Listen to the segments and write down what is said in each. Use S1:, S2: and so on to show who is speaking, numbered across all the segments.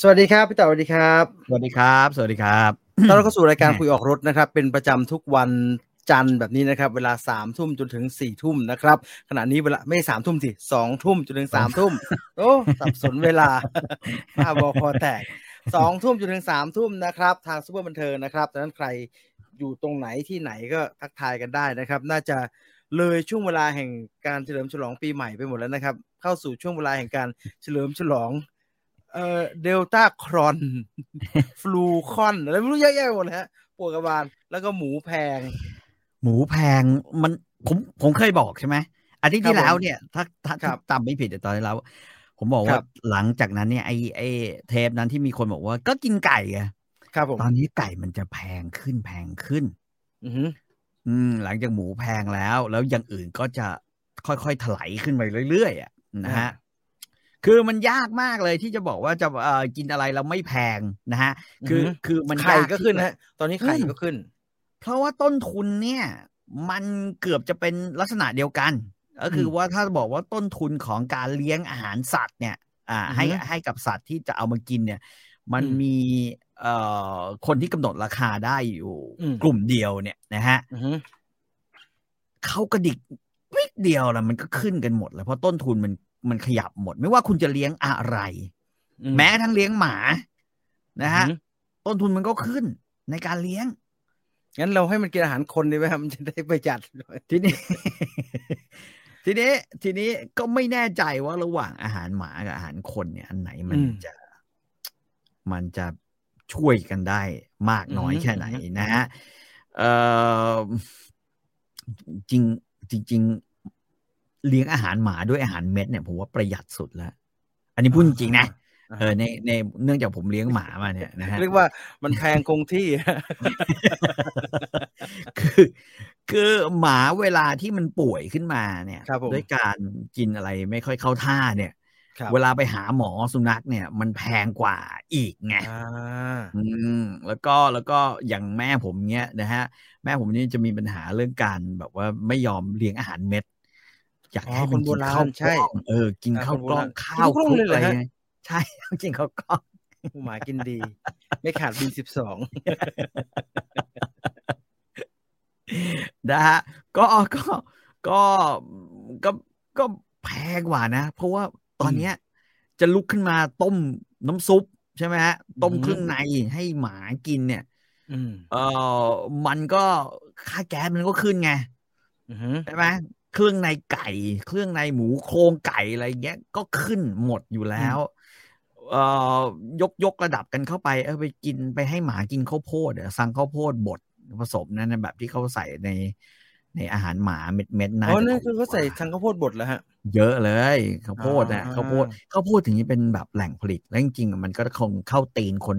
S1: สวัสดีครับพี่เต๋อสวัสดีครับ
S2: สวัสดีครับ สวัสดีครับ
S1: ต้อนรับเข้าสู่รายการคุยออกรถนะครับ เป็นประจำทุกวันจันทร์แบบนี้นะครับ เวลาสามทุ่มจนถึงสี่ทุ่มนะครับ ขณะนี้เวลาไม่สามทุ่มสิสองทุ่มจนถึงสาม ทุ่มโอ้สับสนเวลา หน้าบอคอแตกสองทุ่มจนถึงสามทุ่มนะครับ ทางซูเปอร์บันเทิงนะครับดังนั้นใครอยู่ตรงไหนที่ไหนก็ทักทายกันได้นะครับ น่าจะเลยช่วงเวลาแห่งการเฉลิมฉลองปีใหม่ไปหมดแล้วนะครับ เข้าสู่ช่วงเวลาแห่งการเฉลิมฉลองเอ่อเดลต้าครอน ฟลูคอนอะไรไม่รู้เยอะแยะไปหมดเลยฮะปวดกระบาลแล้วก็หมูแพง
S2: หมูแพงมันผมผมเคยบอกใช่ไหมอาทิตย์ที่
S1: ครับผม
S2: แล้วเนี่ย ถ้าถ้า
S1: ครั
S2: ถ้า
S1: บ
S2: จำไม่ผิดแต่ตอนที่แล้ว ผมบอก
S1: ครั
S2: ว่า
S1: บ
S2: หลังจากนั้นเนี่ยไอไอเทปนั้นที่มีคนบอกว่าก็กินไก่ไง
S1: ครับผม
S2: ตอนนี้ไก่มันจะแพงขึ้นแพงขึ้น
S1: อือหือ
S2: อืมหลังจากหมูแพงแล้ว แล้วอย่างอื่นก็จะค่อยๆถลายขึ้นไปเรื่อยๆอ่ะนะ
S1: อ่า
S2: ฮะคือมันยากมากเลยที่จะบอกว่าจะเอ่อกินอะไรแล้วไม่แพงนะฮะ คือ
S1: หื
S2: คือมัน
S1: ไข่
S2: ยา
S1: ก็
S2: ที่
S1: ขึ้น
S2: จะ
S1: ฮะตอนนี้ไข่
S2: อืม
S1: ก็ขึ้น
S2: เพราะว่าต้นทุนเนี่ย มันเกือบจะเป็นลักษณะเดียวกัน ก็คือว่าถ้าบอกว่าต้นทุนของการเลี้ยงอาหารสัตว์เนี่ย อ่า ให้
S1: อือฮึ
S2: ให้กับสัตว์ที่จะเอามากินเนี่ย มัน
S1: อืม
S2: มีเอ่อคนที่กำหนดราคาได้อยู่
S1: อืม
S2: กลุ่มเดียวเนี่ยนะฮะ
S1: อือหือ
S2: เขากระดิกนิดเดียวนะมันก็ขึ้นกันหมดแล้วเพราะต้นทุนมันมันขยับหมด ไม่ว่าคุณจะเลี้ยงอะไร
S1: อื
S2: แม้กระทั้งเลี้ยงหมานะฮะ
S1: อือฮึ
S2: ต้นทุนมันก็ขึ้นในการเลี้ยง
S1: งั้นเราให้มันกินอาหารคนดีไหมครับมันจะได้ประหยัดหน่อย
S2: ทีนี้ ทีนี้ ทีนี้ก็ไม่แน่ใจว่าระหว่างอาหารหมากับอาหารคนเนี่ย อันไหนมันจะ มันจะช่วยกันได้มากน้อยแค่ไหนนะฮะเอ่อจริงจริง ๆ เลี้ยงอาหารหมาด้วยอาหารเม็ดเนี่ยผมว่าประหยัดสุดแล้ว อันนี้พูดจริงๆนะเออในในเนื่องจากผมเลี้ยงหมามาเนี่ยนะฮะ
S1: เรียกว่ามันแพงคงที่
S2: คือคือหมาเวลาที่มันป่วยขึ้นมาเนี่ย
S1: ครับผม
S2: ด้วยการกินอะไรไม่ค่อยเข้าท่าเนี่ย
S1: ครับ
S2: เวลาไปหาหมอสุนัขเนี่ย มันแพงกว่าอีกไง
S1: อ่า
S2: อืมแล้วก็แล้วก็อย่างแม่ผมเนี่ยนะฮะ แม่ผมนี่จะมีปัญหาเรื่องการแบบว่าไม่ยอมเลี้ยงอาหารเม็ด อยากให้มันกินข้าวกล้องเออกินข้าวกล้องข้าวคลุกอะไรเนี่ยใช่ กินข้าวกล้อง
S1: ผู้หมากินดี ไม่ขาด B12
S2: นะฮะก็ ก็ก็ก็ก็แพงกว่านะ เพราะว่าตอนเนี้ยจะลุกขึ้นมาต้มน้ำซุปใช่ไหมฮะ ต้ม
S1: อืม
S2: เครื่องในให้หมากินเนี่ย
S1: อืม
S2: เออมันก็ค่าแก๊สมันก็ขึ้นไง
S1: อือหือ
S2: ใช่ไหมเครื่องในไก่ เครื่องในหมูโครงไก่อะไรเงี้ยก็ขึ้นหมดอยู่แล้ว เอ่อยกยกระดับกันเข้าไป เออไปกินไปให้หมากินข้าวโพดเดี๋ยวสั่งข้าวโพดบดผสมนั่นนะแบบที่เขาใส่ในในอาหารหมาเม็ดเม็ดๆนะ
S1: อ๋อนั่นคือเขาใส่ทางข้าวโพดบดแล้วฮะ
S2: เยอะเลยข้าวโพดนะ
S1: อ่า
S2: ข้าวโพดข้าวโพดถึงนี้เป็นแบบแหล่งผลิตแล้วจริงๆมันก็คงเข้าตีนคน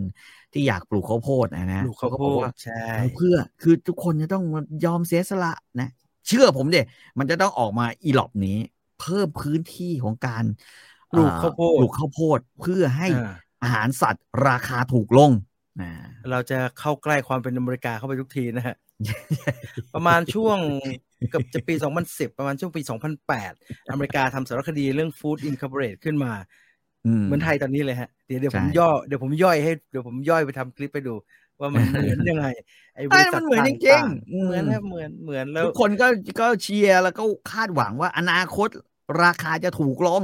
S2: ที่อยากปลูกข้าวโพดนะนะ
S1: ลูกข้าว
S2: เข
S1: โพ
S2: บอก
S1: ด
S2: ว่า
S1: ใช่
S2: เออเพื่อคือทุกคนจะต้องยอมเสียสละนะ เชื่อผมเด็มันจะต้องออกมาอีหลอบนี้ เพิ่มพื้นที่ของการ
S1: ปลูกข้าวโพด
S2: เอ่อปลูกข้าวโพดเพื่อให้
S1: อ่า
S2: อาหารสัตว์ราคาถูกลงนะ
S1: เราจะเข้าใกล้ความเป็นอเมริกาเข้าไปทุกทีนะ ฮะ ประมาณช่วงเกับจะปี 2010 ประมาณช่วงปี 2008 อเมริกาทำสารคดีเรื่อง Food Incorporate ขึ้นมา เหมือนไทยตอนนี้เลยฮะ เดี๋ยวเดี๋ยวผม
S2: ใช่
S1: ย่อเดี๋ยวผมย่อยให้เดี๋ยวผมย่อยไปทำคลิปไปดู ว่ามันเหมือนยังไง ไอ้บ
S2: ไอ้
S1: ริ
S2: ย
S1: ษั
S2: มั
S1: ท
S2: นเหมือนจริ
S1: ต่าง ง
S2: ๆอื
S1: ๆ
S2: ม
S1: เหมือนนะเหมือนเหมือนแล้ว
S2: ทุกคนก็ก็เชียร์แล้วก็คาดหวังว่าอนาคตราคาจะถูกลง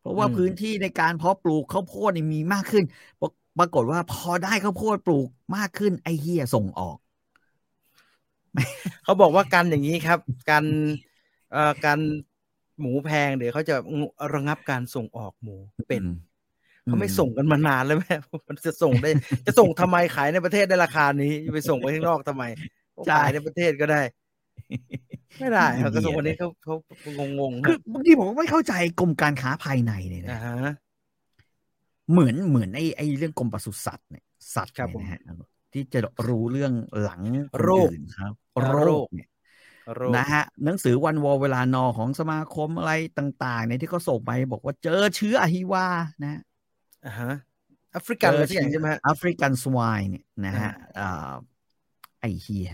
S2: เพราะว่า
S1: อืม
S2: พื้นที่ในการเพาะปลูกข้าวโพดเนี่ยมีมากขึ้นปรปรากฏว่าพอได้ข้าวโพดปลูกมากขึ้นไอ้เฮียส่งออก
S1: เขาบอกว่าการอย่างนี้ครับ การเอ่อการหมูแพงเดี๋ยวเขาจะระงับการส่งออกหมูเป็น เขาไม่ส่งกันมานานแล้วแม่ มันจะส่งได้ จะส่งทำไมขายในประเทศได้ราคานี้จะไปส่งไปข้างนอกทำไม
S2: ใช่
S1: ขายในประเทศก็ได้ ไม่ ได้ครับกระทรวงวันนี้เขาเขางงๆ
S2: คื
S1: ฮะ
S2: อบางทีผมก็ไม่เข้าใจกรมการค้าภายในเนี่ย
S1: อ่า
S2: นะ
S1: ฮะ
S2: เหมือนเหมือนไอ้ไอ้เรื่องกรมปศุสัตว์เนี่ยสัตว์
S1: ครับ
S2: เนี่ยนะฮะ ที่จะรู้เรื่องหลังน
S1: โรค
S2: อื่นครับ
S1: และ
S2: โร
S1: โร
S2: ค
S1: ค
S2: เนี่ย
S1: โรค
S2: นะฮะหนังสือวันวอเวลานอของสมาคมอะไรต่างๆเนี่ยที่เขาส่งไปบอกว่าเจอเชื้ออหิวานะฮะ
S1: อ่าฮะแอฟริกัน
S2: เจ
S1: อะไร
S2: อ
S1: สักอย่างใช่ไหมฮะ
S2: แอฟริกันสวายเนี่ยนะฮะ
S1: อ่า
S2: เอ่อไอเฮีย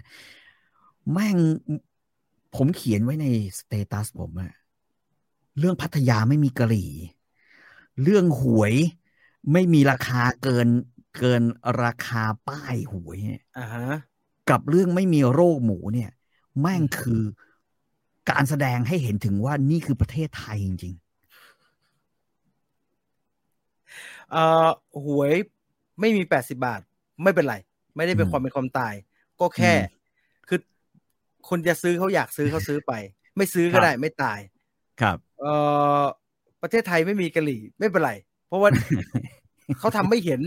S2: แม่งผมเขียนไว้ในสเตตัสผมอะเรื่องพัทยาไม่มีกะหรี่ เรื่องหวยไม่มีราคาเกินเกินราคาป้ายหวยเนี่ย
S1: อ่าฮะ
S2: กับเรื่องไม่มีโรคหมูเนี่ย แม่งคือการแสดงให้เห็นถึงว่านี่คือประเทศไทยจริง
S1: เอ่อหวยไม่มีแปดสิบาท ไม่เป็นไร ไม่ได้เป็น
S2: อื
S1: ค
S2: ม
S1: วามเป็นความตาย ก็แค่
S2: อื
S1: คือคนจะซื้อเขาอยากซื้อเขาซื้อไป ไม่ซื้อก็
S2: ครับ
S1: ได้ไม่ตาย
S2: ๆ ครับ
S1: เอ่อประเทศไทยไม่มีกะหรี่ไม่เป็นไร เพ ราะว่า เขาทำไม่เห็น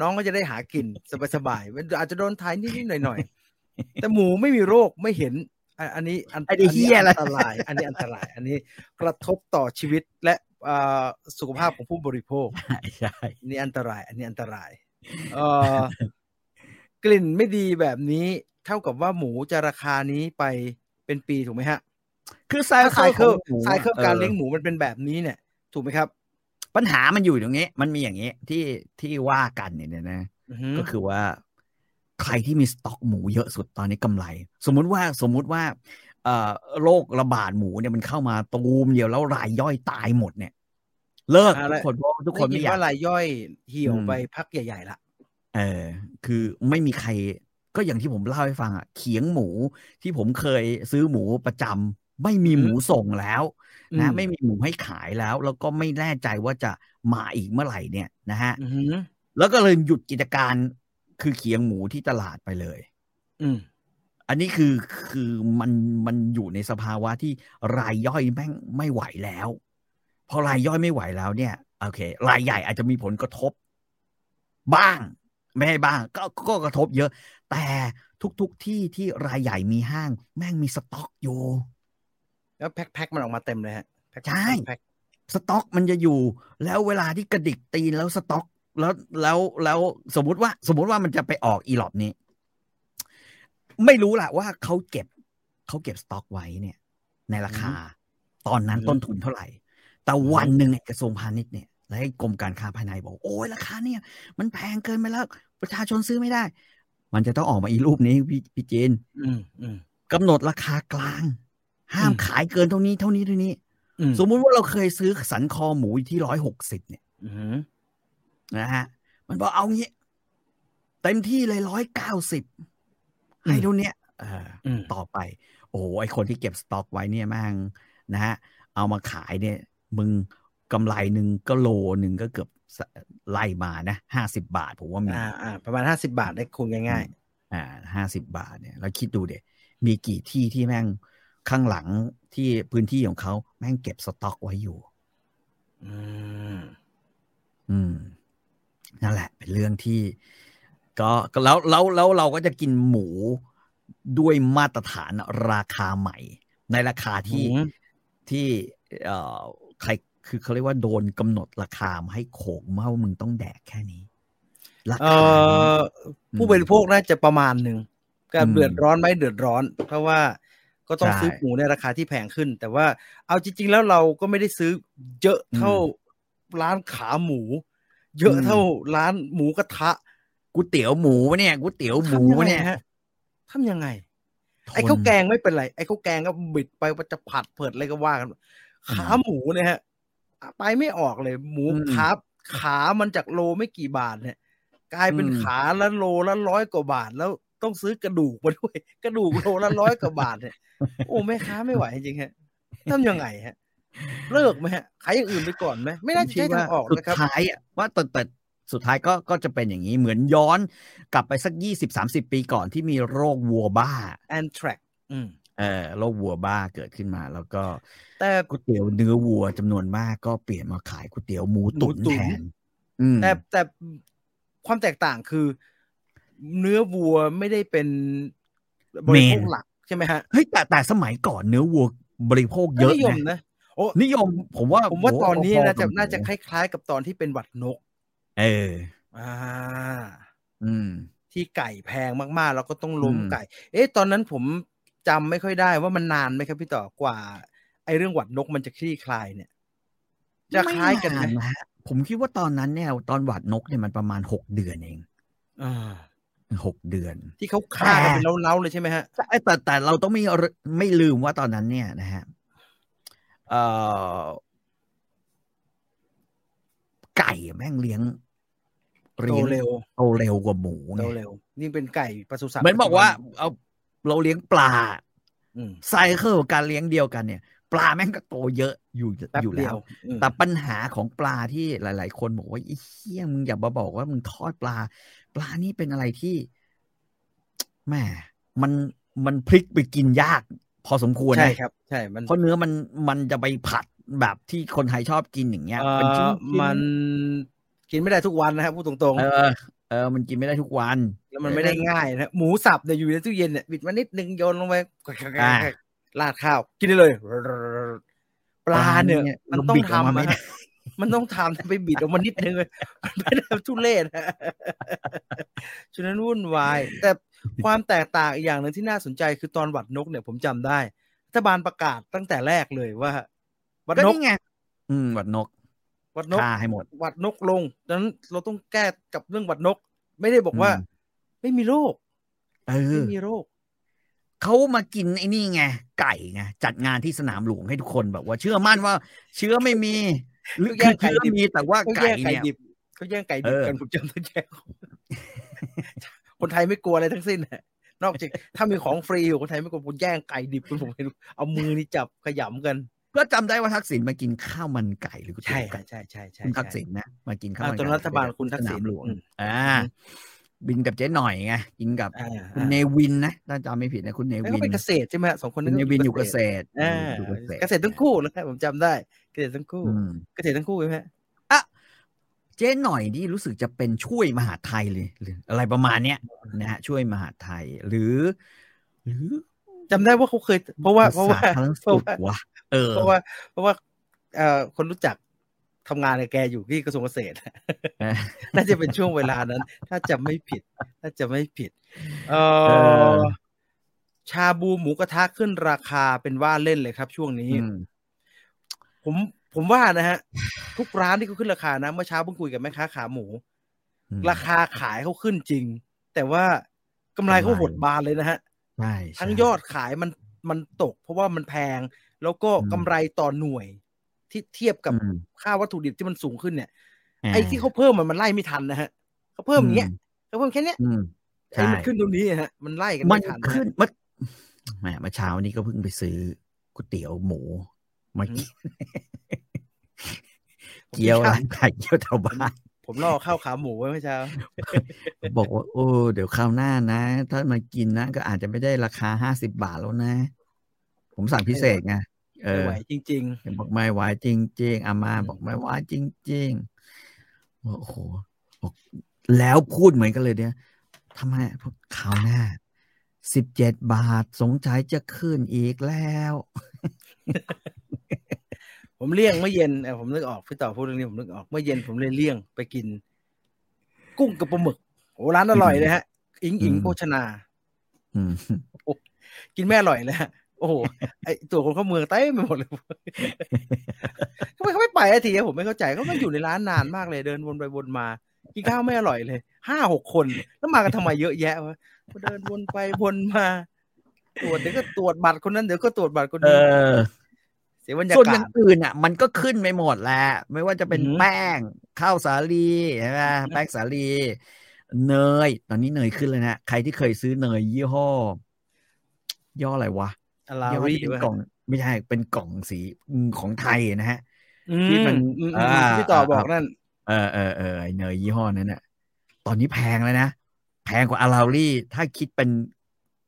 S1: น้องก็จะได้หากินสบายๆมันอาจจะโดนทายนิดๆหน่อยๆ แต่หมูไม่มีโรคไม่เห็นอ่ะอันนี้อัน
S2: ไอ้เด็กเหี้ยอะไร
S1: อันตราย อันนี้อันตราย อันนี้กระทบต่อชีวิตและเอ่อสุขภาพของผู้บริโภค
S2: ใช่ใช่
S1: อันนี้อันตราย อันนี้อันตรายเอ่อ กลิ่นไม่ดีแบบนี้เท่ากับว่าหมูจะราคานี้ไปเป็นปีถูกไหมฮะ
S2: คือไซ
S1: ถ้าไซ
S2: เคิ
S1: เคิ
S2: ล
S1: ล
S2: ของหมู
S1: ไซเคิลการเลี้ยงหมูมันเป็นแบบนี้เนี่ย ถูกไหมครับ
S2: ปัญหามันอยู่ตรงนี้ มันมีอย่างนี้ที่ที่ว่ากันเนี่ยนะ
S1: อือหือ
S2: ก็คือว่า ใครที่มีสต็อกหมูเยอะสุดตอนนี้กำไร สมมุติว่าสมมุติว่าเอ่อโรคระบาดหมูเนี่ยมันเข้ามาตูมเดียวแล้วรายย่อยตายหมดเนี่ย เลิกทุกคนบอกว่าทุกคน
S1: ได้
S2: ไม่
S1: ยิ
S2: อยาก
S1: ว่ารายย่อยเหี่ยว
S2: อืม
S1: ไปพักใหญ่ๆละ
S2: เออคือไม่มีใครก็อย่างที่ผมเล่าให้ฟังอะเขียงหมูที่ผมเคยซื้อหมูประจำไม่มีหมูส่งแล้วนะไม่มีหมูให้ขายแล้ว แล้วก็ไม่แน่ใจว่าจะมาอีกเมื่อไหร่เนี่ยนะฮะ
S1: อือหือ
S2: แล้วก็เลยหยุดกิจการคือเขียงหมูที่ตลาดไปเลย
S1: อืม
S2: อันนี้คือคือมันมันอยู่ในสภาวะที่รายย่อยแม่งไม่ไหวแล้ว พอรายย่อยไม่ไหวแล้วเนี่ยโอเค รายใหญ่อาจจะมีผลกระทบ บ้าง ไม่ให้บ้าง ก็ก็กระทบเยอะ แต่ทุกๆทที่ที่รายใหญ่มีห้าง แม่งมีสต็อกอยู่
S1: แล้วแพ็คแพ็คมันออกมาเต็มเลยฮะแพ็ค
S2: ใช่
S1: แพ็ค
S2: สต็อกมันจะอยู่ แล้วเวลาที่กระดิกตีนแล้วสต็อก แล้วแล้วแล้วสมมุติว่า สมมุติว่ามันจะไปออกอีหลอบนี้ ไม่รู้ล่ะว่าเขาเก็บเขาเก็บสต็อกไว้เนี่ย ในราคา ตอนนั้นต้นทุนเท่าไหร่ แต่วันหนึ่งเนี่ยกระทรวงพาณิชย์เนี่ยและให้กรมการค้าภายในบอก โอ้ยราคาเนี่ย มันแพงเกินไปแล้ว ประชาชนซื้อไม่ได้ มันจะต้องออกมาอีรูปนี้พี่พี่เจน
S1: อืมอืม
S2: กำหนดราคากลาง ห้าม
S1: อืม
S2: ขายเกินเท่านี้เท่านี้เท่านี้
S1: อืม
S2: สมมุติว่าเราเคยซื้อสันคอหมูอยู่ที่ร้อยหกสิบเนี่ย
S1: อือหือ
S2: นะฮะ มันบอกเอางี้เต็มที่เลยร้อยเก้าสิบให้เท่าเนี้ยเออ
S1: อืม
S2: ต่อไป โอ้โหไอคนที่เก็บสต็อกไว้เนี่ยแม่งนะฮะ เอามาขายเนี่ย มึงกำไรหนึ่งก็โลหนึ่งก็เกือบสไล่มานะห้าสิบาทผมว่ามี
S1: อ่าอ่าประมาณห้าสิบาทได้คูณง่าย
S2: อ่าห้าสิบบาทเนี่ยแล้วคิดดูเด็มีกี่ที่ที่แม่งข้างหลังที่พื้นที่ของเขาแม่งเก็บสต็อกไว้อยู่
S1: ๆ อืม
S2: อืม นั่นแหละ เป็นเรื่องที่ ก็ก็แล้วแล้วแล้วเราก็จะกินหมูด้วยมาตรฐานราคาใหม่ ในราคาที่
S1: อืม
S2: ที่เอ่อใครคือเขาเรียกว่าโดนกำหนดราคามาให้โขงว่ามึงต้องแดกแค่นี้รา
S1: เอ่
S2: คา
S1: อผู้บริโภคน่าจะประมาณหนึ่งก็
S2: อืม
S1: เดือดร้อนไหมเดือดร้อน เพราะว่าก็ต้อง
S2: ใช่
S1: ซื้อหมูในราคาที่แพงขึ้น แต่ว่าเอาจริง ๆ แล้วเราก็ไม่ได้ซื้อเยอะเท่าร้านขาหมู เยอะเท่าร้านหมูกระทะ
S2: ก๋วยเตี๋ยวหมูวะเนี่ยก๋วยเตี๋ยวหมูวะเนี่ย
S1: ทำงไงฮะทำยังไง
S2: ทน
S1: ไอ้ข้าวแกงไม่เป็นไร ไอ้ข้าวแกงก็บิดไปว่าจะผัดเผิดอะไรก็ว่ากัน ขาหมูเนี่ยฮะ ไปไม่ออกเลย หมู
S2: อืม
S1: ขาขามันจากโลไม่กี่บาทเนี่ย กลายเป็น
S2: อืม
S1: ขาละโลละร้อยกว่าบาท แล้วต้องซื้อกระดูกมาด้วย กระดูกโลละร้อยกว่าบาทเนี่ย โอ้แม่ค้าไม่ไหวจริงๆฮะทำยังไงฮะ เลิกไหมฮะขายอย่างอื่นไปก่อนไหมไม่น่าจะใช้ทางออก
S2: สุด
S1: นะครับ
S2: ท้ายอะว่าแต่แต่สุดท้ายก็ก็จะเป็นอย่างนี้เหมือนย้อนกลับไปสักยี่สิบสามสิบปีก่อนที่มีโรควัวบ้า
S1: แอนทรักอืม
S2: เออโรควัวบ้าเกิดขึ้นมา แล้วก็
S1: แต่
S2: ก๋วยเตี๋ยวเนื้อวัวจำนวนมากก็เปลี่ยนมาขายก๋วยเตี๋ยวหมูตุ๋น
S1: หมูตุ๋น
S2: แทนอืม
S1: แต่แต่ความแตกต่างคือ เนื้อวัวไม่ได้เป็นบริโภคหลักใช่ไหมฮะ
S2: เฮ้ยแต่แต่สมัยก่อนเนื้อวัวบริโภคเยอะ
S1: นิยม
S2: นะ
S1: นะ โอ้
S2: นิยม ผมว่า
S1: ผมว่าตอนนี้
S2: พๆ
S1: น่าจะ
S2: กับหมู
S1: น่าจะคล้ายๆ กับตอนที่เป็นหวัดนก
S2: เออ
S1: อ่า
S2: อืม
S1: ที่ไก่แพงมากๆ แล้วก็ต้องล้มไก่ เอ๊ะตอนนั้นผมจำไม่ค่อยได้ว่ามันนานไหมครับพี่ต่อกว่า ไอ้เรื่องหวัดนกมันจะคลี่คลายเนี่ย จะคล้ายกันไหม
S2: ไม่ะผมคิดว่าตอนนั้นเนี่ย ตอนหวัดนกเนี่ยมันประมาณหกเดือนเอง
S1: อ่า
S2: หกเดือน
S1: ที่เขาฆ่ากันเป็นเล้าๆเลยใช่ไหมฮะ
S2: แต่แต่แต่เราต้องไม่รไม่ลืมว่าตอนนั้นเนี่ยนะฮะเอ่อไก่แม่งเลี้ยง
S1: โต
S2: ยง
S1: เร็ว
S2: โตเร็วกว่าหมูไง
S1: โตเร็ว นี่เป็นไก่ปศุสัตว์
S2: เหมือนบอกว่า เอาเราเลี้ยงปลา
S1: อืม
S2: ไซเคิลการเลี้ยงเดียวกันเนี่ย ปลาแม่งก็โตเยอะอยู่
S1: แป๊บ
S2: อยู่
S1: เดี
S2: แล้
S1: ยว วอืม
S2: แต่ปัญหาของปลาที่หลาย ๆ คนบอกว่าไอ้เหี้ยมึงอย่ามาบอกว่ามึงทอดปลา ปลานี่เป็นอะไรที่แหม่มันมันพลิกไปกินยาก พอสมควรนะ
S1: ใช่ครับ ใช่มัน
S2: เพราะเนื้อมันมันจะไปผัดแบบที่คนไทยชอบกินอย่างเงี้ย
S1: เอ่
S2: เป็นชิ้
S1: อน
S2: ๆ
S1: มันกินไม่ได้ทุกวันนะครับพูดตรง
S2: เออ เออ มันกินไม่ได้ทุกวัน
S1: ๆ แล้วมันไม่ได้ง่ายนะหมูสับเนี่ยอยู่ในตู้เย็นเนี่ยบิดมานิดนึงโยนลงไป
S2: อ่า
S1: ราดข้าว กินได้เลย ปลาเนี่ย มันต้อง
S2: ลบิดกา
S1: ทำ
S2: ไม่
S1: นะ
S2: ได้
S1: ฮะมันต้องทำไปบิดออกมานิดนึงเลยมันไม่ได้ทุเรศฮะฉะนั้นวุ่นวาย แต่ความแตกต่างอีกอย่างหนึ่งที่น่าสนใจคือตอนหวัดนกเนี่ยผมจำได้รัฐบาลประกาศตั้งแต่แรกเลยว่าหวัด
S2: ก็
S1: นก
S2: นี่ไงอืมหวัดนก
S1: หวัดนก
S2: ฆ่าให้หมด
S1: หวัดนกลงดังนั้นเราต้องแก้กับเรื่องหวัดนก ไม่ได้บอกว่า
S2: อืม
S1: ไม่มีโรค
S2: เอ
S1: ไม่
S2: อ
S1: มีโรค
S2: เขามากินไอ้นี่ไงไก่ไงจัดงานที่สนามหลวงให้ทุกคนแบบว่าเชื่อมั่นว่า เชื้อไม่ มีหรือ
S1: แย่
S2: คือง
S1: ไก่
S2: เชื้อ
S1: ดิบ
S2: มีแต่ว่า
S1: เขา
S2: ไก่
S1: แย่งไก่
S2: เนี่ย
S1: ดิบเขาแย่งไก่ดิบ
S2: เออ
S1: กันผมจำได้แย่ คนไทยไม่กลัวอะไรทั้งสิ้นน่ะนอกจากถ้ามีของฟรีอยู่คนไทยไม่กลัวผมแย่งไก่ดิบคุณผมเห็นเอามือนี่จับขยำกัน
S2: ก็จำได้ว่าทักษิณมากินข้าวมันไก่หรือก๋วยเตี๋ยวไก่
S1: ใช่ใช่ใช่
S2: คุณทัก
S1: ใช่
S2: ษิณนะมากินข้าวมัน
S1: อ่าตอนรัฐบาลคุณทักษิณ
S2: สนามหลวง
S1: อืม
S2: อ่า
S1: อืม
S2: บินกับเจ๊หน่อยไงกินกับ
S1: อ่า
S2: คุณเนวินนะถ้าจำไม่ผิดนะคุณเน
S1: แล้ว
S2: วิ
S1: ก็
S2: น
S1: เป็นเกษตรใช่ไหมฮะสองคน
S2: คุณเนวินอยู่เกษตร
S1: อ่า
S2: อยู่
S1: เกษตรทั้งคู่นะฮะผมจำได้ เกษตรทั้งคู่
S2: อืม
S1: เกษตรทั้งคู่ใช่ไหมฮะ
S2: เจ๊หน่อยนี่รู้สึกจะเป็นช่วยมหาดไทยเลยหรืออะไรประมาณเนี้ยนะฮะช่วยมหาดไทยหรือ หรือ
S1: จำได้ว่าเขาเคย เพราะว่าเพราะว่า
S2: สพลังสุขวะเออ
S1: เพราะว่าเพราะว่าเอ่อคนรู้จักทำงานกับแกอยู่ที่กระทรวงเกษตร
S2: เออ
S1: น่าจะเป็นช่วงเวลานั้น ถ้าจะไม่ผิด ถ้าจะไม่ผิด เอ
S2: เอ
S1: อ
S2: อ
S1: ชาบูหมูกระทะขึ้นราคาเป็นว่าเล่นเลยครับ ช่วงนี้
S2: อืม
S1: ผมผมว่านะฮะ ทุกร้านที่เขาขึ้นราคานะเมื่อเช้าเพิ่งคุยกับแม่ค้าขาหมู
S2: อืม
S1: ราคาขายเขาขึ้นจริง แต่ว่ากำไรเขาหดบานเลยนะฮะ
S2: ใช่ใช่
S1: ทั้งยอดขายมันมันตก เพราะว่ามันแพง แล้วก็
S2: อืม
S1: กำไรต่อหน่วย ที่เทียบกับ
S2: อืม
S1: ค่าวัตถุดิบที่มันสูงขึ้นเนี่ย
S2: า
S1: ไอ้ที่เขาเพิ่มมันมันไล่ไม่ทันนะฮะเขาเพิ่มอย่างเงี้ยเขาเพิ่มแค่เนี้ย
S2: อืม
S1: ไอ้
S2: ใช่
S1: มันขึ้นตรงนี้อะฮะมันไล่กัน
S2: มั
S1: ไม่
S2: น
S1: ทัน
S2: ขึ้นมันแหมเมื่อเช้านี้ก็เพิ่งไปซื้อก๋วยเตี๋ยวหมูมากิน เกี๊ยวร้านขายเกี๊ยวแถวบ้าน
S1: ผมล่อข้าวขาหมูไว้เมื่อเช้า
S2: บอกว่า โอ้เดี๋ยวคราวหน้านะ ถ้ามากินนะ ก็อาจจะไม่ได้ราคาห้าสิบาทแล้วนะ ผมสั่งพิเศษไงเอ
S1: ไม่
S2: อ
S1: ไหวจริง
S2: บอกไม่ไหวจริง ๆอามา
S1: อืม
S2: บอกไม่ไหวจริงๆบอกโอ้โหบอกแล้วพูดเหมือนกันเลยเนี่ยทำไมคราวหน้าสิบเจ็ดบาทสงสัยจะขึ้นอีกแล้ว
S1: ๆ ผมเลี่ยงเมื่อเย็นเออผมนึกออกพี่ต่อพูดเรื่องนี้ผมนึกออกเมื่อเย็นผมเลยเลี่ยงไปกิน กุ้งกับปลาหมึกโอ้ร้านอร่อยเลยฮะ อิงอิง
S2: อืม
S1: โภชนา
S2: อืม
S1: กินแม่อร่อยเลยฮะโอ้โหไอตัวคนเข้าเมืองเต้ไปหมดเลยทำไมเขาไม่ไปสักทีอะผมไม่เข้าใจเขามันอยู่ในร้านนานมากเลยเดินวนไปวนมากินข้าวไม่อร่อยเลยห้าหกคน แล้วมากันทำไมเยอะแยะวะก็เดินวนไปวนมา ตรวจเดี๋ยวก็ตรวจบัตรคนนั้นเดี๋ยวก็ตรวจบัตรคน
S2: เอ
S1: นี้
S2: อ
S1: เสียบรร
S2: ส่วนอก
S1: ยาา
S2: ย่า
S1: ศ
S2: งอื่นอ่ะ มันก็ขึ้นไปหมดแหละ ไม่ว่าจะเป็น
S1: อือหือ
S2: แป้ง ข้าวสาลีใช่ไหมแป้งสาลี เนย ตอนนี้เนยขึ้นเลยนะ ใครที่เคยซื้อเนยยี่ห้อ ย่ออะไรวะ
S1: อลา
S2: ย่อ
S1: รี
S2: ที่เป็น
S1: วะ
S2: กล่อง ไม่ใช่ เป็นกล่องสีของไทยนะฮะ
S1: อื
S2: ที่มัน
S1: อื
S2: อ่า
S1: ที่พี่ต่อบอกนั่น
S2: เออเออเออไอ้เนยยี่ห้อนั้นน่ะ ตอนนี้แพงแล้วนะ แพงกว่าอาราลี่ ถ้าคิดเป็น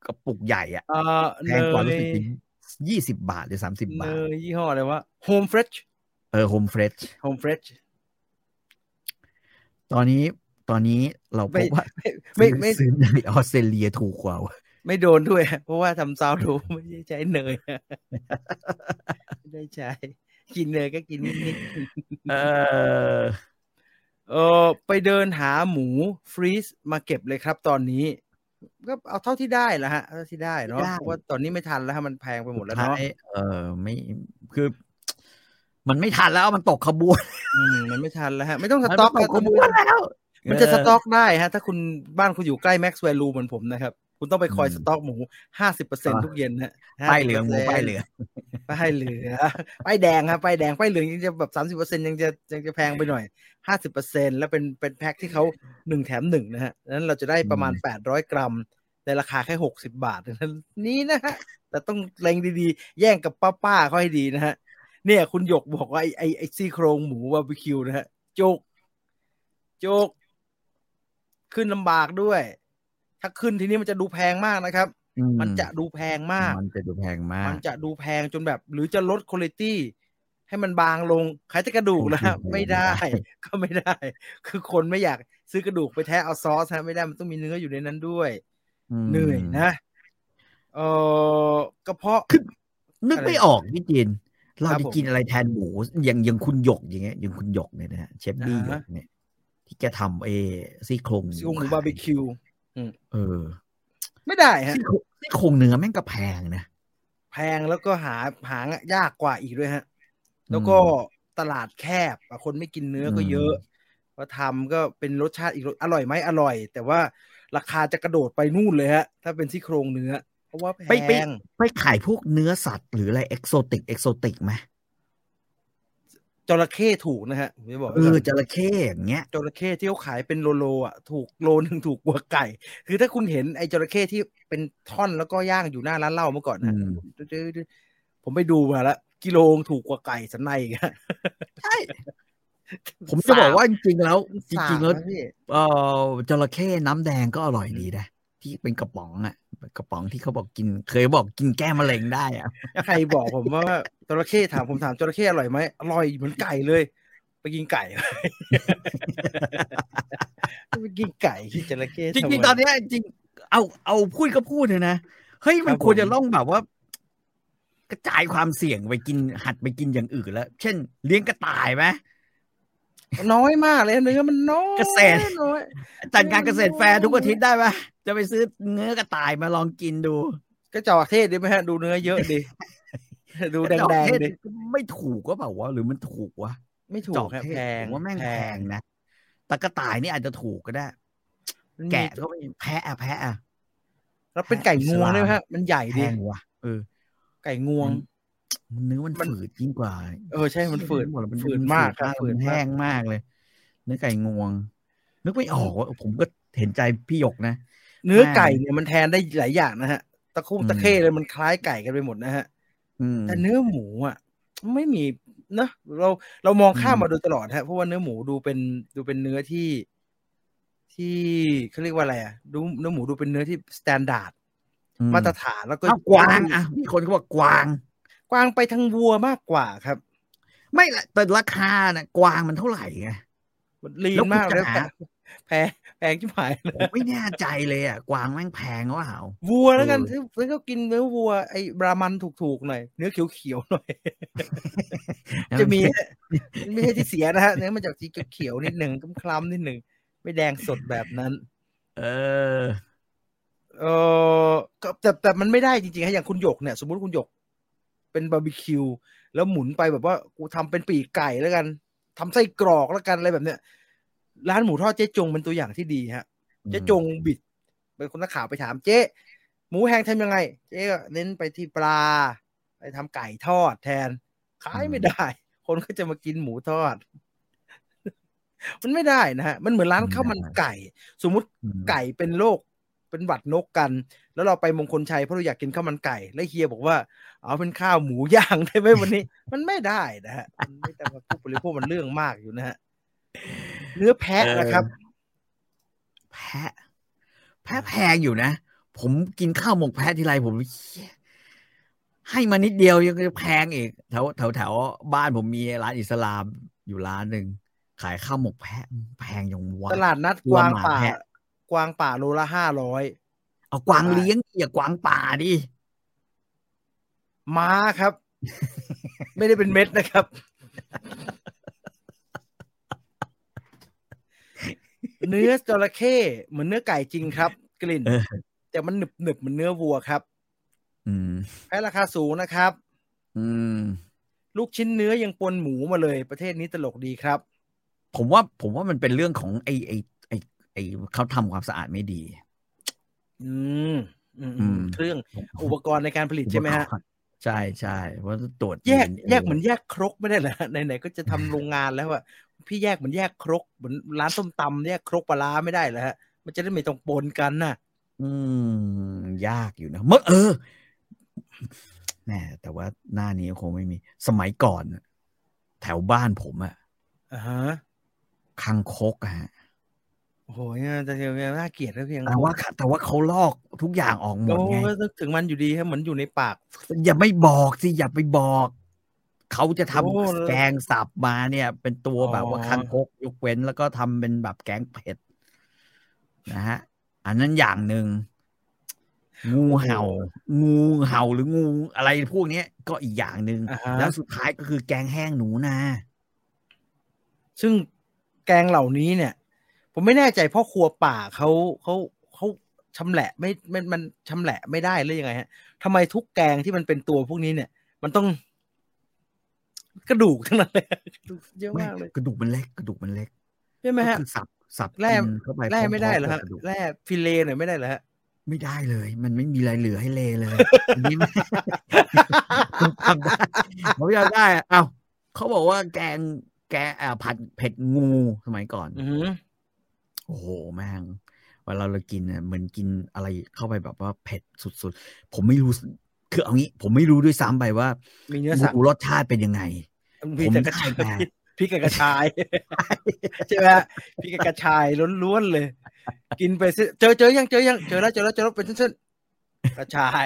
S2: กระปุกใหญ่อ่ะ
S1: เออ
S2: แพ
S1: เน
S2: งกว่ารู้
S1: ย
S2: สึกถึงยี่สิบบาทหรือสามสิบ
S1: เน
S2: บาท
S1: ยยี่ห้ออะไรวะโฮมเฟรช
S2: เออโฮมเฟรช
S1: โฮมเฟรช
S2: ตอนนี้ตอนนี้เราพบว่า
S1: ไม่ไม่
S2: ซื้อในออสเตรเลียถูกกว่าว่ะ
S1: ไม่โดนด้วย เพราะว่าทำซาวดู ไม่ได้ใช้เนย ไม่ได้ใช้ กินเนยก็กินนิด
S2: เออ
S1: ๆ เออไปเดินหาหมูฟรีซมาเก็บเลยครับตอนนี้ ก็เอาเท่าที่ได้ละฮะเท่าที่ได้เนาะ
S2: ได้
S1: เพราะว่าตอนนี้ไม่ทันแล้วฮะมันแพงไปหมดแล้ว
S2: ท้า
S1: เนาะ
S2: ยเออไม่คือ มันไม่ทันแล้วมันตกขบวน
S1: อืมมันไม่ทันแล้วฮะ ไม่ต้องสต็อก
S2: มันตกขบวนแล้ว
S1: มันจะสต็อกได้ฮะ ถ้าคุณบ้านคุณอยู่ใกล้แม็กซ์แวลูเหมือนผมนะครับ คุณต้องไปคอยสต็อกหมูห้าสิบเปอร์เซ็นทุกเย็นฮะ
S2: ป้ายเหลืองหมูป้ายเหลือง
S1: ป้ายเหลือง ป้ายแดงครับป้ายแดงป้ายเหลืองยังจะแบบสามสิบเปอร์เซ็นยังจะยังจะแพงไปหน่อยห้าสิบเปอร์เซ็นแล้วเป็นเป็นแพ็คที่เขาหนึ่งแถมหนึ่งนะฮะนั้นเราจะได้ประมาณแปดร้อยกรัม ในราคาแค่หกสิบาทเท่านั้นนี่นะฮะ แต่ต้องเล็งดีๆ แย่งกับป้าๆเขาให้ดีนะฮะ เนี่ยคุณหยกบอกว่าไอ้ไอ้ไอ้ซี่โครงหมูบาร์บีคิวนะฮะโจกโจก ขึ้นลำบากด้วย ถ้าขึ้นทีนี้มันจะดูแพงมากนะครับ
S2: อื
S1: มันจะดูแพงมาก
S2: มันจะดูแพงมาก
S1: มันจะดูแพงจนแบบ หรือจะลดคุณภาพให้มันบางลงขายแต่กระดูกนะฮะ
S2: โอ้โห
S1: ไม่ได้ ก็ไม่ได้ คือคนไม่อยากซื้อกระดูกไปแทะเอาซอสฮะไม่ได้มันต้องมีเนื้ออยู่ในนั้นด้วย
S2: ม
S1: เหนื่อยนะ เออกระเพาะ
S2: นึกไม่ออกพี่จิน เรา
S1: ครับ
S2: จะ
S1: ผม
S2: กินอะไรแทนหมูอย่างอย่างคุณหยกอย่างเงี้ยอย่างคุณหยกเนี่ยนะฮะเชฟบี้
S1: อ่าฮะ
S2: หยกเนี่ย ที่แกทำเอซี่โครง
S1: ซี่โครงหมูบาร์บีคิว
S2: เออ
S1: ไม่ได้ฮะ
S2: ซี่โครงซี่โครงเนื้อแม่งก็แพงนะ
S1: แพงแล้วก็หาหายากกว่าอีกด้วยฮะ แล้วก็ตลาดแคบอ่ะคนไม่กินเนื้อก็เยอะพอทำก็เป็นรสชาติอีกรสอร่อยไหมอร่อย แต่ว่าราคาจะกระโดดไปนู่นเลยฮะ ถ้าเป็นซี่โครงเนื้อ เพราะว่าแพ
S2: ไปไป
S1: ง
S2: ไปขายพวกเนื้อสัตว์หรืออะไรเอกโซติกเอกโซติกไหม
S1: จระเข้ถูกนะฮะผมจะบอกไว้
S2: เอ
S1: ก่
S2: อน จระเข้อย่างเงี้ย
S1: จระเข้ที่เขาขายเป็นโลโลอ่ะถูกโลหนึ่งถูกกว่าไก่ คือถ้าคุณเห็นไอ้จระเข้ที่เป็นท่อนแล้วก็ย่างอยู่หน้าร้านเหล้าเมื่อก่อนนะ
S2: อืม
S1: ผมไปดูมาละกิโลถูกกว่าไก่สันในอีกอะ
S2: ใช่ผมจะบอกว่าจริงๆแล้ว จริงๆแล้ว
S1: สามนะพี่
S2: เออจระเข้น้ำแดงก็อร่อยดีนะที่เป็นกระป๋องอะกระป๋องที่เขาบอกกิน เคยบอกกินแก้มะเร็งได้อะ
S1: ใครบอกผมว่าจระเข้ถามผมถามจระเข้อร่อยไหมอร่อยเหมือนไก่เลย ไปกินไก่ ไปกินไก่กินจระเข้
S2: จ
S1: ทำ
S2: ริง
S1: ไม
S2: ๆตอนเนี้ยจริงเอาเอาพูดก็พูดเถอะนะเฮ้ย
S1: ค
S2: มั
S1: รับ
S2: น
S1: ผม
S2: ควรจะล่องแบบว่า กระจายความเสี่ยงไปกินหัดไปกินอย่างอื่นแล้ว เช่น เลี้ยงกระต่ายไหม
S1: น้อยมากเลยเนื้อมันน้อย
S2: เกษตร
S1: น้อย
S2: จัดงานเกษตรแฟร์ทุกอาทิตย์ได้ไหมจะไปซื้อเนื้อกระต่ายมาลองกินดู
S1: ก็จอกเทศดีไหมฮะ ดูเนื้อเยอะดี ดูแดงๆดิ
S2: ไม่ถูกก็เปล่าวะหรือมันถูกวะ
S1: ไม่ถูก
S2: จอก
S1: ฮะ
S2: เท
S1: แพ
S2: ศ
S1: ง
S2: ผมว่าแม่งแพงนะแต่กระต่ายนี่อาจจะถูกก็ได้ แกะก็ไม่แพะอะแพะอะ
S1: แล้วเป็นไก่งวงด้วยไหมฮะ มันใหญ่
S2: แพ
S1: ดี
S2: งว่ะเออ
S1: ไก่งวง
S2: มันเนื้อมัน
S1: มัน
S2: ฝืดยิ่งกว่า
S1: เออใช่มันฝืด
S2: หมดแล้ว
S1: ฝืดมากครับฝื
S2: ฝื
S1: ด
S2: ด
S1: มา
S2: แห้
S1: ก
S2: งมากเลย เนื้อไก่งวง นึกไม่ออกว่าผมก็เห็นใจพี่หยกนะ
S1: เนื้อไก่เนี่ยมันแทนได้หลายอย่างนะฮะ ตะคุ่มตะเข้เลยมันคล้ายไก่กันไปหมดนะฮะ
S2: อืม
S1: แต่เนื้อหมูอ่ะ ไม่มีนะเราเรามองข้าม
S2: อืม
S1: มาโดยตลอดฮะเพราะว่าเนื้อหมูดูเป็นดูเป็นเนื้อที่ ที่เขาเรียกว่าอะไรอ่ะดูเนื้อหมูดูเป็นเนื้อที่สแตนดาร์ด
S2: อื
S1: มาตรฐานแล้วก็
S2: เอากวางอ่ะมีคนเขาบอกกวาง
S1: กวางไปทางวัวมากกว่าครับ
S2: ไม่ละแต่ราคาน่ะกวางมันเท่าไหร่ไง
S1: มันลี
S2: แล้
S1: น
S2: ว
S1: มาก
S2: คุณ
S1: เลย
S2: จะหา
S1: แต่แพงแพงชิบหายเลย
S2: ผมไม่แน่ใจเลยอ่ะกวางแม่งแพงหรือเปล่า
S1: วัวแล้วกัน
S2: เอ
S1: ซื้
S2: อ
S1: อซื้อก็กินเนื้อวัวไอ้บรามันถูกๆหน่อยเนื้อเขียวๆหน่อย จะมีไม่ใช่ที่เสียนะฮะเนื้อมันจากสีเขียวๆนิดหนึ่งคล้ำๆนิดหนึ่งไม่แดงสดแบบนั้น
S2: เออ
S1: เออก็แต่แต่มันไม่ได้จริงๆฮะอย่างคุณหยกเนี่ย สมมติคุณหยก เป็นบาร์บีคิว แล้วหมุนไปแบบว่ากูทำเป็นปีกไก่แล้วกันทำไส้กรอกแล้วกันอะไรแบบเนี้ยร้านหมูทอดเจ๊จงเป็นตัวอย่างที่ดีฮะ เจ๊จงบิดเป็นคนนักข่าวไปถามเจ๊หมูแห้งทำยังไง เจ๊ก็เน้นไปที่ปลา ไปทำไก่ทอดแทน ขายไม่ได้ คนก็จะมากินหมูทอด มันไม่ได้นะฮะ มันเหมือนร้านข้าวมันไก่ สมมติ ไก่เป็นโรคเป็นหวัดนกกัน แล้วเราไปมงคลชัยเพราะเราอยากกินข้าวมันไก่ แล้วเฮียบอกว่า เอาเป็นข้าวหมูย่างได้ไหมวันนี้ มันไม่ได้นะฮะมันไม่แต่ว่าผู้บริโภคมันเรื่องมากอยู่นะฮะเนื้อแพะนะครับ
S2: แพะ แพะแพงอยู่นะ ผมกินข้าวหมกแพะทีไรผมเหี้ยให้มานิดเดียวยังจะแพงอีกแถวแถวแถวบ้านผมมีร้านอิสลามอยู่ร้านหนึ่งขายข้าวหมกแพะแพงอย่างวะ
S1: ตลาดนัด
S2: วั
S1: ก
S2: ว
S1: วาง
S2: หมา
S1: ป่า
S2: แพะ
S1: กวางป่าโลละห้าร้อย
S2: เอากวางเลี้ยงอย่ากวางป่าดิ
S1: ม้าครับ ไม่ได้เป็นเม็ดนะครับ เนื้อจระเข้เหมือนเนื้อไก่จริงครับ กลิ่น
S2: เออ
S1: แต่มันหนึบหนึบๆเหมือนเนื้อวัวครับ
S2: อืม
S1: แพ้ราคาสูงนะครับ
S2: อืม
S1: ลูกชิ้นเนื้อยังปนหมูมาเลยประเทศนี้ตลกดีครับ
S2: ผมว่าผมว่ามันเป็นเรื่องของไอไอไอไอเขาทำความสะอาดไม่ดี
S1: อืมอืม
S2: อืม
S1: เครื่องอุปกรณ์ในการผลิตใช่ไหมฮะ
S2: ใช่ใช่เพราะตรวจ
S1: แยก
S2: DNA
S1: แยกเหมือนแยกครกไม่ได้เหรอไหนๆก็จะทำโรงงานแล้วอะพี่แยกเหมือนแยกครกเหมือนร้านส้มตำแยกครกปลาร้าไม่ได้เหรอฮะมันจะได้ไม่ต้องปนกันน่ะ
S2: อืม ยากอยู่นะเมื่อเออแหมแต่ว่าหน้านี้คงไม่มี สมัยก่อนน่ะแถวบ้านผมอะ
S1: อ่าฮะ
S2: คังคกอะฮะ
S1: โอ้โหเนี่ยแต่เดี๋ยวเนี่ยน่าเกลียดแล้วเพียง
S2: แต่ว่าแต่ว่าเขาลอกทุกอย่างออกหม
S1: โอ้
S2: ดไง
S1: ก็นึกถึงมันอยู่ดีฮะเหมือนอยู่ในปาก
S2: อย่าไม่บอกสิ อย่าไปบอก เขาจะทำ
S1: โอ้
S2: แกงสับมาเนี่ย เป็นตัว
S1: อ๋อ
S2: แบบว่าคังคกยกเว้นแล้วก็ทำเป็นแบบแกงเผ็ดนะฮะ อันนั้นอย่างหนึ่งงูเห่า งูเห่าหรืองูอะไรพวกเนี้ย ก็อีกอย่างหนึ่ง
S1: อ่าฮะ
S2: แล้วสุดท้ายก็คือแกงแห้งหนูนา
S1: ซึ่งแกงเหล่านี้เนี่ย ผมไม่แน่ใจพ่อครัวป่าเขาเขาเขาชำแหละไม่ไม่มันชำแหละไม่ได้หรือยังไงฮะทำไมทุกแกงที่มันเป็นตัวพวกนี้เนี่ย มันต้อง กระดูกทั้งนั้นเลยเยอะ
S2: ไม่
S1: มากเลย
S2: กระดูกมันเล็ก กระดูกมันเล็ก
S1: ใช่ไหมฮะ
S2: ก็คือสับสับ
S1: แร่
S2: กินเข้าไป
S1: แร่
S2: พอๆ
S1: ไม่ได้เหรอฮะ
S2: กับกะก
S1: แร่ฟิเลต์หน่อยไม่ได้เหรอฮะ
S2: ไม่ได้เลย มันไม่มีอะไรเหลือให้เล เลย อันนี้ไม่ ผมจำได้ผมจำได้อะเอ้าเขาบอกว่าแกงแกงอ่าผัดเผ็ดงูสมัยก่อน
S1: อือหือ
S2: โอ้โหแม่งเวลาเรากินเนี่ยเหมือนกินอะไรเข้าไปแบบว่าเผ็ดสุดๆ ผมไม่รู้คือเอางี้ ผมไม่รู้ด้วยซ้ำไปว่า
S1: มีเนื้อสัตว์
S2: งูรสชาติเป็นยังไง
S1: มี
S2: ผม
S1: แต่กระชาย
S2: ได้แต่
S1: พริกกับกระชาย ใช่ไหมฮะพริกกับกระชายล้วนๆเลย กินไปสิเจอเจอยังเจอยังเจอแล้วเจอแล้วเจอแล้วเป็นเส้นๆกระชาย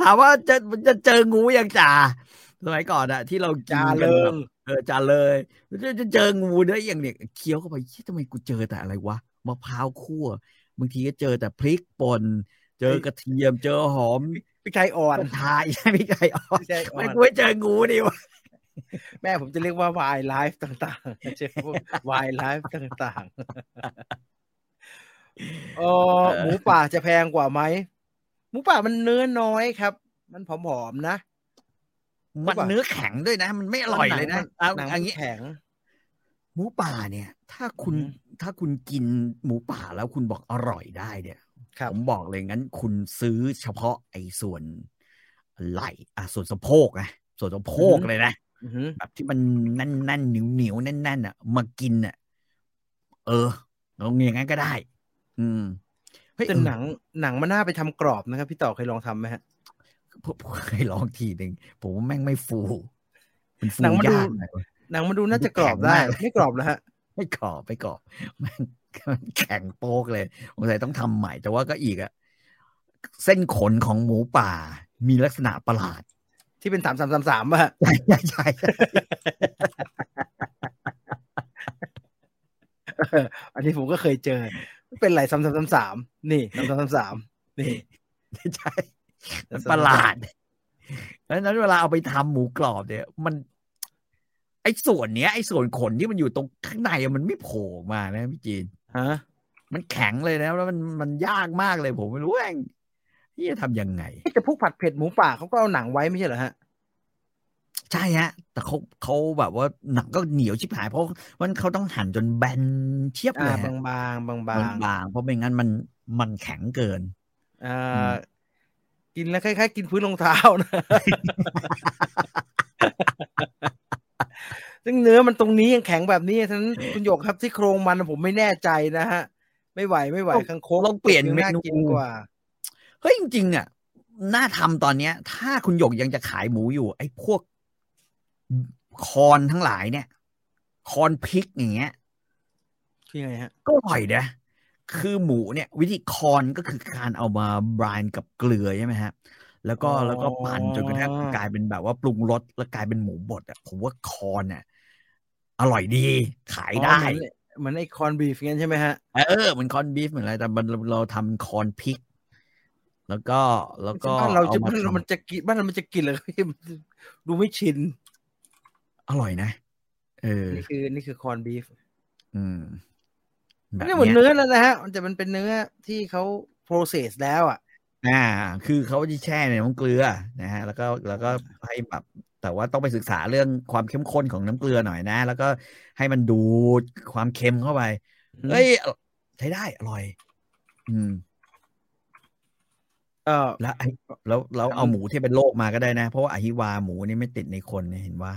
S2: ถามว่าจะจะเจองูอย่างจ่าสมัยก่อนอะที่เรากิน
S1: จา
S2: กัน
S1: เริ
S2: แบบ
S1: ง
S2: เออจานเลยจะจะเจองูได้อย่างเนี่ยเคี้ยวเข้าไปเฮ้ยทำไมกูเจอแต่อะไรวะมะพร้าวคั่วบางทีก็เจอแต่พริกป่นเจอกระเทียมเจอหอม
S1: พริกไทยอ่อน
S2: กัญช าใช่ไหมไก่อ่อน
S1: พริกไทยอ่อ
S2: ไม่
S1: น
S2: กูไม่เจองูดิวะ
S1: แม่ผมจะเรียกว่าวายไลฟ์ต่างๆเจอพวกวายไลฟ์ต่างๆเออหมูป่าจะแพงกว่าไหมหมูป่ามันเนื้อน้อยครับ มันผอมๆนะ
S2: มันเนื้อแข็งด้วยนะ มันไม่อร่อยเลยนะเอา
S1: หนัง
S2: อย่างนี้
S1: แข็ง
S2: หมูป่าเนี่ย ถ้าคุณ
S1: อือฮึ
S2: ถ้าคุณกินหมูป่าแล้วคุณบอกอร่อยได้เนี่ย
S1: ครับ
S2: ผมบอกเลยงั้น คุณซื้อเฉพาะไอ้ส่วนไหล่อ่ะส่วนสะโพกนะส่วนสะโพกเลยนะ
S1: อือหือ
S2: แบบที่มันแน่นๆเหนียวเหนียวๆแน่นๆอ่ะ มากินอ่ะ เออลองอย่างนั้นก็ได้ อืมเฮ้ย
S1: แต่
S2: เออ
S1: หนังหนังมันน่าไปทำกรอบนะครับพี่ต่อเคยลองทำไหมฮะ
S2: ผมผมเคยลองทีหนึ่งผมว่าแม่งไม่ฟูมันฟู
S1: หนังมันดู
S2: ยากหน่อยเว้ย
S1: หนังมันดูน่าจะ
S2: แข็
S1: กรอ
S2: ง
S1: บได้
S2: มากเลย
S1: ไม่กรอบแล้วฮะ
S2: ไม่กรอบไม่กรอบแม่งมันแข็งโป๊กเลยสงสัยต้องทำใหม่ แต่ว่าก็อีกอ่ะ เส้นขนของหมูป่า มีลักษณะประหลาด
S1: ที่เป็นสามสามสามสามอะฮะ
S2: ใช่ใช่ใช่
S1: เอออันนี้ผมก็เคยเจอ เป็นไหลสามสามสามสามนี่สามสามสามสามนี่
S2: ใช่ มันประหลาดเพราะฉะนั้นเวลาเอาไปทำหมูกรอบเนี่ย มัน ไอ้ส่วนเนี้ย ไอ้ส่วนขนที่มันอยู่ตรงข้างในอะมันไม่โผล่ออกมานะพี่จีน
S1: ฮะ
S2: มันแข็งเลยนะแล้วมันมันยากมากเลยผมไม่รู้แม่งที่จะทำยังไง
S1: แต่พวกผัดเผ็ดหมูป่าเขาก็เอาหนังไว้ไม่ใช่เหรอฮะ
S2: ใช่ฮะ แต่เขาเขาแบบว่าหนังก็เหนียวชิบหายเพราะมันเขาต้องหั่นจนแบนเทียบเล
S1: อ่าย บา
S2: ฮะ
S1: งบางบางบาง
S2: บางๆเพราะไม่งั้นมันมันแข็งเกิน
S1: ๆอ่า
S2: อืม
S1: กินแล้วคล้ายๆ กินพื้นรองเท้านะ ซึ่งเนื้อมันตรงนี้ยังแข็งแบบนี้ฉะนั้นคุณหยกครับที่โครงมันผมไม่แน่ใจนะฮะ ไม่ไหวไม่ไหวคังคก
S2: ลองเปลี่ยนเม
S1: น่า
S2: นู
S1: กินกว่า
S2: เฮ้ยจริงๆอ่ะน่าทำตอนเนี้ย ถ้าคุณหยกยังจะขายหมูอยู่ ไอ้พวกคอนทั้งหลายเนี่ย คอนพริกอย่างเงี้ย
S1: คือยังไงฮะ
S2: ก็อร่อยนะคือหมูเนี่ย วิธีคอนก็คือการเอามาบรานกับเกลือใช่ไหมฮะ แล้วก็
S1: อ๋อ
S2: แล้วก็ปั่นจนกระทั่งกลายเป็นแบบว่าปรุงรสแล้วกลายเป็นหมูบดอ่ะผมว่าคอนอ่ะอร่อยดี ขายได้
S1: อ๋อเหมือนเหมือนไอคอนบีฟงั้นใช่ไหมฮะ
S2: เออเหมือนคอนบีฟเหมือนอะไรแต่มันเราทำคอนพริก แล้วก็แล้วก็
S1: บ้านเราจะ
S2: อ
S1: บ้านเรา
S2: ทำ
S1: มันจะกินบ้านเรามันจะกินเหรอครับพี่ดูไม่ชิน
S2: อร่อยนะ เออ
S1: นี่คือนี่คือคอนบีฟ
S2: อืมแบบ
S1: ไม่ได้เหมือน
S2: เนี้ย
S1: เนื้อแล้วนะฮะมันจะมันเป็นเนื้อที่เขา process แล้วอ่ะ
S2: อ่า คือเขาจะแช่ในน้ำเกลือนะฮะ แล้วก็แล้วก็ให้แบบแต่ว่าต้องไปศึกษาเรื่องความเข้มข้นของน้ำเกลือหน่อยนะ แล้วก็ให้มันดูดความเค็มเข้าไป เฮ้ยใช้ได้อร่อย อืม
S1: เออ
S2: แล้วไอ้แล้วแล้วเอาหมูที่เป็นโรคมาก็ได้นะ เพราะว่าอหิวาหมูนี่ไม่ติดในคนเนี่ยเห็นว่า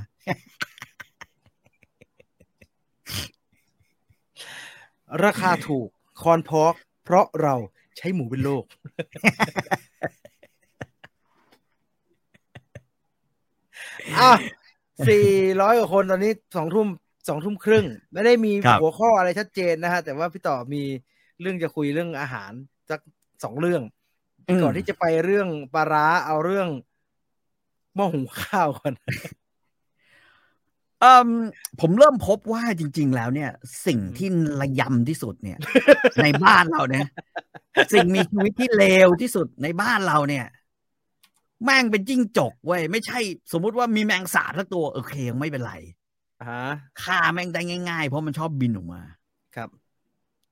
S1: ราคาถูกคอนพอกเพราะเราใช้หมูเป็นโลก อ่ะสี่ร้อยกว่าคนตอนนี้สองทุ่มสองทุ่มครึ่ง ไม่ได้มี
S2: ครับ
S1: หัวข้ออะไรชัดเจนนะฮะ แต่ว่าพี่ต่อมีเรื่องจะคุยเรื่องอาหารสักสองเรื่อง ก่อนที่จะไปเรื่องปลาร้าเอาเรื่องหม้อหุงข้าวก่อน
S2: เอ่มผมเริ่มพบว่าจริง ๆ แล้วเนี่ย สิ่งที่ระยำที่สุดเนี่ย ในบ้านเราเนี่ยสิ่งมีชีวิตที่เลวที่สุดในบ้านเราเนี่ย แม่งเป็นจิ้งจกเว้ยไม่ใช่ สมมุติว่ามีแมงสาบสักตัวโอเคยังไม่เป็นไร
S1: ฮะ
S2: ฆ่าแม่งได้ง่ายๆ เพราะมันชอบบินออกมา
S1: ครับ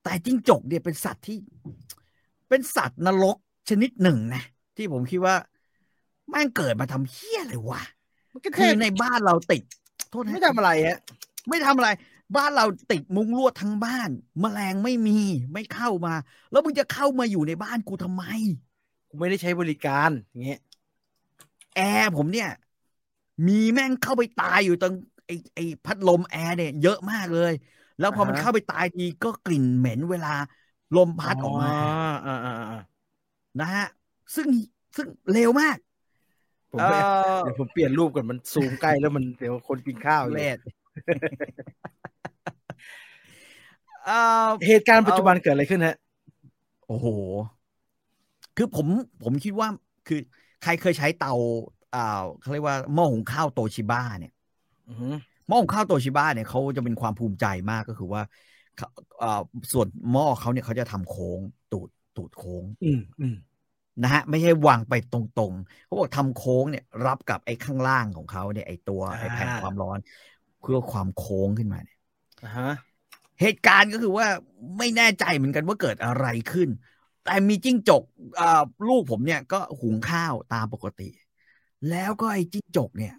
S2: แต่จิ้งจกเนี่ยเป็นสัตว์ที่ เป็นสัตว์นรกชนิดหนึ่งนะ ที่ผมคิดว่า แม่งเกิดมาทำเฮี้ยอะไรวะ
S1: มันก็แท
S2: คื
S1: บ
S2: อในบ้านเราติด โทษนะ
S1: ไม่ทำอะไรฮะ
S2: ไม่ทำอะไร บ้านเราติดมุงลวดทั้งบ้าน แมลงไม่มีไม่เข้ามา แล้วมึงจะเข้ามาอยู่ในบ้านกูทำไม
S1: กูไม่ได้ใช้บริการอย่างเงี้ย
S2: แอร์ผมเนี่ย มีแม่งเข้าไปตายอยู่ตรงไอ้ไอ้พัดลมแอร์เนี่ย เยอะมากเลย แล้วพอมัน
S1: อ่าฮะ
S2: เข้าไปตายทีก็กลิ่นเหม็นเวลาลมพัดออกมา
S1: อ่าอ่าอ่า
S2: นะฮะ ซึ่งซึ่งเร็วมาก
S1: ผม
S2: เอ
S1: ไม่
S2: อ
S1: เดี๋ยวผมเปลี่ยนรูปก่อนมันซูมใกล้แล้วมันเดี๋ยวคนกินข้าวอยู่
S2: เล ดเอ่อ
S1: เหตุการณ์ปัจจุบันเกิดอะไรขึ้นฮะ
S2: โอ้โห คือผมผมคิดว่าคือใครเคยใช้เตาอ่าเขาเรียกว่าหม้อหุงข้าวโตชิบ้าเนี่ย
S1: อือหือ
S2: หม้อหุงข้าวโตชิบ้าเนี่ยเขาจะเป็นความภูมิใจมากก็คือว่าเขาอ่าส่วนหม้อเขาเนี่ยเขาจะทำโค้งตูดตูดโค้ง
S1: อืมอืม
S2: นะฮะไม่ใช่วางไปตรงๆเขาบอกทำโค้งเนี่ย รับกับไอ้ข้างล่างของเขาเนี่ยไอ้ตัวไอ้แผ่นความร้อน เพื่อความโค้งขึ้นมาเนี่ย
S1: อ่าฮะ
S2: เหตุการณ์ก็คือว่าไม่แน่ใจเหมือนกันว่าเกิดอะไรขึ้น แต่มีจิ้งจกอ่าลูกผมเนี่ยก็หุงข้าวตามปกติ แล้วก็ไอ้จิ้งจกเนี่ย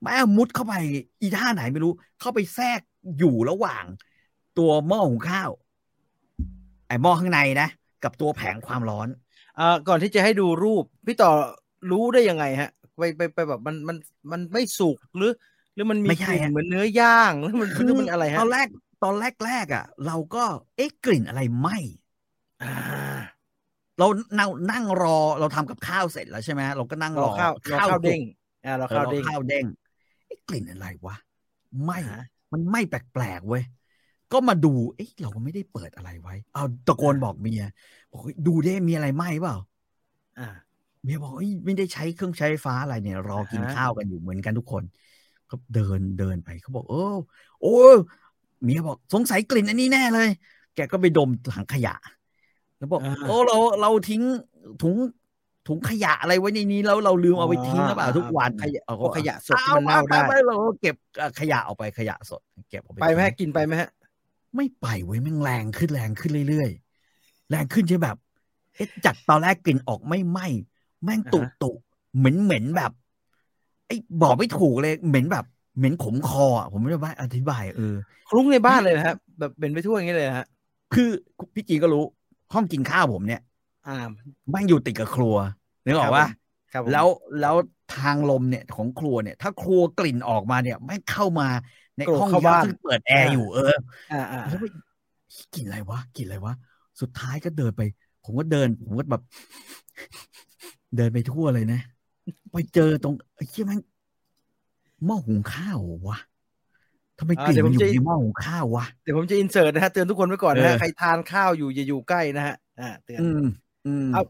S2: แม่งมุดเข้าไปอีท่าไหนไม่รู้ เข้าไปแทรกอยู่ระหว่าง ตัวหม้อหุงข้าว ไอ้หม้อข้างในนะกับตัวแผงความร้อน
S1: เอ่อก่อนที่จะให้ดูรูป พี่ต่อรู้ได้ยังไงฮะ ไปไปไปแบบมันมันมันไม่สุกหรือ หรือมันมี
S2: ไม่
S1: ก
S2: ใช่
S1: ลิ่น
S2: ฮะ
S1: เหมือนเนื้อย่างหรือมันหรือมันอะไรฮะ
S2: ตอนแรกตอนแรกแรกๆอ่ะ เราก็เอ๊ะกลิ่นอะไรไหม
S1: อ่า
S2: เรานั่งนั่งรอเราทำกับข้าวเสร็จแล้วใช่ไหมเราก็นั่งร
S1: รอ
S2: อ
S1: ข้าวรอข้าวเด้งอ่ารอ
S2: สุกเออร
S1: ข้าวเด้ง
S2: อข้าวเด้งเอ๊ะกลิ่นอะไรวะไหม
S1: อ่าฮะ
S2: มันไหมแปลกๆเว้ยก็มาดู เอ๊ะเราก็ไม่ได้เปิดอะไรไว้ เอาตะโกนบอกเมียบอกเฮ้ยดูได้มีอะไรไหมเปล่า
S1: อ่า
S2: เมียบอกเฮ้ยไม่ได้ใช้เครื่องใช้ไฟฟ้าอะไรเนี่ย รอกิน
S1: อ่าฮะ
S2: ข้าวกันอยู่เหมือนกันทุกคนก็เดินเดินไปเขาบอก เออโอ้เมียบอกสงสัยกลิ่นอันนี้แน่เลย แกก็ไปดมถังขยะ แล้วบอก
S1: อ่า
S2: โอ้เราเราทิ้งถุงถุงขยะอะไรไว้ในนี้แล้วเราลืมเอาไปทิ้งหรือเปล่า
S1: อ่า
S2: ทุกวัน
S1: ขยะ
S2: เอา
S1: พวกขยะสดที่
S2: อ
S1: มันเน่าได้
S2: ไปไปเราก็เก็บเอ่อขยะออกไปขยะสด เก็บออกไป
S1: ไปไหมฮะ
S2: ทิ้ง
S1: กินไปไหมฮะ
S2: ไม่ไปเว้ยแม่งแรงขึ้นแรงขึ้นเรื่อยๆ แรงขึ้นใช่แบบเอ๊ะจากตอนแรกกลิ่นออกไม่ไหมแม่งตุ
S1: อ่าฮะ
S2: ตุเหม็นเหม็นแบบ ไอ้บอกไม่ถูกเลยเหม็นแบบเหม็นขมคออะผมไม่รู้ว่าอธิบายเออ
S1: คลุ้งในบ้านเลยนะครับแบบเป็นไปทั่วอย่างนี้เลยนะฮะ
S2: คือพี่จีก็รู้ห้องกินข้าวผมเนี่ย
S1: อ่า
S2: แม่งอยู่ติดกับครัวนึกออกว่า
S1: ครับผม
S2: แล้วแล้วทางลมเนี่ยของครัวเนี่ย ถ้าครัวกลิ่นออกมาเนี่ยแม่งเข้ามาใน
S1: กรู
S2: ห้อง
S1: เข้าบ้าน
S2: ซึ่งเปิดแอร์อยู่เออ
S1: อ่าอ่า
S2: แล้วก็กลิ่นอะไรวะกลิ่นอะไรวะสุดท้ายก็เดินไป ผมก็เดิน ผมก็แบบ เดินไปทั่วเลยนะ ไปเจอตรงไอ้เชี่ยแม่งหม้อหุงข้าวเหรอวะทำไมกลิ่นมันอยู่ในหม้อหุงข้าววะ
S1: เดี๋ยวผมจะอินเสิร์ตนะฮะเตือนทุกคนไว้ก่อนนะ
S2: เอ
S1: ฮะ
S2: อ
S1: ใครทานข้าวอยู่อย่าอยู่ใกล้นะฮะอ่าเตือน
S2: อืม อืม
S1: เอา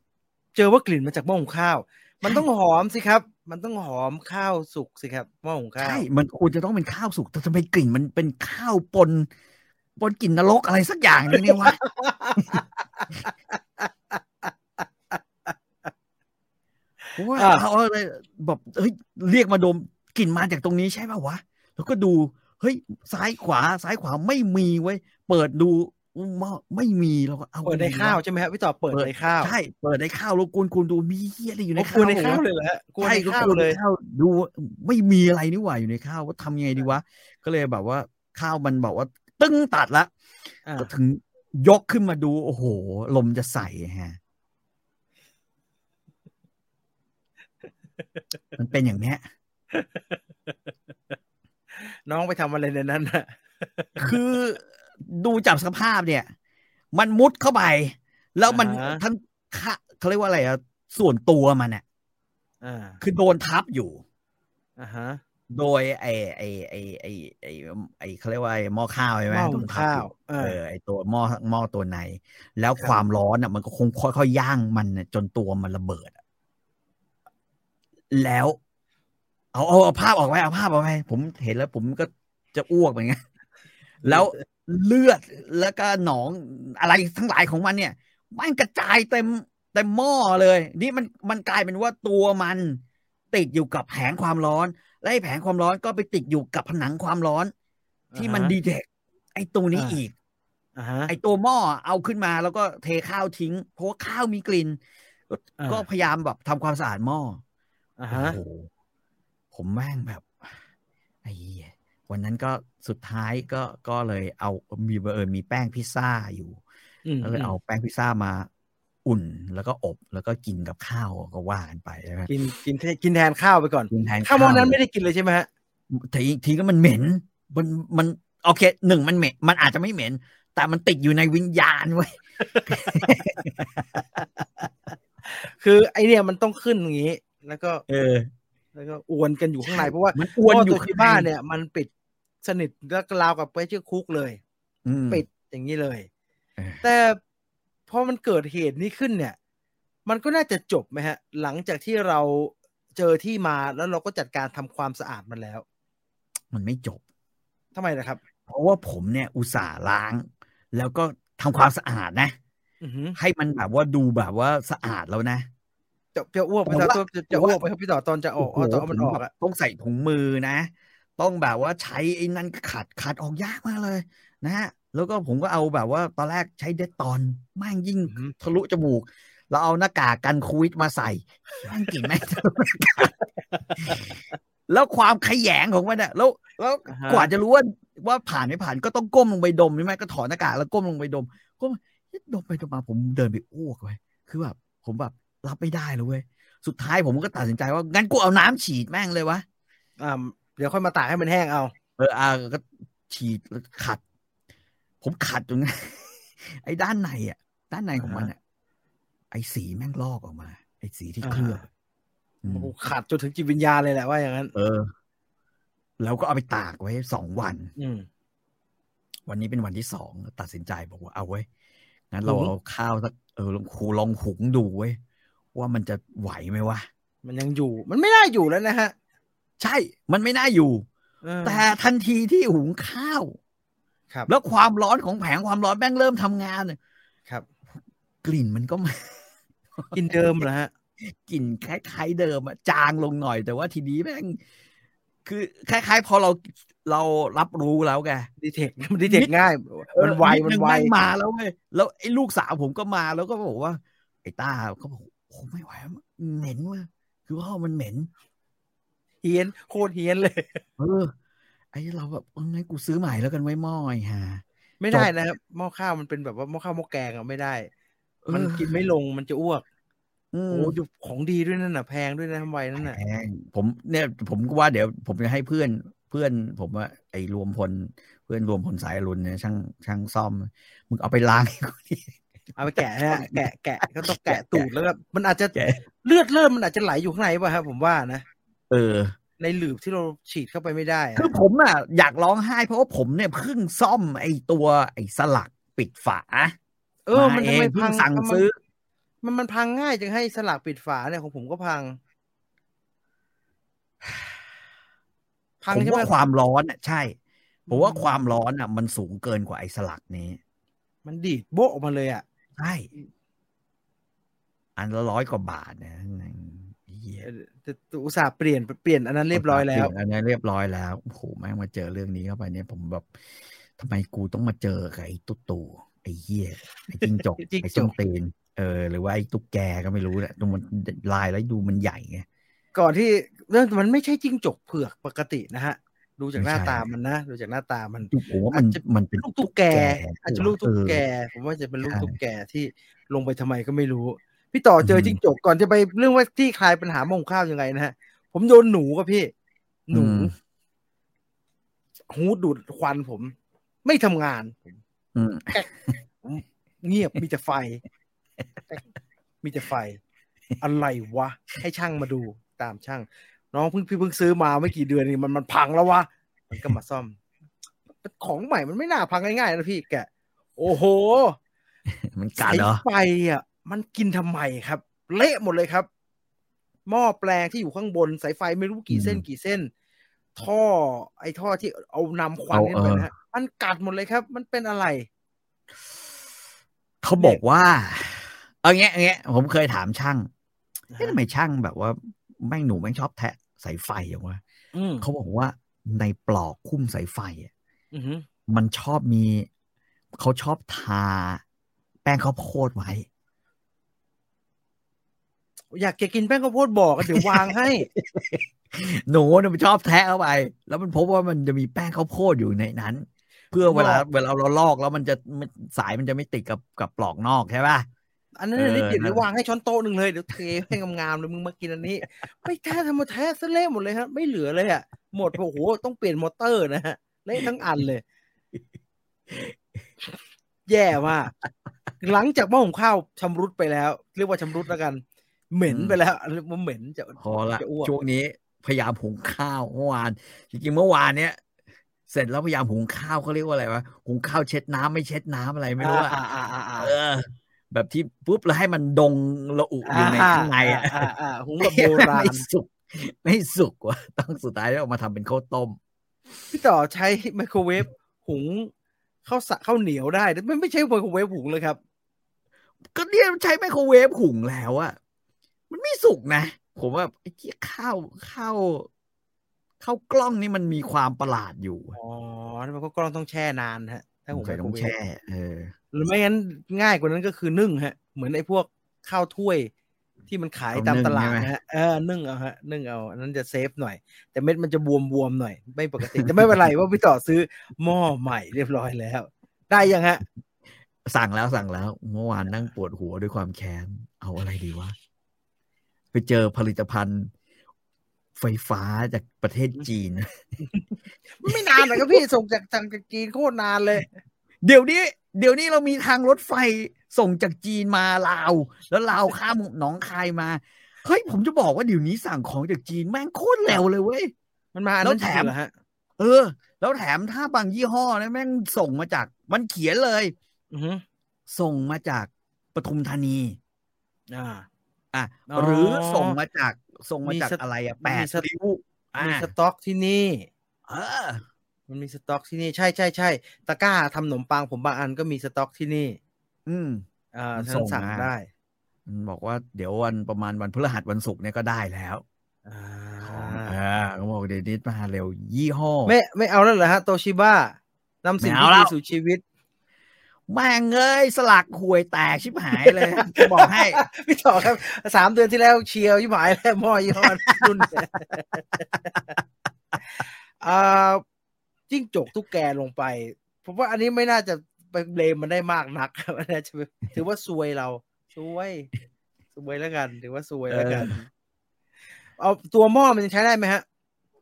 S1: เจอว่ากลิ่นมาจากหม้อหุงข้าว มันต้องหอมสิครับ มันต้องหอมข้าวสุกสิครับหม้อหุงข้าว
S2: ใช่ มันควรจะต้องเป็นข้าวสุก แต่ทำไมกลิ่นมันเป็นข้าวปน ปนกลิ่นนรกอะไรสักอย่างหนึงเนี่ย วะ ว่าเอาเลยแบบเฮ้ยเรียกมาดมกลิ่นมาจากตรงนี้ใช่ป่าวะ แล้วก็ดู เฮ้ยซ้ายขวาซ้ายขวาไม่มีไว้ยเปิดดูอุ้มว่าไม่มีเราก็เอา
S1: เปิดในข้าวใช่ไหมครับพี่ต่อเปิดในข้าว
S2: ใช่เปิดในข้าวแล้วกูนกูนดูมีเหี้ยอะไรอยู่ใน
S1: โอ้
S2: ข้าว
S1: กูในข้าว
S2: วะ
S1: เลยแหละกู
S2: ใช่
S1: ใน
S2: ก็
S1: ข้าว
S2: คือ
S1: เลย
S2: ข้าวดูไม่มีอะไรนี่หว่าอยู่ในข้าวว่าทำยังไงดีวะ ก็เลยแบบว่าข้าวมันบอกว่า ตึ้งตัดละ
S1: อ่า
S2: ก็ถึงยกขึ้นมาดู โอ้โห ลมจะใส่ ฮะ มันเป็นอย่างเนี้ย
S1: น้องไปทำอะไรในนั้นน่ะ
S2: คือดูจากสภาพเนี่ย มันมุดเข้าไป แล้วมัน
S1: อ่าฮะ
S2: ทั้งข้าเขาเรียกว่าอะไรอะส่วนตัวมันเนี่ย
S1: อ่า
S2: คือโดนทับอยู่
S1: อ่าฮะ
S2: โดยไอ้ไอ้ไอ้ไอ้ไอ้ไอ้เขาเรียกว่าไอ้หม้อข้าวใช่ไหม
S1: หม้อหุง
S2: โดนทับอยู่
S1: ข้าวเออ
S2: เออไอ้ตัวหม้อหม้อตัวใน แล้ว
S1: ครับ
S2: ความร้อนอ่ะ มันก็คงค่อยๆย่างมันน่ะจนตัวมันระเบิดอะแล้ว เอาเอาเอาภาพออกไว้เอาภาพออกไว้ผมเห็นแล้ว ผมก็จะอ้วกเหมือนกันแล้วเลือดแล้วก็หนองอะไรทั้งหลายของมันเนี่ย มันกระจายเต็มเต็มหม้อเลย นี่มันมันกลายเป็นว่าตัวมัน ติดอยู่กับแผงความร้อน และไอ้แผงความร้อนก็ไปติดอยู่กับผนังความร้อน ที่มัน
S1: อ่าฮะ
S2: ดีเทคไอ้ตัวนี้
S1: อ่า
S2: อีก
S1: อ่าฮะ
S2: ไอ้ตัวหม้อเอาขึ้นมาแล้วก็เทข้าวทิ้ง เพราะว่าข้าวมีกลิ่น
S1: อ่า
S2: ก็พยายามแบบทำความสะอาดหม้อ
S1: อ่า
S2: โอ้
S1: ฮะ
S2: โหผมแม่งแบบไอ้เหี้ยวันนั้นก็สุดท้ายก็ก็เลยเอามีบังเออมีแป้งพิซซ่าอยู่
S1: อืม
S2: ก็เลยเอาแป้งพิซซ่ามาอุ่นแล้วก็อบแล้วก็กินกับข้าวก็ว่ากันไปใช่ไหม
S1: กินกินแทนกินแทนข้าวไปก่อน
S2: กินแทน
S1: ข้าวหมอนั้น
S2: เลย
S1: ไม่ได้กินเลยใช่ไหมฮะ
S2: ทีทีก็มันเหม็น มันมันโอเคหนึ่งมันเหม็น มันอาจจะไม่เหม็น แต่มันติดอยู่ในวิญญาณเว้ย
S1: คือไอเนี่ยมันต้องขึ้นอย่างนี้ แล้วก็
S2: เออ
S1: แล้วก็อวนกันอยู่ข้างในเพราะว่า
S2: มันอ้วน
S1: หม้
S2: อยู่
S1: ตัว
S2: ข้า
S1: ที่
S2: งใน
S1: บ้านเนี่ย มันปิดสนิทแล้วก็ราวกับไปเชือกคุกเลย
S2: อืม
S1: ปิดอย่างนี้เลย
S2: เออ
S1: แต่พอมันเกิดเหตุนี้ขึ้นเนี่ย มันก็น่าจะจบไหมฮะ หลังจากที่เราเจอที่มาแล้วเราก็จัดการทำความสะอาดมันแล้ว
S2: มันไม่จบ
S1: ทำไมนะครับ
S2: เพราะว่าผมเนี่ย อุตส่าห์ล้าง แล้วก็ทำความสะอาดนะ
S1: อือหือ
S2: ให้มันแบบว่าดูแบบว่าสะอาดแล้วนะ
S1: จะจะอ้วกไปตอน
S2: ผมว่า
S1: จะจะอ้วกไปครับพี่ต่อตอนจะออกอ๋อตอนเอามันออก
S2: โโหผ
S1: อ่ะ
S2: แบบต้องใส่ถุงมือนะ ต้องแบบว่าใช้ไอ้นั่นขัดขัดออกยากมากเลย นะฮะแล้วก็ผมก็เอาแบบว่าตอนแรกใช้เดตตอนแม่งยิ่ง
S1: อือหือ
S2: ทะลุจมูก เราเอาหน้ากากกันโควิดมาใส่แมันกลิ่นแม่งทะลุหน้ากาก แล้วความขยแยงของมันอะแล้วแล้ว
S1: อ่ฮะ
S2: กว่าจะรู้ว่าว่าผ่านไม่ผ่านก็ต้องก้มลงไปดมใช่ไหมก็ถอดหน้ากากแล้วก้มลงไปดมก้มดมไปดมมาผมเดินไปอ้วกเลยคือแบบผมแบบรับไม่ได้เลยเว้ยสุดท้ายผมก็ตัดสินใจว่างั้นกูเอาน้ำฉีดแม่งเลยวะ
S1: อ่าเดี๋ยวค่อยมาตากให้มันแห้งเอา
S2: เอออาก็ฉีดแล้วขัด ผมขัดตรงนั้น ไอ้ด้านในอะด้านในของมันอะไอ้สีแม่งลอกออกมา ไอ้สีที่เคลือบอืม
S1: โอ้โหขาดจนถึงจิตวิญญาณเลยแหละว่าอย่างนั้น
S2: เออ แล้วก็เอาไปตากไว้สองวัน
S1: อืม
S2: วันนี้เป็นวันที่สองตัดสินใจบอกว่าเอาเว้ยงั้นเรา
S1: หุง
S2: เอาข้าวสักเออลองขูลองหุงดูเว้ยว่ามันจะไหวไหมวะ
S1: มันยังอยู่ มันไม่น่าอยู่แล้วนะฮะ
S2: ใช่ มันไม่น่าอยู่
S1: เออ
S2: แต่ทันทีที่หุงข้าว
S1: ครับ
S2: แล้วความร้อนของแผงความร้อนแม่งเริ่มทำงานเนี่ย
S1: ครับ
S2: กลิ่นมันก็มา
S1: กินเดิมเหรอฮะ
S2: กลิ่นคล้ายๆเดิมอะจางลงหน่อย แต่ว่าทีนี้แม่งคือคล้ายๆพอเราเรารับรู้แล้วไง
S1: ดีเทคมันดีเทคง่าย มันไว
S2: ด
S1: มัน
S2: ง
S1: ไว
S2: แงมาแล้วไงแล้วไอ้ลูกสาวผมก็มาแล้วก็บอกว่า ไอ้ต้าเขาบอกโอ้โหไม่ไหวแล้วเหม็นว่ะคือว่ามันเหม็น
S1: เฮียนโคตรเฮียนเลย
S2: เออ ไอ้เราแบบเอองั้นกูซื้อใหม่แล้วกันไว้หม้อยฮะ
S1: ไม่ได้นะครับหม้อข้าวมันเป็นแบบว่าหม้อข้าวหม้อแกงอะไม่ได้ มัน
S2: เออ
S1: กินไม่ลงมันจะอ้วก
S2: อื
S1: โอ้
S2: ม
S1: ดูของดีด้วยนั่นน่ะแพงด้วยนะทำไวนั่นน่ะ
S2: แพงผมเนี่ย ผมก็ว่าเดี๋ยวผมจะให้เพื่อนเพื่อน ผมว่าไอ้รวมพลเพื่อนรวมพลสายอรุณเนี่ยช่างช่างซ่อมมึงเอาไปล้างให้กูดิ
S1: เอาไปแกะ นะฮะแกะแกะก็ต้องแกะ
S2: แกะ
S1: ตูดแล้วก็มันอาจจะ
S2: แกะ
S1: เลือดเลือดมันอาจจะไหลอยู่ข้างในป่ะครับผมว่านะ
S2: เออ
S1: ในหลืบที่เราฉีดเข้าไปไม่ได้อะ
S2: คือผมอ่ะอยากร้องไห้เพราะว่าผมเนี่ยเพิ่งซ่อมไอ้ตัวไอ้สลักปิดฝา
S1: เออมัน
S2: มา
S1: ทำไม
S2: เองเพิ่ง
S1: พัง
S2: สั่ง
S1: ทำไม
S2: ซื้อ
S1: มันมันพังง่ายจังให้สลักปิดฝาเนี่ยของผมก็พัง พัง
S2: ผม
S1: ใช่ไหม
S2: ว่าความร้อนอ่ะใช่ ผมว่าความร้อนอ่ะ มันสูงเกินกว่าไอ้สลักนี้
S1: มันดีดโบ๊ะออกมาเลยอ่ะ
S2: ใช่อันละร้อยกว่าบาทนะไอ้ เหี้ย
S1: แต่อุตส่าห์เปลี่ยนเปลี่ยนอันนั้นเรียบร้อยแล้ว
S2: เปนอันนี้เรียบร้อยแล้วโอ้โหแม่งมาเจอเรื่องนี้เข้าไปเนี่ยผมแบบทำไมกูต้องมาเจอกับไอ้ตุ๊ตู่ไอ้เหี้ยไอ้จิ้งจก
S1: จิ้งจก
S2: ไอ้จงตีนเออ หรือว่าไอ้ตุ๊กแกก็ไม่รู้แหละดูมันลายแล้วดูมันใหญ่ไง
S1: ก่อนที่เรื่องมันไม่ใช่จิ้งจกเผือกปกตินะฮะ ดูจากหน้า
S2: ไม่ใช่
S1: ตามันนะดูจากหน้าตามัน
S2: ผมว่ามัน
S1: อาจจะ
S2: มันเป็น
S1: ลูกตุ๊กแก อาจจะลูกตุ๊กแก
S2: เออ
S1: ผมว่าจะเป็นลูก
S2: ใช่
S1: ตุ๊กแกที่ลงไปทำไมก็ไม่รู้ พี่ต่อเจอจิ้งจกก่อนจะไปเรื่องว่าที่คลายปัญหาหมองข้าวยังไงนะฮะ ผมโยนหนูกับพี่ หนู
S2: อืม
S1: หูดูดควันผม ไม่ทำงานผม
S2: อืม
S1: ผ มเงียบมีแต่ไฟ มีแต่ไฟ อะไรวะ ให้ช่างมาดูตามช่าง น้องเพิ่งพี่เพิ่งซื้อมาไม่กี่เดือนนี่มันมันพังแล้ววะ มันก็มาซ่อม ของใหม่มันไม่น่าพังง่ายๆนะพี่แกะ โอ้โห
S2: มันกัดเหรอ
S1: สายไฟอ่ะมันกินทำไมครับ เละหมดเลยครับ หม้อแปลงที่อยู่ข้างบนสายไฟไม่รู้กี่เส้นกี่เส้น ท่อ ไอ้ท่อที่เอานำควันขึ้นไปนะฮะมันกัดหมดเลยครับ มันเป็นอะไร
S2: เขาบอกว่าเอาเงี้ยเอาเงี้ยผมเคยถามช่าง
S1: นะฮะ
S2: เอ๊ะทำไมช่างแบบว่าแม่งหนูแม่งชอบแทะสายไฟอย่างวะ
S1: อืม
S2: เขาบอกว่าในปลอกคุ้มสายไฟอะ
S1: อือหือ
S2: มันชอบมีเขาชอบทา แป้งข้าวโพดไว้
S1: อยากจะกินแป้งข้าวโพดบอกอะเดี๋ยววางให้
S2: หนูเนี่ยมันชอบแทะเข้าไป แล้วมันพบว่ามันจะมีแป้งข้าวโพดอยู่ในนั้น เพื่อเวลา
S1: หรอ
S2: เวลาเราลอกแล้วมันจะมันสายมันจะไม่ติดกับกับปลอกนอกใช่ป่ะ
S1: อันนั้นนะ
S2: เออ
S1: นิดเดียว
S2: นั่
S1: เดี๋ย
S2: น
S1: ววางให้ช้อนโต๊ะหนึ่งเลยเดี๋ยวเทให้งามๆเลยมึงมากินอันนี้ ไม่แท้ทำมาแท้ซะเละหมดเลยครับไม่เหลือเลยอ่ะหมดโอ้โหต้องเปลี่ยนมอเตอร์นะฮะเละทั้งอันเลย แย่มากหลังจากหม้อหุงข้าวชำรุดไปแล้ว เรียกว่าชำรุดแล้วกัน เหม็นไปแล้วเรียกว่าเหม็นจะ
S2: พอละ
S1: จอ้วก
S2: ช่วงนี้พยายามหุงข้าวเมื่อวานจริงๆเมื่อวานเนี้ยเสร็จแล้วพยายามหุงข้าวเขาเรียกว่าอะไรวะหุงข้าวเช็ดน้ำไม่เช็ดน้ำอะไรไม่รู้อะ
S1: อ่าอ่าอ่าอ่า
S2: เออ แบบที่ปุ๊บแล้วให้มันดงระอุอยู่ในข้างในอะ
S1: อ่าอ่าหุงแบบโบราณ
S2: ไม่สุกไม่สุกว่ะ ต้องสุดท้ายแล้วเอามาทำเป็นข้าวต้ม
S1: พี่ต่อใช้ไมโครเวฟหุงข้าวสะข้าวเหนียวได้แต่ไม่ไม่ใช่ไมโครเวฟหุงเลยครับ
S2: ก็เนี่ยมันใช้ไมโครเวฟหุงแล้วอะมันไม่สุกนะ ผมว่าไอ้ที่ข้าวข้าวข้าวกล้องนี่มันมีความประหลาดอยู่
S1: อ๋อนี่มันก็กล้องต้องแช่นานฮะ ถ้าผม
S2: ใส่ต้องแช่ เออ
S1: หรือไม่งั้นง่ายกว่านั้นก็คือนึ่งฮะ เหมือนไอ้พวกข้าวถ้วยที่มันขายตาม
S2: เอานึ่ง
S1: ตลาด
S2: ใช่ไหม
S1: นะฮะ เออ นึ่งเอาฮะ นึ่งเอา อันนั้นจะเซฟหน่อย แต่เม็ดมันจะบวมบวมๆหน่อย ไม่ปกติ แต่ไม่เป็นไรว่าพี่ต่อซื้อหม้อใหม่เรียบร้อยแล้ว ได้ยังฮะ
S2: สั่งแล้วสั่งแล้ว เมื่อวานนั่งปวดหัวด้วยความแค้น เอาอะไรดีวะ ไปเจอผลิตภัณฑ์ ไฟฟ้าจากประเทศจีน
S1: ไม่นานหรอกครับพี่ ส่งจากทางจีนโคตรนานเลย
S2: เดี๋ยวนี้เดี๋ยวนี้เรามีทางรถไฟส่งจากจีนมาลาว แล้วลาวข้ามหนองคายมา เฮ้ยผมจะบอกว่าเดี๋ยวนี้สั่งของจากจีนแม่งโคตรเร็วเลยเว้ย
S1: มันมาอันนั้นจริงๆเหรอฮะ
S2: เออ แล้วแถมถ้าบางยี่ห้อนะแม่งส่งมาจาก มันเขียนเลย
S1: อือฮึ
S2: ส่งมาจากปทุมธานี
S1: อ่า
S2: อ่ะ
S1: อ๋อ
S2: หรือส่งมาจากส่งมาจาก
S1: มีสต
S2: อะไรอะ
S1: มี
S2: แปด
S1: สต
S2: ริ้วอ่ะ
S1: มีสต็อกที่นี่
S2: เออ
S1: มันมีสต็อกที่นี่ ใช่ใช่ใช่ตะกร้าทำขนมปังผมบางอันก็มีสต็อกที่นี่
S2: อืม
S1: เอ่อ
S2: มัน
S1: ท่า
S2: ส่
S1: น
S2: ง
S1: สั่ง
S2: มา
S1: ได้
S2: มันบอกว่าเดี๋ยววันประมาณวันพฤหัสวันศุกร์เนี่ยก็ได้แล้ว
S1: อ่
S2: ของ
S1: า
S2: อ่าเขาบอกเดี๋ยวนี้มาเร็วยี่ห้อ
S1: ไม่ไม่เอาแล้วเหรอฮะ โตชิบ้านำสิ่ง
S2: ไม่เอา
S1: ที่
S2: แล้
S1: ดี
S2: ว
S1: สู่ชีวิต
S2: แม่งเอ้ยสลักหวยแตกชิบหายเลย จะบอกให้
S1: พี่ต่อครับสามเดือนที่แล้วเชียร์ยี่หมายแล้วมอยี่ ห้อรุ่นอ่าจิ้งจกทุกแกลงไปผมว่าอันนี้ไม่น่าจะไปเบลมมันได้มากนัก ครับน่าจะไปถือว่าซวยเราซวยซวยแล้วกัน ถือว่าซวยแล้วกัน
S2: เออ
S1: เอาตัวหม้อมันยังใช้ได้ไหมฮะ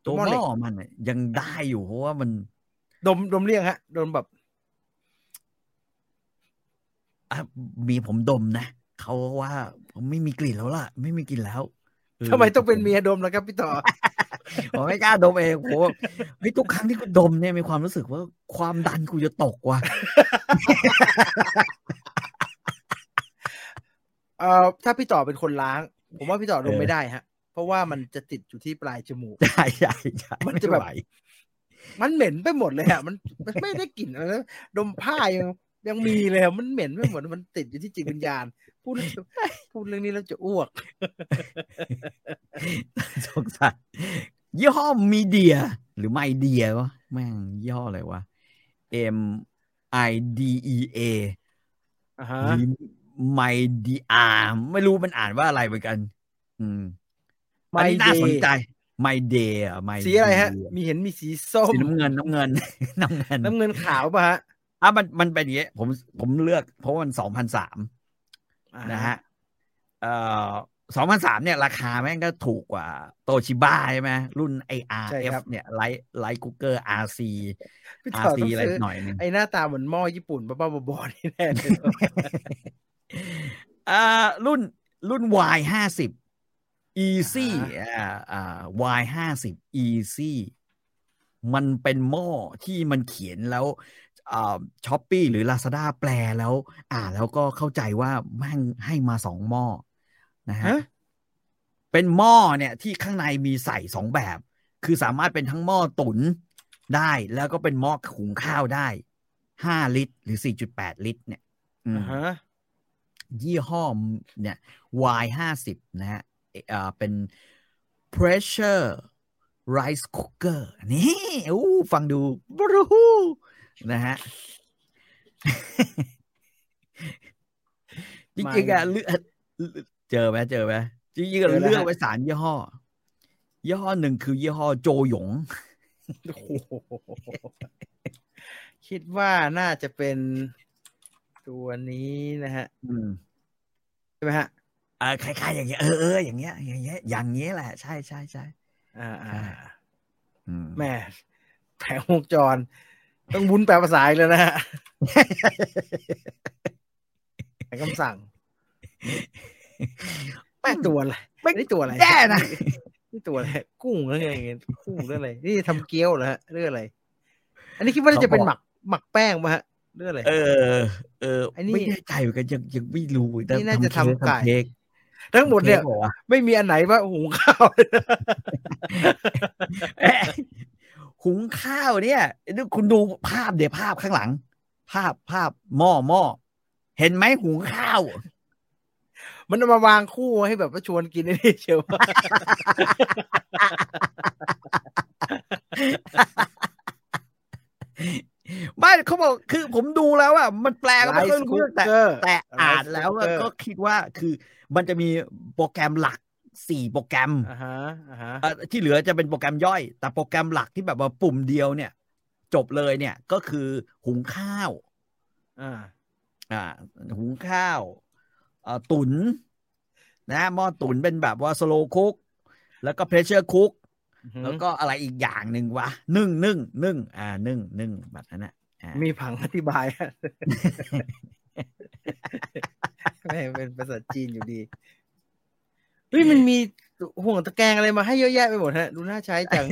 S2: ตัวห
S1: เหล็
S2: ม้
S1: ก
S2: อมันน่ะยังได้อยู่เพราะว่ามัน
S1: ดมดมเลี่ยงฮะดมแบบ
S2: อ่ะมีผมดมนะเขาว่าผมไม่มีกลิ่นแล้วล่ะ ไม่มีกลิ่นแล้วเ
S1: ทำไมต้องเป็นเมียดมล่ะครับพี่ ต่อ
S2: ผมไม่กล้าดมเองผมว่าเฮ้ยทุกครั้งที่กูดมเนี่ยมีความรู้สึกว่าความดันกูจะตกว่ะ
S1: เอ่อถ้าพี่ต่อเป็นคนล้าง ผมว่าพี่ต่อดมไม่ได้ฮะ เพราะว่ามันจะติดอยู่ที่ปลายจมูก
S2: ใช่ใช่ใช่
S1: มันจะแบบ
S2: ไไหว
S1: มันเหม็นไปหมดเลยอะมันมันไม่ได้กลิ่นอะไรนะดมผ้ายัง ยังมีเลยอะมันเหม็นไม่หมดมันติดอยู่ที่จิตวิญญาณ พูดพูดเรื่องนี้แล้วจะอ้วก
S2: สงสัยยี่ห้อมีเดีย หรือไม่เดียวะแม่งย่ห้ออะไรวะ M I D E A
S1: อ่าฮะ
S2: หรือไมดีอาไม่รู้มันอ่านว่าอะไรเหมือนกัน อืมอันนี้
S1: My
S2: น่า
S1: Day
S2: สนใจไมเดย์อะไม
S1: สีอะไรฮะ มีเห็นมีสีส้ม
S2: สีน้ำเงินน้ำเงิน น้ำเงิน
S1: น้ำเงินขาวป่ะฮะ
S2: อ่ะมันมันเป็นอย่างเงี้ยผมผมเลือกเพราะว่ามันสองพันสาม
S1: อ่า
S2: นะฮะเอ่อสองพันสามเนี่ย ราคาแม่งก็ถูกกว่าโตชิบ้าใช่ไหมรุ่น
S1: ใช่
S2: ARF
S1: ครับ
S2: เนี่ยไลท์ไลท์คุกเกอร์ RC
S1: พี่ต่อ
S2: RC
S1: ต้อง
S2: อะไร
S1: ซื้อ
S2: หน่อยหนึง
S1: ไอหน้าตาเหมือนหม้อญี่ปุ่นบ้าๆบอๆนี่แน่เลย
S2: เอ่ อรุ่นรุ่น Y ห้าสิบ Easy อ่าอ่า Y ห้าสิบ Easy มันเป็นหม้อที่มันเขียนแล้วช้อปปี้หรือ Lazada แปลแล้ว อ่านแล้วก็เข้าใจว่าแม่งให้มาสองหม้อนะฮะ
S1: ฮะ
S2: เป็นหม้อเนี่ยที่ข้างในมีใส่สองแบบ คือสามารถเป็นทั้งหม้อตุ๋นได้แล้วก็เป็นหม้อหุงข้าวได้ห้าลิตร หรือสี่จุดแปดลิตร เนี่ยอืม
S1: อ่าฮะ
S2: ยี่ห้อเนี่ย Y ห้าสิบนะฮะเอ่ออ่าเป็น pressure rice cooker นี่อู้ฟังดูบรูฮูนะฮ ะ จริงๆอะเลือกเจอไหมเจอไหมจริงๆอะ
S1: เจอแล้วฮะ
S2: เลือกไว้สามยี่ห้อ ยี่ห้อหนึ่งคือยี่ห้อโจหยง
S1: โอ้โหคิดว่าน่าจะเป็นตัวนี้นะฮะ
S2: อืม
S1: ใช่ไหมฮะ
S2: อ่าคล้ายๆ อย่างเงี้ยเออเอออย่างเงี้ยอย่างเงี้ยอย่างเงี้ยแหละ ใช่ใช่ใช่
S1: อ่าอ่า
S2: อืม
S1: แม่แผงวงจร ต้องวุ้นแปลภาษาอีกแล้วนะฮะแผงคำสั่ง
S2: แม่ง
S1: นี่ตัวอะไร
S2: ไม่
S1: นี่ตัวอะไร
S2: แย่นะ
S1: นี่ตัวอะไรกุ้งหรือไงกุ้งหรืออะไร นี่ทำเกี๊ยวเหรอฮะเรื่องอะไร อันนี้คิดว่าน่าจะเป็นหมักหมักแป้งป่ะฮะเรื่องอะไร
S2: เออ เออ
S1: ไอ้นี่
S2: ไม่แน่ใจเหมือนกันยังยังไม่รู้แต่
S1: นี่น่าจะทำไก่
S2: เค้ก
S1: ทั้งหมดเนี่ย
S2: ค้กบอกว่า
S1: ไม่มีอันไหนว่าหุงข้าว
S2: เอ๊ะ หุงข้าวเนี่ยนี่คุณดูภาพเดี๋ยวภาพข้างหลัง ภาพภาพหม้อหม้อเห็นไหมหุงข้าว
S1: มันเอามาวางคู่ให้แบบว่าชวน กินไอ้นี่เชียวว่า
S2: ไม่เขาบอกคือผมดูแล้วอ่ะมันแปลก็
S1: ไล
S2: ไม่ค่อย
S1: ซ์คุก
S2: รู้เรื่องแต่
S1: เกอร์
S2: แต่อ่านแล้วอะ
S1: Rice cooker
S2: ก็คิดว่าคือมันจะมีโปรแกรมหลักสี่โปรแกรม
S1: อ่าฮะอ่าฮะ
S2: เอ่อที่เหลือจะเป็นโปรแกรมย่อย แต่โปรแกรมหลักที่แบบว่าปุ่มเดียวเนี่ย จบเลยเนี่ยก็คือหุงข้าว
S1: อ่า
S2: อ่า หุงข้าวเอ่อตุนนะหม้อตุนเป็นแบบว่าสโลคุก แล้วก็เพรสเชอร์คุก แล้วก็อะไรอีกอย่างหนึ่งวะนึ่งนึ่งนึ่งอ่านึ่งนึ่งแบบนั้นนะอ่า
S1: มีผัง อธิบายอะ แม่งเป็นภาษาจีนอยู่ดีเฮ้ยมันมีห่วงตะแกรงอะไรมาให้เยอะแยะไปหมดฮะ ดูน่าใช้ จัง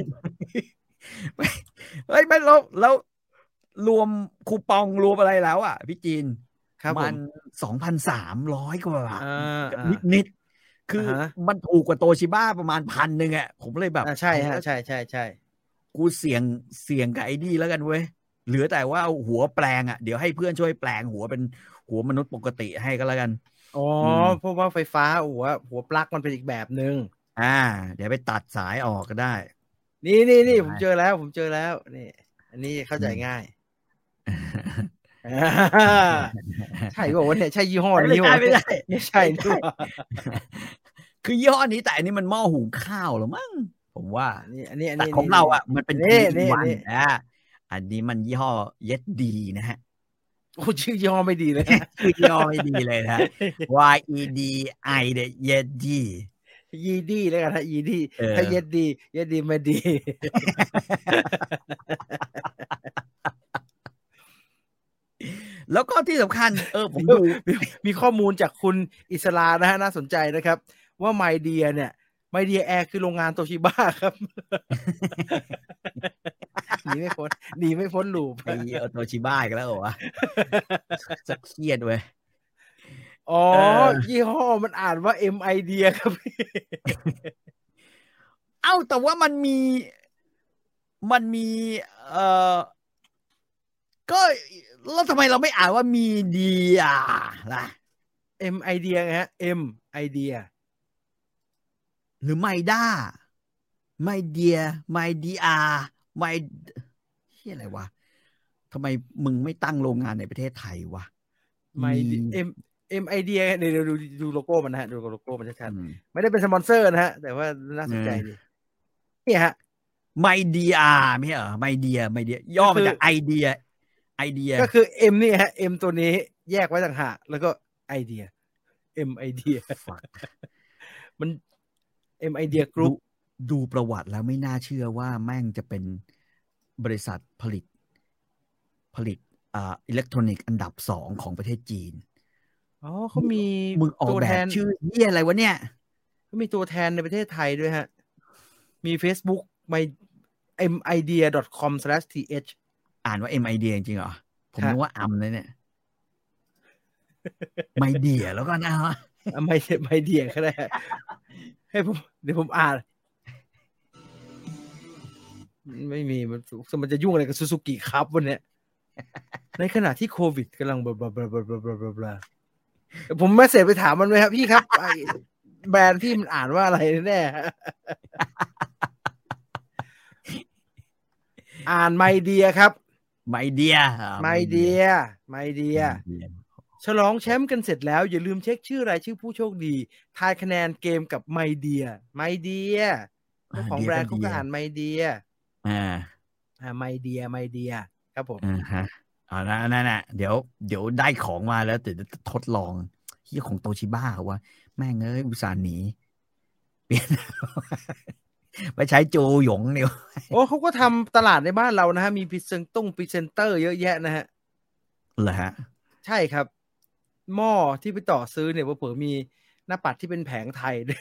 S2: เฮ้ยไม่แล้วแล้วรวมคูปองรวมอะไรแล้วอ่ะพี่จีน
S1: ครับผ
S2: มั
S1: ม
S2: สองพันสามร้อยกว่าบาท
S1: อ่าอ่า
S2: นิดนิดๆคืออา
S1: ฮะ
S2: มันถูกกว่าโตชิบ้าประมาณพันหนึ่งอ่ะ ผมเลยแบบ
S1: อ่าใช่ฮะใช่ใช่ใช่
S2: กูเสี่ยงเสี่ยงกับไอ้นี่แล้วกันเว้ย เหลือแต่ว่าหัวแปลงอ่ะ เดี๋ยวให้เพื่อนช่วยแปลงหัวเป็นหัวมนุษย์ปกติให้ก็แล้วกัน
S1: อ๋ออ
S2: ม
S1: เพราะว่าไฟฟ้าหัวหัวปลั๊กมันเป็นอีกแบบหนึ่ง
S2: อ่า เดี๋ยวไปตัดสายออกก็ได้
S1: นี่นี่นี่
S2: ได้
S1: ผมเจอแล้ว ผมเจอแล้วนี่อันนี้เข้าใจง่าย ใช่บอกว่าวะเนี่ยใช่ยี่ห้อนี้วะ
S2: ไม่ได้
S1: ไม่ใช่นี่วะ
S2: คือยี่ห้อนี้แต่อันนี้มันหม้อหุงข้าวเหรือมั้งผมว่า
S1: อันนี้อันนี้อัน
S2: แต่
S1: นี้
S2: ของเราอ่ะ มันเป็น
S1: นี่นี่
S2: วัน
S1: นี่
S2: อ่ะอันนี้มันยี่ห้อเย็ดดีนะฮ ะ
S1: โอ้ชื่อย่อไม่ดีเลยฮะ
S2: ชื่อย่อไม่ดีเลยนะ Y E D I เนี่ยเย็ดดี
S1: ยีดีแล้วกันฮะยีดี
S2: เออ
S1: ถ้าเย็ดดีเย็ดดีไม่ดี
S2: แล้วก็ที่สำคัญ เออผมดู
S1: มีข้อมูลจากคุณอิสลานะฮะน่าสนใจนะครับ ว่าไมเดียเนี่ยไมเดียแอร์คือโรงงานโตชิบ้าครับ หนีไม่พ้นหนีไม่พ้นลูป
S2: ไอ้โตชิบ้าอีกันแล้วเหรอวะ จะเครียดเว้ย
S1: อ๋อ
S2: เออ
S1: ยี่ห้อมันอ่านว่า M I เดียครับ
S2: เอ้า แต่ว่ามันมี มันมี เอ่อ ก็แล้วทำไมเราไม่อ่านว่ามีเดียล่ะ
S1: M ไอเดียไงฮะ M ไอเดีย
S2: หรือไมด้าไมเดียไมดีอาไมเฮียอะไรวะทำไมมึงไม่ตั้งโรงงานในประเทศไทยวะ
S1: ไม M M ไอเดียเดี๋ยวดูดูโลโก้มันนะฮะดูโลโก้มันชัด
S2: อืม
S1: ๆไม่ได้เป็นสปอนเซอร์นะฮะ แต่ว่าน่าสนใจดีเนี่ยฮะ
S2: ไมเดียไม่ใช่เหรอไมเดียไมเดียย่อมาจากไอเดีย ไอเดีย
S1: ก็คือ M นี่ฮะ M ตัวนี้แยกไว้ต่างหากแล้วก็ไอเดีย M ไอเดีย
S2: Fuck
S1: มัน M ไอเดียกรุ๊ป
S2: ดูดูประวัติแล้วไม่น่าเชื่อว่าแม่งจะเป็นบริษัทผลิต ผลิตอ่าอิเล็กทรอนิกส์อันดับสองของประเทศจีน
S1: อ๋อเขามี
S2: มึงออก
S1: ตัว
S2: แบ
S1: แท
S2: บ
S1: น
S2: ชื่อเยี่ยอะไรวะเนี่ย
S1: เขามีตัวแทนในประเทศไทยด้วยฮะ มี Facebook my midea.com/th
S2: อ่านว่า m i d จริงๆเหรอ ผม
S1: ครับ
S2: นึกว่าอัมเลยเนี่ย ไมเดียแล้วก็นะวะ
S1: อ่ะ ไม่ใช่ไม่เดียก็ได้ ให้ผมเดี๋ยวผมอ่าน ไม่มีมันมันจะยุ่งอะไรกับซูซูกิครับวันเนี้ย ในขณะที่โควิดกำลังบลาบลาบลาบลาบลาบลาบลาบลาผมเมสเสจไปถามมันไหมครับ พี่ครับไอ้แบรนด์พี่มันอ่านว่าอะไรแน่ ฮะอ่านไมเดียครับ
S2: ไมเดีย
S1: ไมเดีย ไมเดีย ฉลองแชมป์กันเสร็จแล้ว อย่าลืมเช็คชื่อรายชื่อผู้โชคดี ทายคะแนนเกมกับไมเดีย ไมเดียเจ้าของแบรนด์เขาก็อ่านไมเดีย
S2: อ่า
S1: อ่าไมเดียไมเดีย ครับผม
S2: อ่าฮะเอานะนั่นน่ะเดี๋ยวเดี๋ยวได้ของมาแล้วเดี๋ยวจะทดลองเฮียของโตชิบ้าว่า แม่งเอ้ยอุตส่าห์หนี เปลี่ยน ไปใช้โจหยงเดียว
S1: โอ้เขาก็ทำตลาดในบ้านเรานะฮะ มีพรีเซนต์งพรีเซนเตอร์เยอะแยะนะฮะ
S2: เหรอฮะ
S1: ใช่ครับ หม้อที่ไปต่อซื้อเนี่ยเผื่อๆมีหน้าปัดที่เป็นแผงไทยด้วย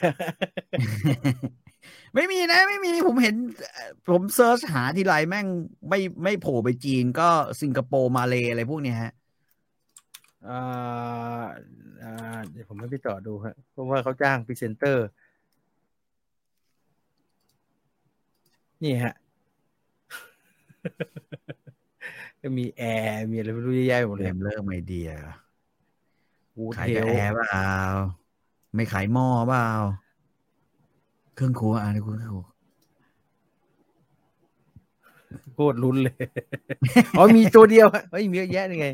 S2: ไม่มีนะไม่มีผมเห็นเอ่อผมเซิร์ชหาทีไรแม่งไม่ไม่โผล่ไปจีนก็สิงคโปร์มาเลอะไรพวกเนี้ยฮะ
S1: อ่าอ่าเดี๋ยวผมให้พี่ต่อดูฮะเพราะว่าเขาจ้างพรีเซนเตอร์ นี่ฮะ ก็มีแอร์มีอะไรไม่รู้เยอะแยะไปหมดเลย
S2: เริ่มเริ่มไอเดีย
S1: วูด
S2: ขาย
S1: เท
S2: แต่
S1: ล
S2: แอร์เปล่าไม่ขายหม้อเปล่าเครื่องครัวอะไรเครื่องครัว
S1: โคตรลุ้นเลย อ๋อมีตัวเดียวฮะเฮ้ยมีเยอะแยะยังไง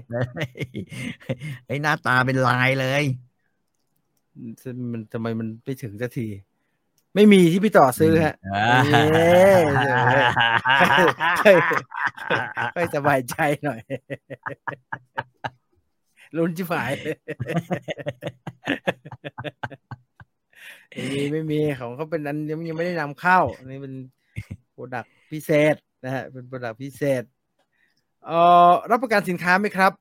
S2: ไอ้ยหน้าตาเป็นลายเลย
S1: มันทำไมมันไม่ถึงสักที ไม่มีที่พี่ต่อซื้อฮ ะ เย้ ค่อยค่อยสบายใจหน่อย ลุ้นชิบหาย ไม่มีไม่มีของเขาเป็นอันยังยังไม่ได้นำเข้าอันนี่เป็นโปรดักพิเศษนะฮะเป็นโปรดักพิเศษเอ่อรับประกันสินค้าไหมครับ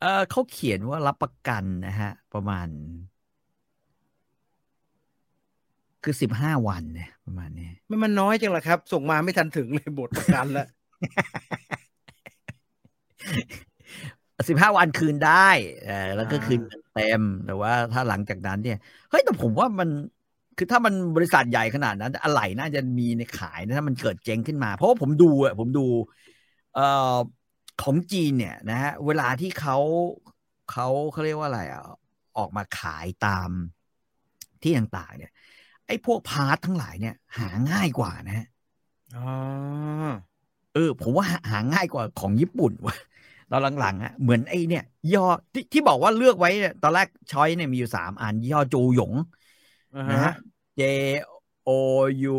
S2: เออเขาเขียนว่ารับประกันนะฮะ ประมาณ คือสิบห้าวันเนี่ยประมาณเนี้ย
S1: ไม่มันน้อยจังละครับ ส่งมาไม่ทันถึงเลยบทประกันละ
S2: สิบห้าวันคืนได้เออแล้วก็คืนเงินเต็มแต่ว่าถ้าหลังจากนั้นเนี่ยเฮ้ยแต่ผมว่ามันคือถ้ามันบริษัทใหญ่ขนาดนั้นอะไรน่าจะมีในขายนะถ้ามันเกิดเจ๊งขึ้นมา เพราะว่าผมดูอะผมดูเอ่อของจีนเนี่ยนะฮะเวลาที่เขาเขาเขาเรียกว่าอะไรอ่ะออกมาขายตามที่ต่างๆ เนี่ยไอ้พวกพาร์ททั้งหลายเนี่ยหาง่ายกว่านะฮะ
S1: อ๋อ
S2: เออผมว่าหาหาง่ายกว่าของญี่ปุ่นว่ะตอนหลังๆอ่ะเหมือนไอ้เนี่ยยี่ห้อที่ที่บอกว่าเลือกไว้เนี่ยตอนแรกช้อยเนี่ยมีอยู่สามอันยี่ห้อโจหยง
S1: อ่า
S2: นะ
S1: ฮะ
S2: ฮะ J O U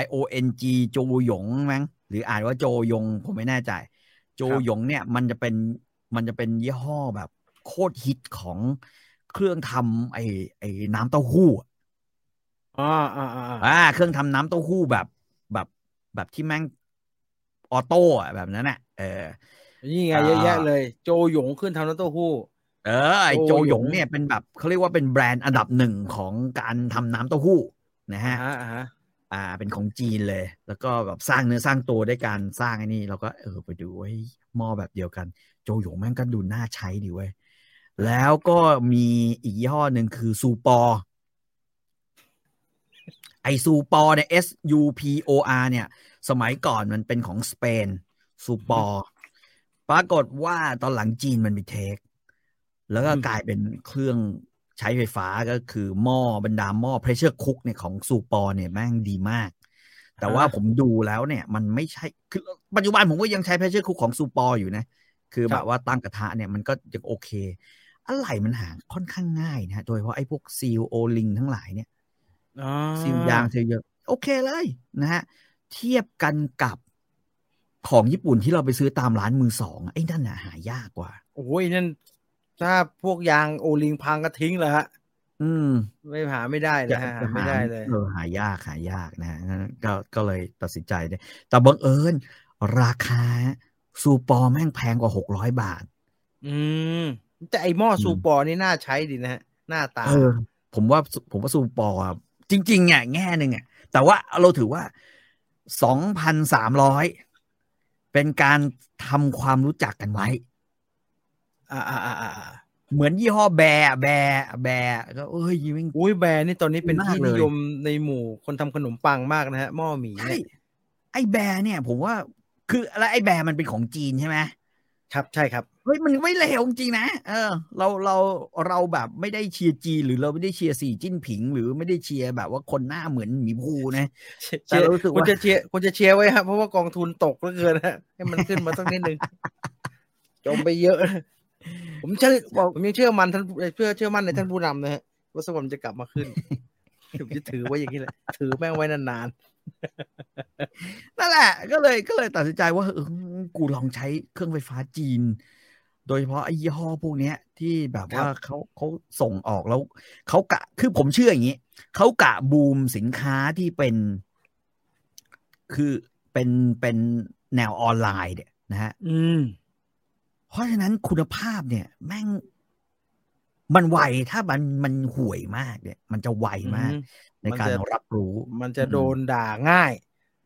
S2: Y O N G โจหยงมั้งหรืออ่านว่าโจยง ผมไม่แน่ใจ โจหยงเนี่ยมันจะเป็นมันจะเป็นยี่ห้อแบบโคตรฮิตของเครื่องทำไอ้ไอ้น้ำเต้าหู้อะ
S1: อ๋ออ่าอ่าอ่า
S2: อ่าเครื่องทำน้ำเต้าหู้แบบแบบแบบที่แม่งออโต้อะแบบนั้นน่ะเออ
S1: นี่ไงเยอะแยะเลย โจหยงขึ้นทำน้ำเต้าหู้
S2: เออไอ
S1: โจ
S2: โจ
S1: ห
S2: ห
S1: ย
S2: ย
S1: ง
S2: งเนี่ยเป็นแบบเขาเรียกว่าเป็นแบรนด์อันดับหนึ่งของการทำน้ำเต้าหู้นะ
S1: อ่าฮะ
S2: ฮะ
S1: อ่าฮะ
S2: อ่าเป็นของจีนเลย แล้วก็แบบสร้างเนื้อสร้างตัวด้วยการสร้างไอ้นี่เราก็เออไปดูเฮ้ยหม้อแบบเดียวกัน โจหยงแม่งก็ดูน่าใช้ดีเว้ยแล้วก็มีอีกยี่ห้อหนึ่งคือซูปอร์ไอซูปอร์เนี่ย S U P O R เนี่ย สมัยก่อนมันเป็นของสเปนซูปอร์ ปรากฏว่าตอนหลังจีนมันมีเทค แล้วก็กลายเป็นเครื่องใช้ไฟฟ้าก็คือหม้อบรรดาหม้อเพรสเชอร์คุกเนี่ยของซูปอเนี่ยแม่งดีมาก แต่ว่าผมดูแล้วเนี่ย มันไม่ใช่คือปัจจุบันผมก็ยังใช้เพรสเชอร์คุกของซูปออยู่นะ คือ
S1: ค
S2: แบ
S1: รับบ
S2: ว่าตั้งกระทะเนี่ยมันก็ยังโอเค อะไรมันหาค่อนข้างง่ายนะฮะโดยเฉพาะไอ้พวกซีลโอลิงทั้งหลายเนี่ย
S1: อ่า
S2: ซีลยางเทเยอะโอเคเลยนะฮะ เทียบกันกับของญี่ปุ่นที่เราไปซื้อตามร้านมือสองอะไอ้นั่นน่ะหายากกว่า
S1: โอ้ยนั่นถ้าพวกยางโอลิงพังก็ทิ้งเลยฮะ
S2: อืม
S1: ไม่หาไม่ได้เลยฮะหาไม่ได้เลย
S2: ออหายากหายากนะฮะก็ก็เลยตัดสินใจเนี่ยแต่บังเอิญราคาซูปอแม่งแพงกว่าหกร้อยบาท
S1: อืมแต่ไอหม้อซูปอนี่น่าใช้ดีนะฮะหน้าตา
S2: เออ ผมว่าผมว่าซูปออะจริงๆอ่ะแง่หนึ่งอ่ะแต่ว่าเราถือว่าสองพันสามร้อยเป็นการทำความรู้จักกันไว้
S1: อ่าอ่าอ่าอ่า
S2: เหมือนยี่ห้อแบร์แบร์แบร์ก็เอ้ยยิ่ง
S1: อุ้ยแบรนด์นี่ตอนนี้เป็น
S2: มาก
S1: ที่
S2: เลย
S1: นิยมในหมู่คนทำขนมปังมากนะฮะหม้อหมี
S2: ใช่
S1: เนี่ย
S2: ไอ้แบร์เนี่ย ผมว่าคือแล้วไอ้แบร์มันเป็นของจีนใช่ไหม
S1: ครับใช่ครับ
S2: เฮ้ยมันไม่เลวจริงๆนะเออ เราเราเราแบบไม่ได้เชียร์จีนหรือเราไม่ได้เชียร์สีจิ้นผิง หรือไม่ได้เชียร์แบบว่าคนหน้าเหมือนหมีภูนะ
S1: เชียร์
S2: แต่เรารู้สึก
S1: คุณ
S2: ว่า
S1: จะเชียร์คุณจะเชียร์ไว้ฮะเพราะว่ากองทุนตกเหลือเกินฮะให้มันขึ้นมาสักนิดนึง จมไปเยอะ ผมเชื่อ
S2: บอก
S1: ผมยังเชื่อมันท่านเชื่อเชื่อมั่นในท่านผู้นำนะฮะว่าสักวันมันจะกลับมาขึ้นผมจะถือไว้อย่างนี้แหละถือแม่งไว้นาน
S2: นั่นแหละก็เลยก็เลยตัดสินใจว่าเออกูลองใช้เครื่องไฟฟ้าจีน โดยเฉพาะไอ้ยี่ห้อพวกเนี้ย ที่แบบว่าเขาเขาส่งออกแล้วเขากะคือผมเชื่ออย่างนี้เขากะบูมสินค้าที่เป็น คือเป็นเป็นแนวออนไลน์เนี่ยนะฮะ
S1: ๆอืม
S2: เพราะฉะนั้นคุณภาพเนี่ย แม่ง มันไวถ้ามันมันห่วยมากเนี่ย มันจะไวมาก ในกา
S1: มั
S2: ร
S1: นจะ
S2: รับรู้
S1: มันจะโดนด่าง่าย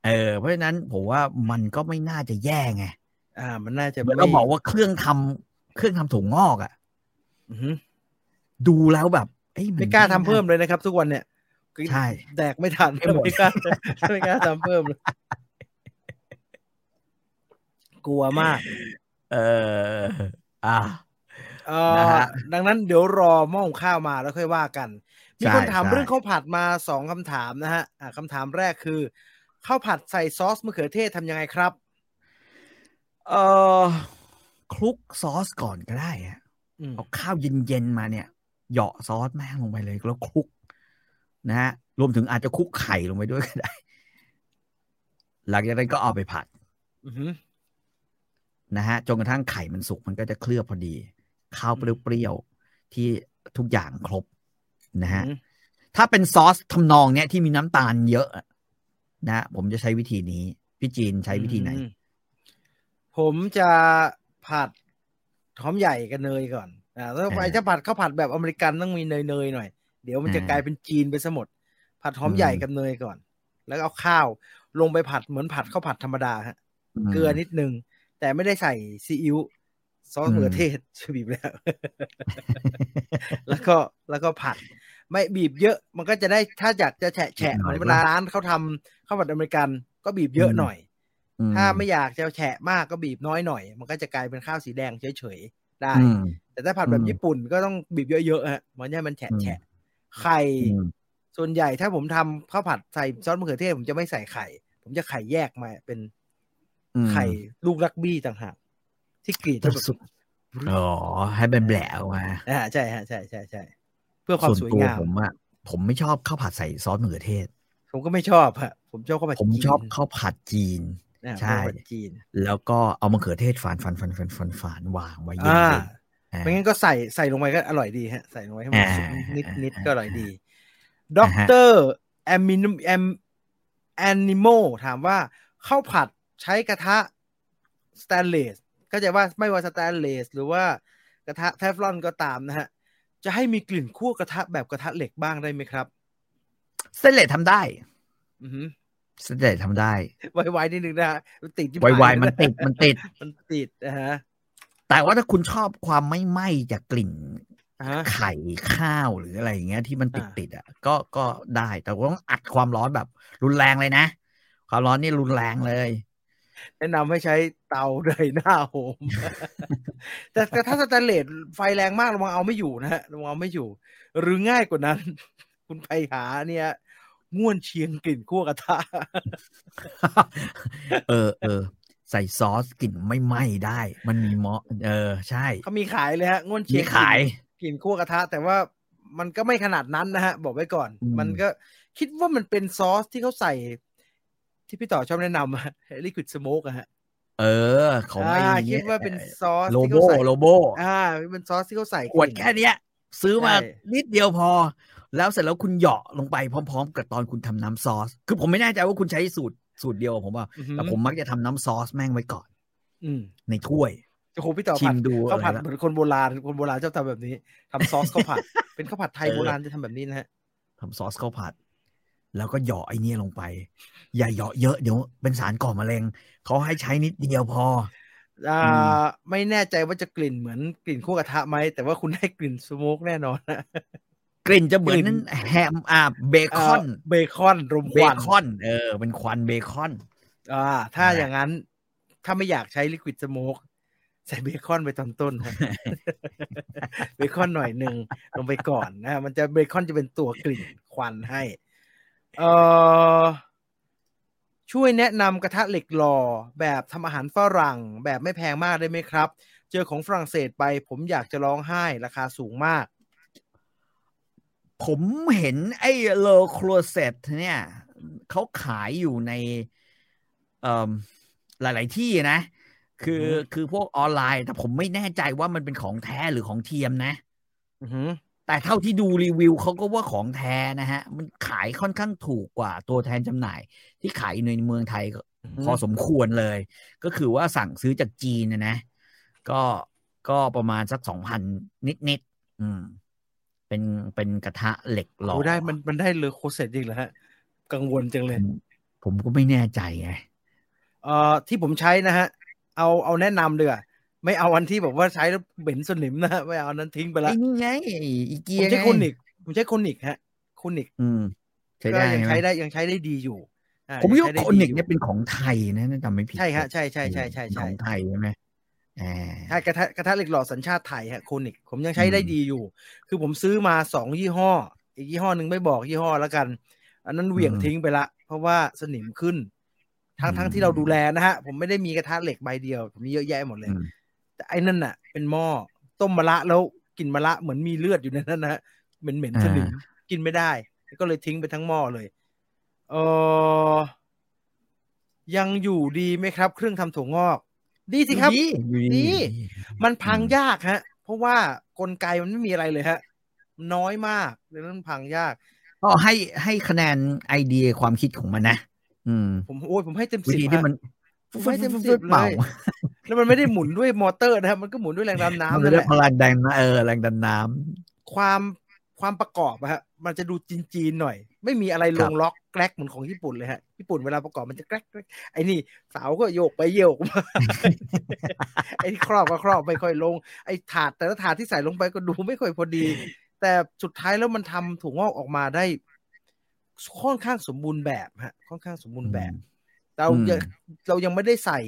S2: เออเพราะฉะนั้นผมว่ามันก็ไม่น่าจะแย่ไง
S1: อ่า มันน่าจะ
S2: เหมือนเรา
S1: ไม่
S2: บอกว่าเครื่องทำเครื่องทำถั่วงอกอะ
S1: อือหือ
S2: ดูแล้วแบบเอ้ยน
S1: ไม่กล้าทำเพิ่มเลยนะครับ ทุกวันเนี่ย
S2: ใช่
S1: แดกไม่ทัน
S2: ไม่หมด
S1: กล้าไม่กล้าทำเพิ่มเลยกลัวมาก
S2: เอออ่ะ
S1: เอ่
S2: นะ
S1: อ
S2: ฮะ
S1: ดังนั้นเดี๋ยวรอหม้อหุงข้าวมาแล้วค่อยว่ากัน มี
S2: ใช่
S1: คนถาม
S2: ใช่
S1: เรื่องข้าวผัดมาสองคำถามนะฮะอ่ะคำถามแรกคือข้าวผัดใส่ซอสมะเขือเทศทำยังไงครับ
S2: เออคลุกซอสก่อนก็ได้อะ
S1: อืม
S2: เอาข้าวเย็นๆมาเนี่ย เหยาะซอสแม่งลงไปเลยแล้วคลุก นะฮะรวมถึงอาจจะคลุกไข่ลงไปด้วยก็ได้ หลังจากนั้นก็เอาไปผัด
S1: อือหือ
S2: นะฮะจนกระทั่งไข่มันสุกมันก็จะเคลือบพอดี ข้าวเปรี้ยวๆที่ทุกอย่างครบนะฮะ
S1: อืม
S2: ถ้าเป็นซอสทำนองเนี้ยที่มีน้ำตาลเยอะอะนะ ผมจะใช้วิธีนี้ พี่จีนใช้วิธีไหน
S1: อืมผมจะผัดหอมใหญ่กับเนยก่อนอ่าแล้ว
S2: อ่า
S1: ไอ้ถ้าผัดข้าวผัดแบบอเมริกันต้องมีเนยเนยๆหน่อย เดี๋ยวมันจะ
S2: อ่าก
S1: ลายเป็นจีนไปซะหมด ผัดหอมใหญ่
S2: อืม
S1: กับเนยก่อน แล้วก็เอาข้าวลงไปผัดเหมือนผัดข้าวผัดธรรมดาฮะ เกลือนิดนึง แต่ไม่ได้ใส่ซีอิ๊วซอสมะเขือเทศชบีบแล้ว แล้วก็แล้วก็ผัด ไม่บีบเยอะ มันก็จะได้ถ้าอยากจะแฉะแฉะ
S2: บีบ
S1: เห
S2: หน่
S1: มือน
S2: อยปะ
S1: เวลาร้านเขาทำข้าวผัดอเมริกัน ก็บีบเยอะ
S2: อืม
S1: หน่อย
S2: อื
S1: ถ้าไม่อยากจะแฉะมากก็บีบน้อยหน่อย มันก็จะกลายเป็นข้าวสีแดงเฉยๆได้
S2: อืม
S1: แต่ถ้าผัดแบบ
S2: อืม
S1: ญี่ปุ่นก็ต้องบีบเยอะๆฮะมันจะให้มันแฉะ
S2: อืม
S1: แฉะไข่
S2: อืม
S1: ส่วนใหญ่ถ้าผมทำข้าวผัดใส่ซอสมะเขือเทศผมจะไม่ใส่ไข่ ผมจะไข่แยกมาเป็น
S2: อืม
S1: ไข่ลูกรักบี้ต่างหากที่กรีด
S2: จะ
S1: แบบ
S2: สุดอ๋อให้เป็นแบละออกมา
S1: อ่าใช่ฮะใช่ใช่ใช่เพื่อความสวย
S2: ตั
S1: งาม
S2: ผมอะผมไม่ชอบข้าวผัดใส่ซอสมะเขือเทศ
S1: ผมก็ไม่ชอบฮะผมชอบข้าวผัด
S2: ผม
S1: จีน
S2: ชอบข้าวผัดจีน
S1: อ่า
S2: ใช่
S1: ข้าวผัดจีน
S2: แล้วก็เอามะเขือเทศฝานฝานฝานฝานฝานฝานวางไว้เย็น
S1: อ่า
S2: ๆอ่า
S1: ไม่งั้นก็ใส่ใส่ลงไปก็อร่อยดีฮะใส่ลงไปให้มัน
S2: อ่า
S1: สุกนิดนิด
S2: อ่า
S1: ก็อร่อยดีด็อกเตอร์แอมมินแอมแอนิโมถามว่าข้าวผัดใช้กระทะสแตนเลสก็จะว่าไม่ว่าสแตนเลสหรือว่ากระทะเทฟลอนก็ตามนะฮะ จะให้มีกลิ่นคั่วกระทะแบบกระทะเหล็กบ้างได้ไหมครับ
S2: เส้นเละทำได้
S1: อือหือ
S2: เส้นเละทำได้
S1: ไวๆนิดนึงนะฮะมันติดที่
S2: ไว
S1: ผ่า
S2: ๆมันติดมันติด
S1: มันติดนะฮะ
S2: แต่ว่าถ้าคุณชอบความไม่ไหม้จากกลิ่น
S1: อ่าฮะ
S2: ไข่ข้าวหรืออะไรอย่างเงี้ยที่มันติด
S1: อ่า
S2: ติดๆอ่ะก็ก็ได้แต่ว่าต้องอัดความร้อนแบบ รุนแรงเลยนะ ความร้อนนี่รุนแรงเลย
S1: แนะนำให้ใช้เตาไดนาโฮม แต่แต่ถ้าสแตนเลสไฟแรงมากระวังเอาไม่อยู่นะฮะระวังเอาไม่อยู่ หรือง่ายกว่านั้น คุณไปหาเนี่ยง่วนเชียงกลิ่นคั่วกระท ะ
S2: เออเออ ใส่ซอสกลิ่นไม่ไหม้ได้ มันมีมอเออ ใช่
S1: เขามีขายเลยฮะง่วนเชี
S2: มี
S1: ยงกลิ่น
S2: ขาย
S1: กลิ่นคั่วกระทะ แต่ว่ามันก็ไม่ขนาดนั้นนะฮะ บอกไว้ก่อน
S2: อืม
S1: มันก็คิดว่ามันเป็นซอสที่เขาใส่ ที่พี่ต่อชอบแนะนำอะ ลิควิดสโมกอะฮะ
S2: เออ ของไอ้
S1: อ่า
S2: เย
S1: คิดว่าเป็นซอส
S2: โล
S1: ที่
S2: โบ
S1: เขาใส่
S2: โลโบ
S1: อ่าเป็นซอสที่เขาใส่
S2: ขวด
S1: กลิ่น
S2: แค่เนี้ย ซื้อมา
S1: ใช่
S2: นิดเดียวพอ แล้วเสร็จแล้วคุณเหยาะลงไปพร้อม ๆ กับตอนคุณทำน้ำซอส คือผมไม่แน่ใจว่าคุณใช้สูตรสูตรเดียวกับผมเปล่า
S1: อือหือ
S2: แต่ผมมักจะทำน้ำซอสแม่งไว้ก่อน
S1: อืม
S2: ในถ้วย
S1: โอ้โหพี่ต่อ
S2: ชิ
S1: ผัด
S2: มดู
S1: ข้าวผัด
S2: อะไรนะ
S1: เหมือนคนโบราณคนโบราณชอบทำแบบนี้ทำซ อสข้าวผัด เป็นข้าวผัดไทย
S2: เออ
S1: โบราณจะทำแบบนี้นะฮะ
S2: ทำซอสข้าวผัด แล้วก็เหยาะไอเนี้ยลงไป อย่าเหยาะเยอะเดี๋ยวเป็นสารก่อมะเร็งเขาให้ใช้นิดเดียวพอ
S1: อ่า
S2: อื
S1: ไม่แน่ใจว่าจะกลิ่นเหมือนกลิ่นคั่วกระทะไหมแต่ว่าคุณได้กลิ่นสโมกแน่นอนนะ
S2: กลิ่นจะเหมือน
S1: กลิ่น
S2: แฮมอ่าเบคอน
S1: เบคอนรม
S2: เบ
S1: ควัน
S2: คอน เออ เป็นควันเบคอน
S1: อ่าถ้า
S2: อ่า
S1: อย่างนั้นถ้าไม่อยากใช้ลิควิดสโมกใส่เบคอนไปตอนต้น ฮะ เบคอนหน่อยหนึ่งลงไปก่อนนะฮะมันจะเบคอนจะเป็นตัวกลิ่นควันให้เอ่อช่วยแนะนำกระทะเหล็กหล่อแบบทำอาหารฝรั่ง แบบไม่แพงมากได้ไหมครับ เจอของฝรั่งเศสไป ผมอยากจะร้องไห้ราคาสูงมาก
S2: ผมเห็นไอ้เลอครัวเซตเนี่ย เขาขายอยู่ในเอ่มหลาย ๆ ที่นะ คือ
S1: อือฮึ
S2: คือพวกออนไลน์ แต่ผมไม่แน่ใจว่ามันเป็นของแท้หรือของเทียมนะ
S1: อือหือ
S2: แต่เท่าที่ดูรีวิวเขาก็ว่าของแท้นะฮะ มันขายค่อนข้างถูกกว่าตัวแทนจำหน่าย ที่ขายในเมืองไทยก็
S1: อือฮึ
S2: พอสมควรเลย ก็คือว่าสั่งซื้อจากจีนนะนะ ก็ก็ประมาณสักสองพันนิดๆอืม เป็นเป็นกระทะเหล็กหล่อ
S1: โอ้ได้มันมันได้เลยโคเซตจริงเหรอฮะ กังวลจังเล
S2: ผ
S1: ย
S2: มผมก็ไม่แน่ใจไง
S1: เอ่อที่ผมใช้นะฮะ เอาเอาแนะนำเลยอะไม่เอาอันที่แบบว่าใช้แล้วเหม็นสนิมนะฮะไม่เอาอันนั้นทิ้งไปละ
S2: ไอ้นี่ไงอี
S1: ผ
S2: เกีย
S1: มใช้
S2: ไง
S1: โคนิกผมใช้โคนิกฮะโคนิก
S2: อืม ใช้
S1: ก็
S2: ได้
S1: ยัง
S2: ใช่ไหม
S1: ใช้ได้ยังใช้ได้ดีอยู่อ่
S2: ผมคิดว่า
S1: ยัง
S2: โค
S1: ใช้ได้ดี
S2: นิก
S1: อยู่
S2: เนี่ยเป็นของไทยนะถ้าจำไม่ผิด
S1: ใช่ฮะใช่ใช่ใช่ใช่
S2: ข
S1: ใช่
S2: องไทยใช่ไหมอ่า
S1: ใช่กระทะกระทะเหล็กหล่อสัญชาติไทยฮะโคนิกผมยังใช้ได้
S2: อืม
S1: ดีอยู่ คือผมซื้อมาสองยี่ห้อ อีกยี่ห้อหนึ่งไม่บอกยี่ห้อแล้วกัน อันนั้นเหวี่ยงทิ้งไปละ เพราะว่าสนิมขึ้น ทั้งทั้งที่เราดูแลนะฮะ ผมไม่ได้มีกระทะเหล็กใบเดียว ผมมีเยอะแยะหมดเลย
S2: อืม
S1: แต่ไอ้นั่นน่ะ เป็นหม้อต้มมะระแล้วกินมะระเหมือนมีเลือดอยู่ในนั้นนะฮะเหม็นเหม็นๆสนิมกินไม่ได้ ก็เลยทิ้งไปทั้งหม้อเลยเออยังอยู่ดีไหมครับ เครื่องทำถั่วงอก ดีสิครับ
S2: ดี
S1: ดี
S2: ดี
S1: มันพัง
S2: อืม
S1: ยากฮะ เพราะว่ากลไกมันไม่มีอะไรเลยฮะ น้อยมากเรื่องพังยาก
S2: ก็ให้ให้คะแนนไอเดียความคิดของมันนะ อืม
S1: ผมโอ้ยผมให้เต็ม
S2: วิ
S1: สิบ
S2: ธีที่
S1: ฮะ
S2: มัน
S1: ผมให้เต็มสิบเลย
S2: เป่า
S1: แล้วมันไม่ได้หมุนด้วยมอเตอร์นะครับมันก็หมุนด้วยแรงดันน้ำ
S2: มัน
S1: นั่น
S2: เรี
S1: แห
S2: ยก
S1: ละ
S2: พลังดันนะเออแรงดันน้
S1: ความความประกอบอะฮะมันจะดูจีนจีนๆหน่อย ไม่มีอะไรล
S2: ครั
S1: ง
S2: บ
S1: ล็อกแกลกเหมือนของญี่ปุ่นเลยฮะญี่ปุ่นเวลาประกอบมันจะแกลกแกรกไอ้นี่เสาวก็โยกไปโยกมา ไอ้ที่ครอบก็ครอบไม่ค่อยลง ไอ้ถาดแต่ละถาดที่ใส่ลงไปก็ดูไม่ค่อยพอดี แต่สุดท้ายแล้วมันทำถั่วงอกออกมาได้ ค่อนข้างสมบูรณ์แบบฮะ ค่อนข้างสมบูรณ์แบบ เรา
S2: อืม
S1: ยังเรายังไม่ได้ใส่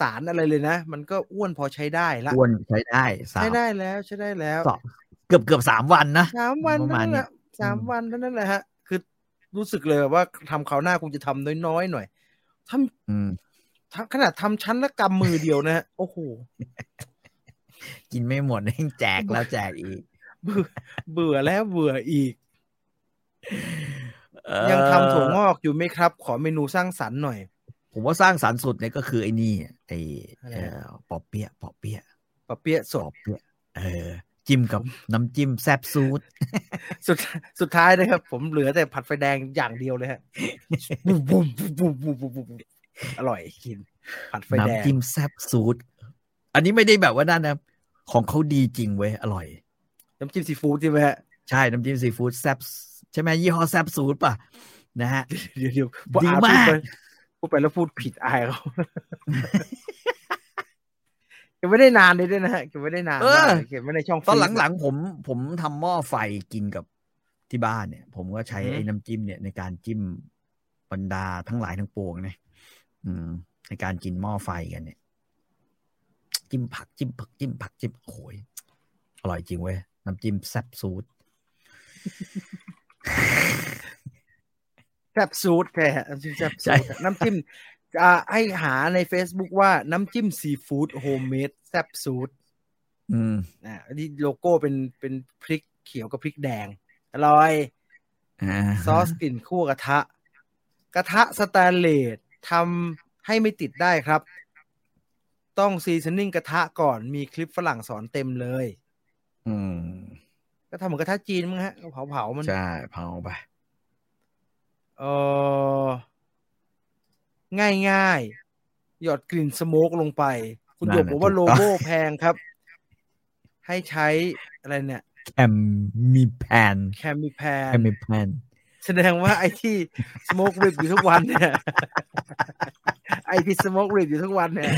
S1: สารอะไรเลยนะ มันก็อ้วนพอใช้ได้ละ
S2: ำอ้วนใช้ได้สาม
S1: ใช้ได้แล้วใช้ได้แล้ว
S2: สองเกือบเกือบสามวันนะ
S1: สามวัน
S2: ประมาณ
S1: นั่นแหละสาม
S2: อืม
S1: วันเท่านั้นแหละฮะ คือรู้สึกเลยว่าทำคราวหน้ากูจะทำน้อยๆหน่อยท
S2: อืม
S1: ำทำขนาดทำชั้นละกำมือเดียวนะฮ ะ โอ้โห
S2: กินไม่หมด ยังแจกแล้วแจกอีก
S1: เบื่อเบื่อแล้วเบื่ออีก
S2: เอ่อ
S1: ยังทำถั่วงอกอยู่ไหมครับ ขอเมนูสร้างสรรค์หน่อย
S2: ผมว่าสร้างสรรค์สุดเนี่ยก็คือไอ้นี่ไอ้
S1: อะไร
S2: เอ่อปอเปี๊ยะปอเปี๊ยะ
S1: ปะเปี๊ยะ ส
S2: ป
S1: ด
S2: อเปี๊ยะเออ จิ้มกับน้ำจิ้มแซบซูด
S1: สุดสุดท้ายนะครับ ผมเหลือแต่ผัดไฟแดงอย่างเดียว เลยฮะบุบบุบบุบบุบบุบบุบบุบอร่อยกิน ผัดไฟแดง
S2: น้ำจิ้มแซบซูดอันนี้ไม่ได้แบบว่านั่นนะ ของเขาดีจริงเว้ย อร่อย
S1: น้ำจิ้มซีฟู้ดใช่ไหมฮะ
S2: ใช่ น้ำจิ้มซีฟู้ดแซบใช่ไหมยี่ห้อแซบซูดป่ะ นะฮะ
S1: เดี๋ยวเดี๋ยวพอ
S2: ดี
S1: อ่าน
S2: มา
S1: พูด
S2: ก
S1: ไปพูดไปแล้วพูดผิดอาย เขา เก็บไว้ได้นานเลยด้วยนะฮะเก็บไว้ได้นาน
S2: เออ
S1: มากเก็บไว้ในช่อง
S2: ตอน
S1: ฟรีซ
S2: หลังๆผมผมทำหม้อไฟกินกับที่บ้านเนี่ย ผมก็ใช้
S1: อืม
S2: ไอ้น้ำจิ้มเนี่ยในการจิ้มบรรดาทั้งหลายทั้งปวงเนี่ยอืม ไอ ในการกินหม้อไฟกันเนี่ย จิ้มผักจิ้มผักจิ้มผักจิ้มโอ้โหยอร่อยจริงเว้ยน้ำจิ้มแซ่บซูด
S1: แซบซูดแกแซบซูดน้ำจิ้มอ่าให้หาใน Facebook ว่าน้ำจิ้มซีฟู้ดโฮมเมดแซบซูด
S2: อืม
S1: อ่านี่โลโก้เป็นเป็นพริกเขียวกับพริกแดง อร่อย
S2: อ่า
S1: ซอสกลิ่นคั่วกระทะ กระทะสแตนเลสทำให้ไม่ติดได้ครับ ต้องซีซันนิ่งกระทะก่อนมีคลิปฝรั่งสอนเต็มเลย
S2: อืม
S1: ก็ทำเหมือนกระทะจีนมั้งฮะเผาเผาๆมัน
S2: ใช่เผาไป
S1: เออง่ายง่ายๆ หยอดกลิ่นสโมกลงไป คุณหยก
S2: นั่นน่ะ
S1: บอกว่า
S2: ถูก
S1: โล
S2: ต้อง
S1: โก้แพงครับ ให้ใช้อะไรเนี่ย
S2: แอมมีแผ่น
S1: แคมิแพ
S2: แอน มมีแผ่น
S1: แสดงว่าไอ้ที่สโมกริบอยู่ทุกวันเนี่ย ไอ้ที่สโมกริบอยู่ทุกวันเนี่ย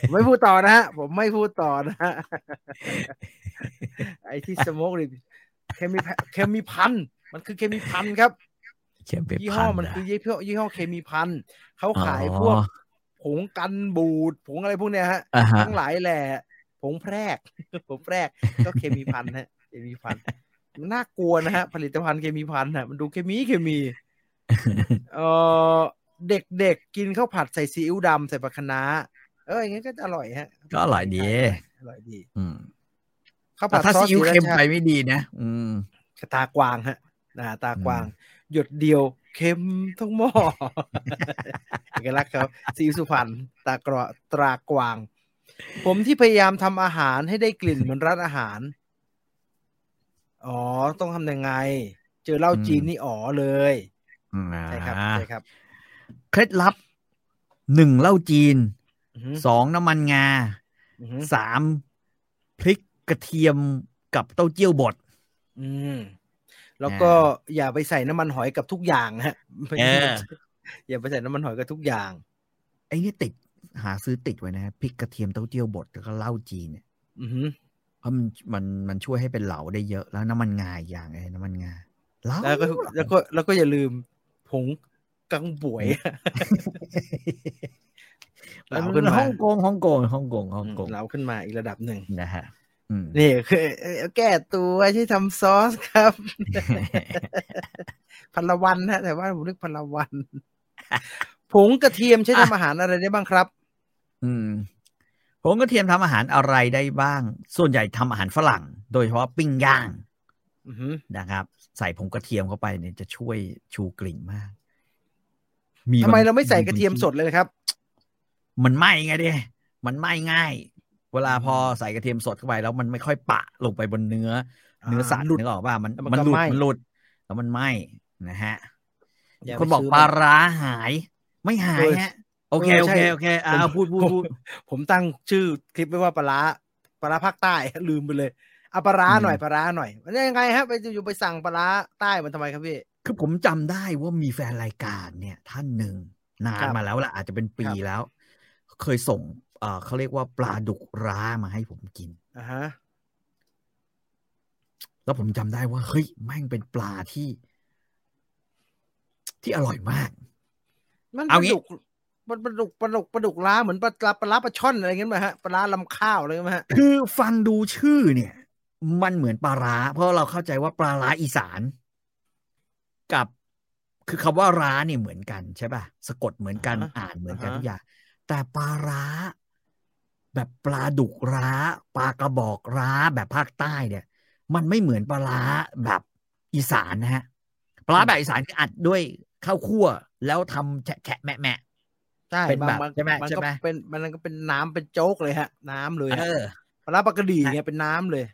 S1: ผมไม่พูดต่อนะฮะผมไม่พูดต่อนะฮะไอ้ที่สโมกริบเคมีเคมีพันมันคือเคมีพันครับ
S2: แอมมี
S1: ยี่ห้
S2: แผ่
S1: อน มันคือยี่ห้อยี่ห้อเคมีพันธุ์เขา
S2: อ๋อ
S1: ขายพวกผงกันบูดผงอะไรพวกเนี้ยฮะ
S2: อ่าฮะ
S1: ทั้งหลายแหล่ผงแพรก ผงแพรกก็เคมีพันธุ์ฮะ เคมีพันธุ์มันน่ากลัวนะฮะผลิตภัณฑ์เคมีพันธุ์ฮะมันดูเคมีเค มีเออเด็กๆกินข้าวผัดใส่ซีอิ๊วดำใส่ปลาคะน้าเอออย่างงั้นก็อร่อยฮะ
S2: ก็อร่อยดี
S1: อร่อยดี
S2: อืม
S1: ข้าว
S2: แต่
S1: ผัด
S2: ถ้า
S1: ซอส
S2: ซีอิ๊ว
S1: ศรี
S2: เค็ม
S1: ราชา
S2: ไปไม่ดีนะ อืม
S1: ตากวางฮะนะตากวาง
S2: อืม
S1: หยดเดียวเค็มทั้งหม้อ เอกลักษณ์ครับซีอิ๊วสุพรรณตากระตรากวาง ผมที่พยายามทำอาหารให้ได้กลิ่นเหมือนร้านอาหาร อ๋อ ต้องทำยังไง เจอเหล้าจีนนี่อ๋อเลย ใช่ครับ
S2: อ่า
S1: ใช่ครับ
S2: เคล็ดลับหนึ่งเหล้าจีน
S1: อือหือ
S2: สองน้ำมันงา
S1: อือหือ
S2: สามพริกกระเทียมกับเต้าเจี้ยวบด
S1: อืมแล้วก็อย่าไปใส่น้ำมันหอยกับทุกอย่างฮะ
S2: เออ
S1: อย่าไปใส่น้ำมันหอยกับทุกอย่าง
S2: ไอ้นี่ติด หาซื้อติดไว้นะพริกกระเทียมเต้าเจี้ยวบดแล้วก็เหล้าจีนเนี่ย
S1: อือหือ
S2: เพราะมันมันมันช่วยให้เป็นเหลาได้เยอะแล้วน้ำมันงาอีกอย่างเลยน้ำมันงาเหลา
S1: แล้วก็แล้วก็แล้วก็อย่าลืมผงกังบวย
S2: เหลา
S1: แล้ว
S2: ขึ้นมา
S1: ฮ่
S2: ฮ่อ
S1: องง
S2: ก
S1: ก
S2: ง
S1: ง
S2: ฮ่องกงฮ่องกงฮ่องกง
S1: เราขึ้นมาอีกระดับหนึ่ง
S2: นะฮะอืม
S1: นี่คือเอ่อแก้ตัวใช่ทำซอสครับ พันละวันนะแต่ว่าผมนึกพันละวัน ผงกระเทียมใช้ทำอาหารอะไรได้บ้างครับ
S2: อืมผงกระเทียมทำอาหารอะไรได้บ้าง ส่วนใหญ่ทำอาหารฝรั่ง โดยเฉพาะปิ้งย่าง
S1: อือหือ
S2: นะครับ ใส่ผงกระเทียมเข้าไปเนี่ยจะช่วยชูกลิ่นมากบง
S1: ทำไมเราไม่ใส่กระเทียมสดเลยนะครับ
S2: มันไหม้ไงดิมันไหม้ง่าย เวลาพอใส่กระเทียมสดเข้าไปแล้วมันไม่ค่อยปะลงไปบนเนื้อ เนื้อสัตว์
S1: หลุด
S2: นึกออกป่ะมัน
S1: แล้วมัน
S2: มันหลุด
S1: ก็ไหม้
S2: มันหลุดแล้วมันไหม้นะฮะ
S1: อย่าไป
S2: คนบอก
S1: ซื้อ
S2: ปลาร้าหาย ไม่หาย
S1: เออ
S2: ฮะ โอเค
S1: เออ
S2: โอ
S1: ใช่
S2: เคโอเคอ่า
S1: ผม
S2: พูดพูดพูด
S1: ผมตั้งชื่อคลิปไว้ว่าปลาร้าปลาร้าภาคใต้ ลืมไปเลยเอาปลาร้า
S2: อืม
S1: หน่อยปลาร้าหน่อยมันยังไงฮะไปอยู่ไปสั่งปลาร้าใต้มันทำไมครับพี่
S2: คือผมจำได้ว่ามีแฟนรายการเนี่ยท่านหนึ่งนาน
S1: ครับ
S2: มาแล้วล่ะอาจจะเป็นปี
S1: ครับ
S2: แล้ว เคยส่งเอ่อเขาเรียกว่าปลาดุกร้ามาให้ผมกิน
S1: อ่าฮะ
S2: แล้วผมจำได้ว่าเฮ้ยแม่งเป็นปลาที่ ที่อร่อยมาก
S1: มันป
S2: เอา
S1: ลา
S2: งี้
S1: ดุกมันปลาดุกปลาดุกปลาดุกล้าเหมือนปลาปลาปลาร้าปลาช่อนอะไรเงี้ยไหมฮะปลาร้าลำข้าวอะไรเงี้ยไหมฮะ
S2: คือฟังดูชื่อเนี่ย มันเหมือนปลาร้า เพราะเราเข้าใจว่าปลาร้าอีสาน กับ คือคำว่าร้าเนี่ยเหมือนกันใช่ป่ะสะกดเหมือนกัน
S1: อ่าฮะ
S2: อ่านเหมือนกัน
S1: อ่าฮะ
S2: ทุกอย่างแต่ปลาร้า แบบปลาดุกร้า ปลากระบอกร้าแบบภาคใต้เนี่ย มันไม่เหมือนปลาร้าแบบอีสานนะฮะปลาร้าแบบอีสานคืออัดด้วยข้าวคั่ว แล้วทำแฉะแฉะแมะแมะ
S1: ใช่
S2: เป็น
S1: บา
S2: แบบ
S1: งบาง
S2: ใช่ไหม
S1: มัน
S2: ใช่
S1: ก็
S2: ไหม
S1: เป็นมันก็เป็นน้ำเป็นโจ๊กเลยฮะ น้ำเลย
S2: เอ
S1: ฮะ
S2: อ
S1: ปลาร้าปลากระดีเงี้ยเป็นน้ำเลย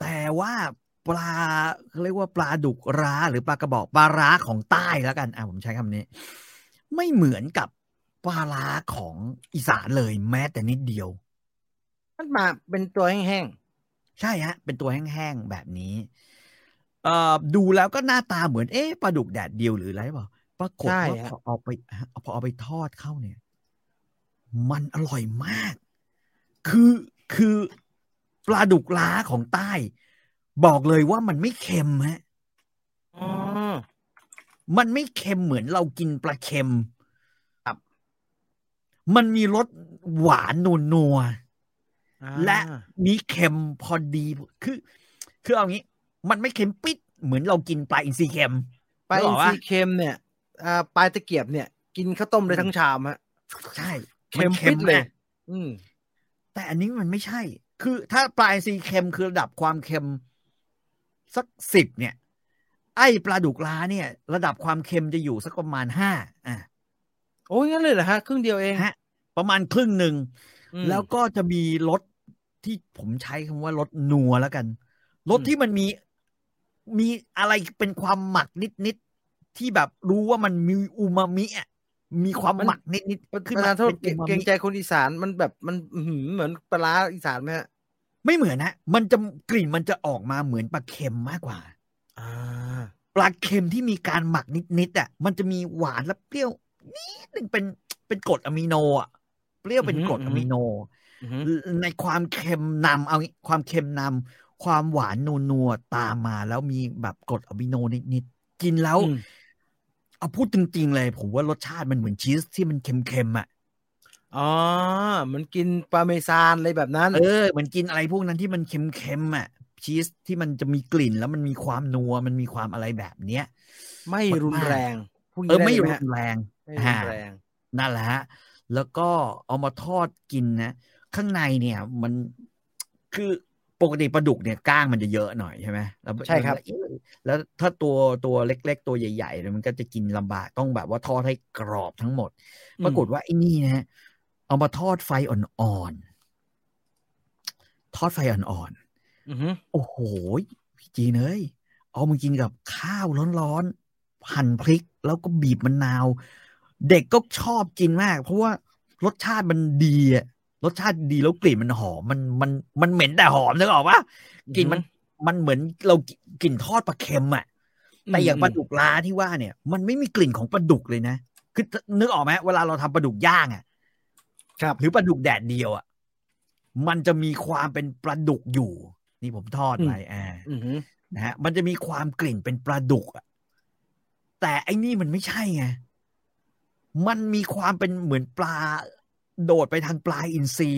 S2: แต่ว่าปลาเขาเรียกว่าปลาดุกร้าหรือปลากระบอกปลาร้าของใต้แล้วกันอ่ะผมใช้คำนี้ ไม่เหมือนกับปลาร้าของอีสานเลยแม้แต่นิดเดียว
S1: มันมาเป็นตัวแห้ง
S2: ใช่ฮะ เป็นตัวแห้งๆแบบนี้เอ่อดูแล้วก็หน้าตาเหมือนเอ๊ะปลาดุกแดดเดียวหรืออะไรหรือเปล่าปรากฏว่าพอเอาไปพอเอาไปทอดเข้าเนี่ย มันอร่อยมาก คือคือปลาดุกร้าของใต้ บอกเลยว่ามันไม่เค็มฮะ
S1: ๆอ๋อ
S2: มันไม่เค็มเหมือนเรากินปลาเค็ม
S1: ครับ
S2: มันมีรสหวานนวลนัวและมีเค็มพอดีคือ คือเอางี้ มันไม่เค็มปิดเหมือนเรากินปลาอินทรีเค็ม
S1: ปลาอินทรี
S2: นึกออกปะ
S1: เค็มเนี่ยอ่าปลายตะเกียบเนี่ย กินข้าวต้มได้ทั้งชามฮะ
S2: ใช่
S1: ม
S2: น
S1: ปิดเลย
S2: ไง
S1: อืม
S2: แต่อันนี้มันไม่ใช่ คือถ้าปลาอินทรีเค็มคือระดับความเค็มสักสิบเนี่ย ไอ้ปลาดุกร้าเนี่ย ระดับความเค็มจะอยู่สักประมาณห้าอ่ะ
S1: โอ้ยงั้นเลยเหรอฮะ ครึ่งเดียวเอง
S2: ฮะประมาณครึ่งหนึ่ง
S1: อืม
S2: แล้วก็จะมีรสที่ผมใช้คำว่ารสนัวแล้วกันรส
S1: อืม
S2: ที่มันมีมีอะไรเป็นความหมักนิดๆที่แบบรู้ว่ามันมีอูมามิอ่ะมีความหมักนิดๆ
S1: ประธานโทษเก
S2: เป็
S1: รง
S2: อูม
S1: เกร
S2: มิ
S1: งใจคนอีสานมันแบบมันอื้อหือเหมือนปลาร้าอีสานไหมฮะ
S2: ไม่เหมือนนะมันจะกลิ่นมันจะออกมาเหมือนปลาเค็มมากกว่า
S1: อ่า
S2: ปลาเค็มที่มีการหมักนิดๆอ่ะมันจะมีหวานและเปรี้ยวนิดนึงเป็นเป็นกรดอะมิโนอ่ะเปรี้ยวเป็นกรดอะมิโน
S1: อื้อหือ
S2: ในความเค็มนำเอางี้ความเค็มนำความหวานนัวนัวๆตามมาแล้วมีแบบกรดอะมิโนนิดๆกินแล้ว
S1: อืม
S2: เอาพูดจริงๆเลย ผมว่ารสชาติมันเหมือนชีสที่มันเค็มๆอ่ะ
S1: อ๋อเหมันกินปลาเมซานอะไรแบบนั้น
S2: เออเหมันกินอะไรพวกนั้นที่มันเค็มๆอ่ะชีสที่มันจะมีกลิ่นแล้วมันมีความนัวมันมีความอะไรแบบเนี้ย
S1: ไม่รุนแรงพูด
S2: เออไม่
S1: ด้
S2: รุ
S1: หฮะ
S2: นแรง
S1: ไม่รุนแรง
S2: นั่นแหละฮะ แล้วก็เอามาทอดกินนะ ข้างในเนี่ยมันคือปกติปลาดุกเนี่ยก้างมันจะเยอะหน่อยใช่ไหมแล้ว
S1: ใช่ครับ
S2: แล้วแล้วถ้าตัวตัวเล็ก ๆ ตัวใหญ่ๆเนี่ยมันก็จะกินลำบากต้องแบบว่าทอดให้กรอบทั้งหมด ปรากฏว่าไอ้นี่นะฮะเอามาทอดไฟอ่อนๆ ทอดไฟอ่อน
S1: อือหือ
S2: ๆ โอ้โหพี่จีนเอ้ยเอามากินกับข้าวร้อนๆหั่นพริกแล้วก็บีบมะนาว เด็กก็ชอบกินมาก เพราะว่ารสชาติมันดีอะรสชาติดีแล้วกลิ่นมันหอมมันมันมันเหม็นแต่หอมนึกออกปะกลิ่นมันมันเหมือนเรากลิ่นทอดปลาเค็มอะ แต่อย่างปลาดุกล้าที่ว่าเนี่ย มันไม่มีกลิ่นของปลาดุกเลยนะ คือนึกออกไหมเวลาเราทำปลาดุกย่างอะ
S1: ครับ
S2: หรือปลาดุกแดดเดียวอะมันจะมีความเป็นปลาดุกอยู่ นี่ผมทอดไปอ่า
S1: อือหือ
S2: นะฮะ มันจะมีความกลิ่นเป็นปลาดุกอะแต่ไอ้นี่มันไม่ใช่ไงมันมีความเป็นเหมือนปลา โดดไปทางปลาอินทรี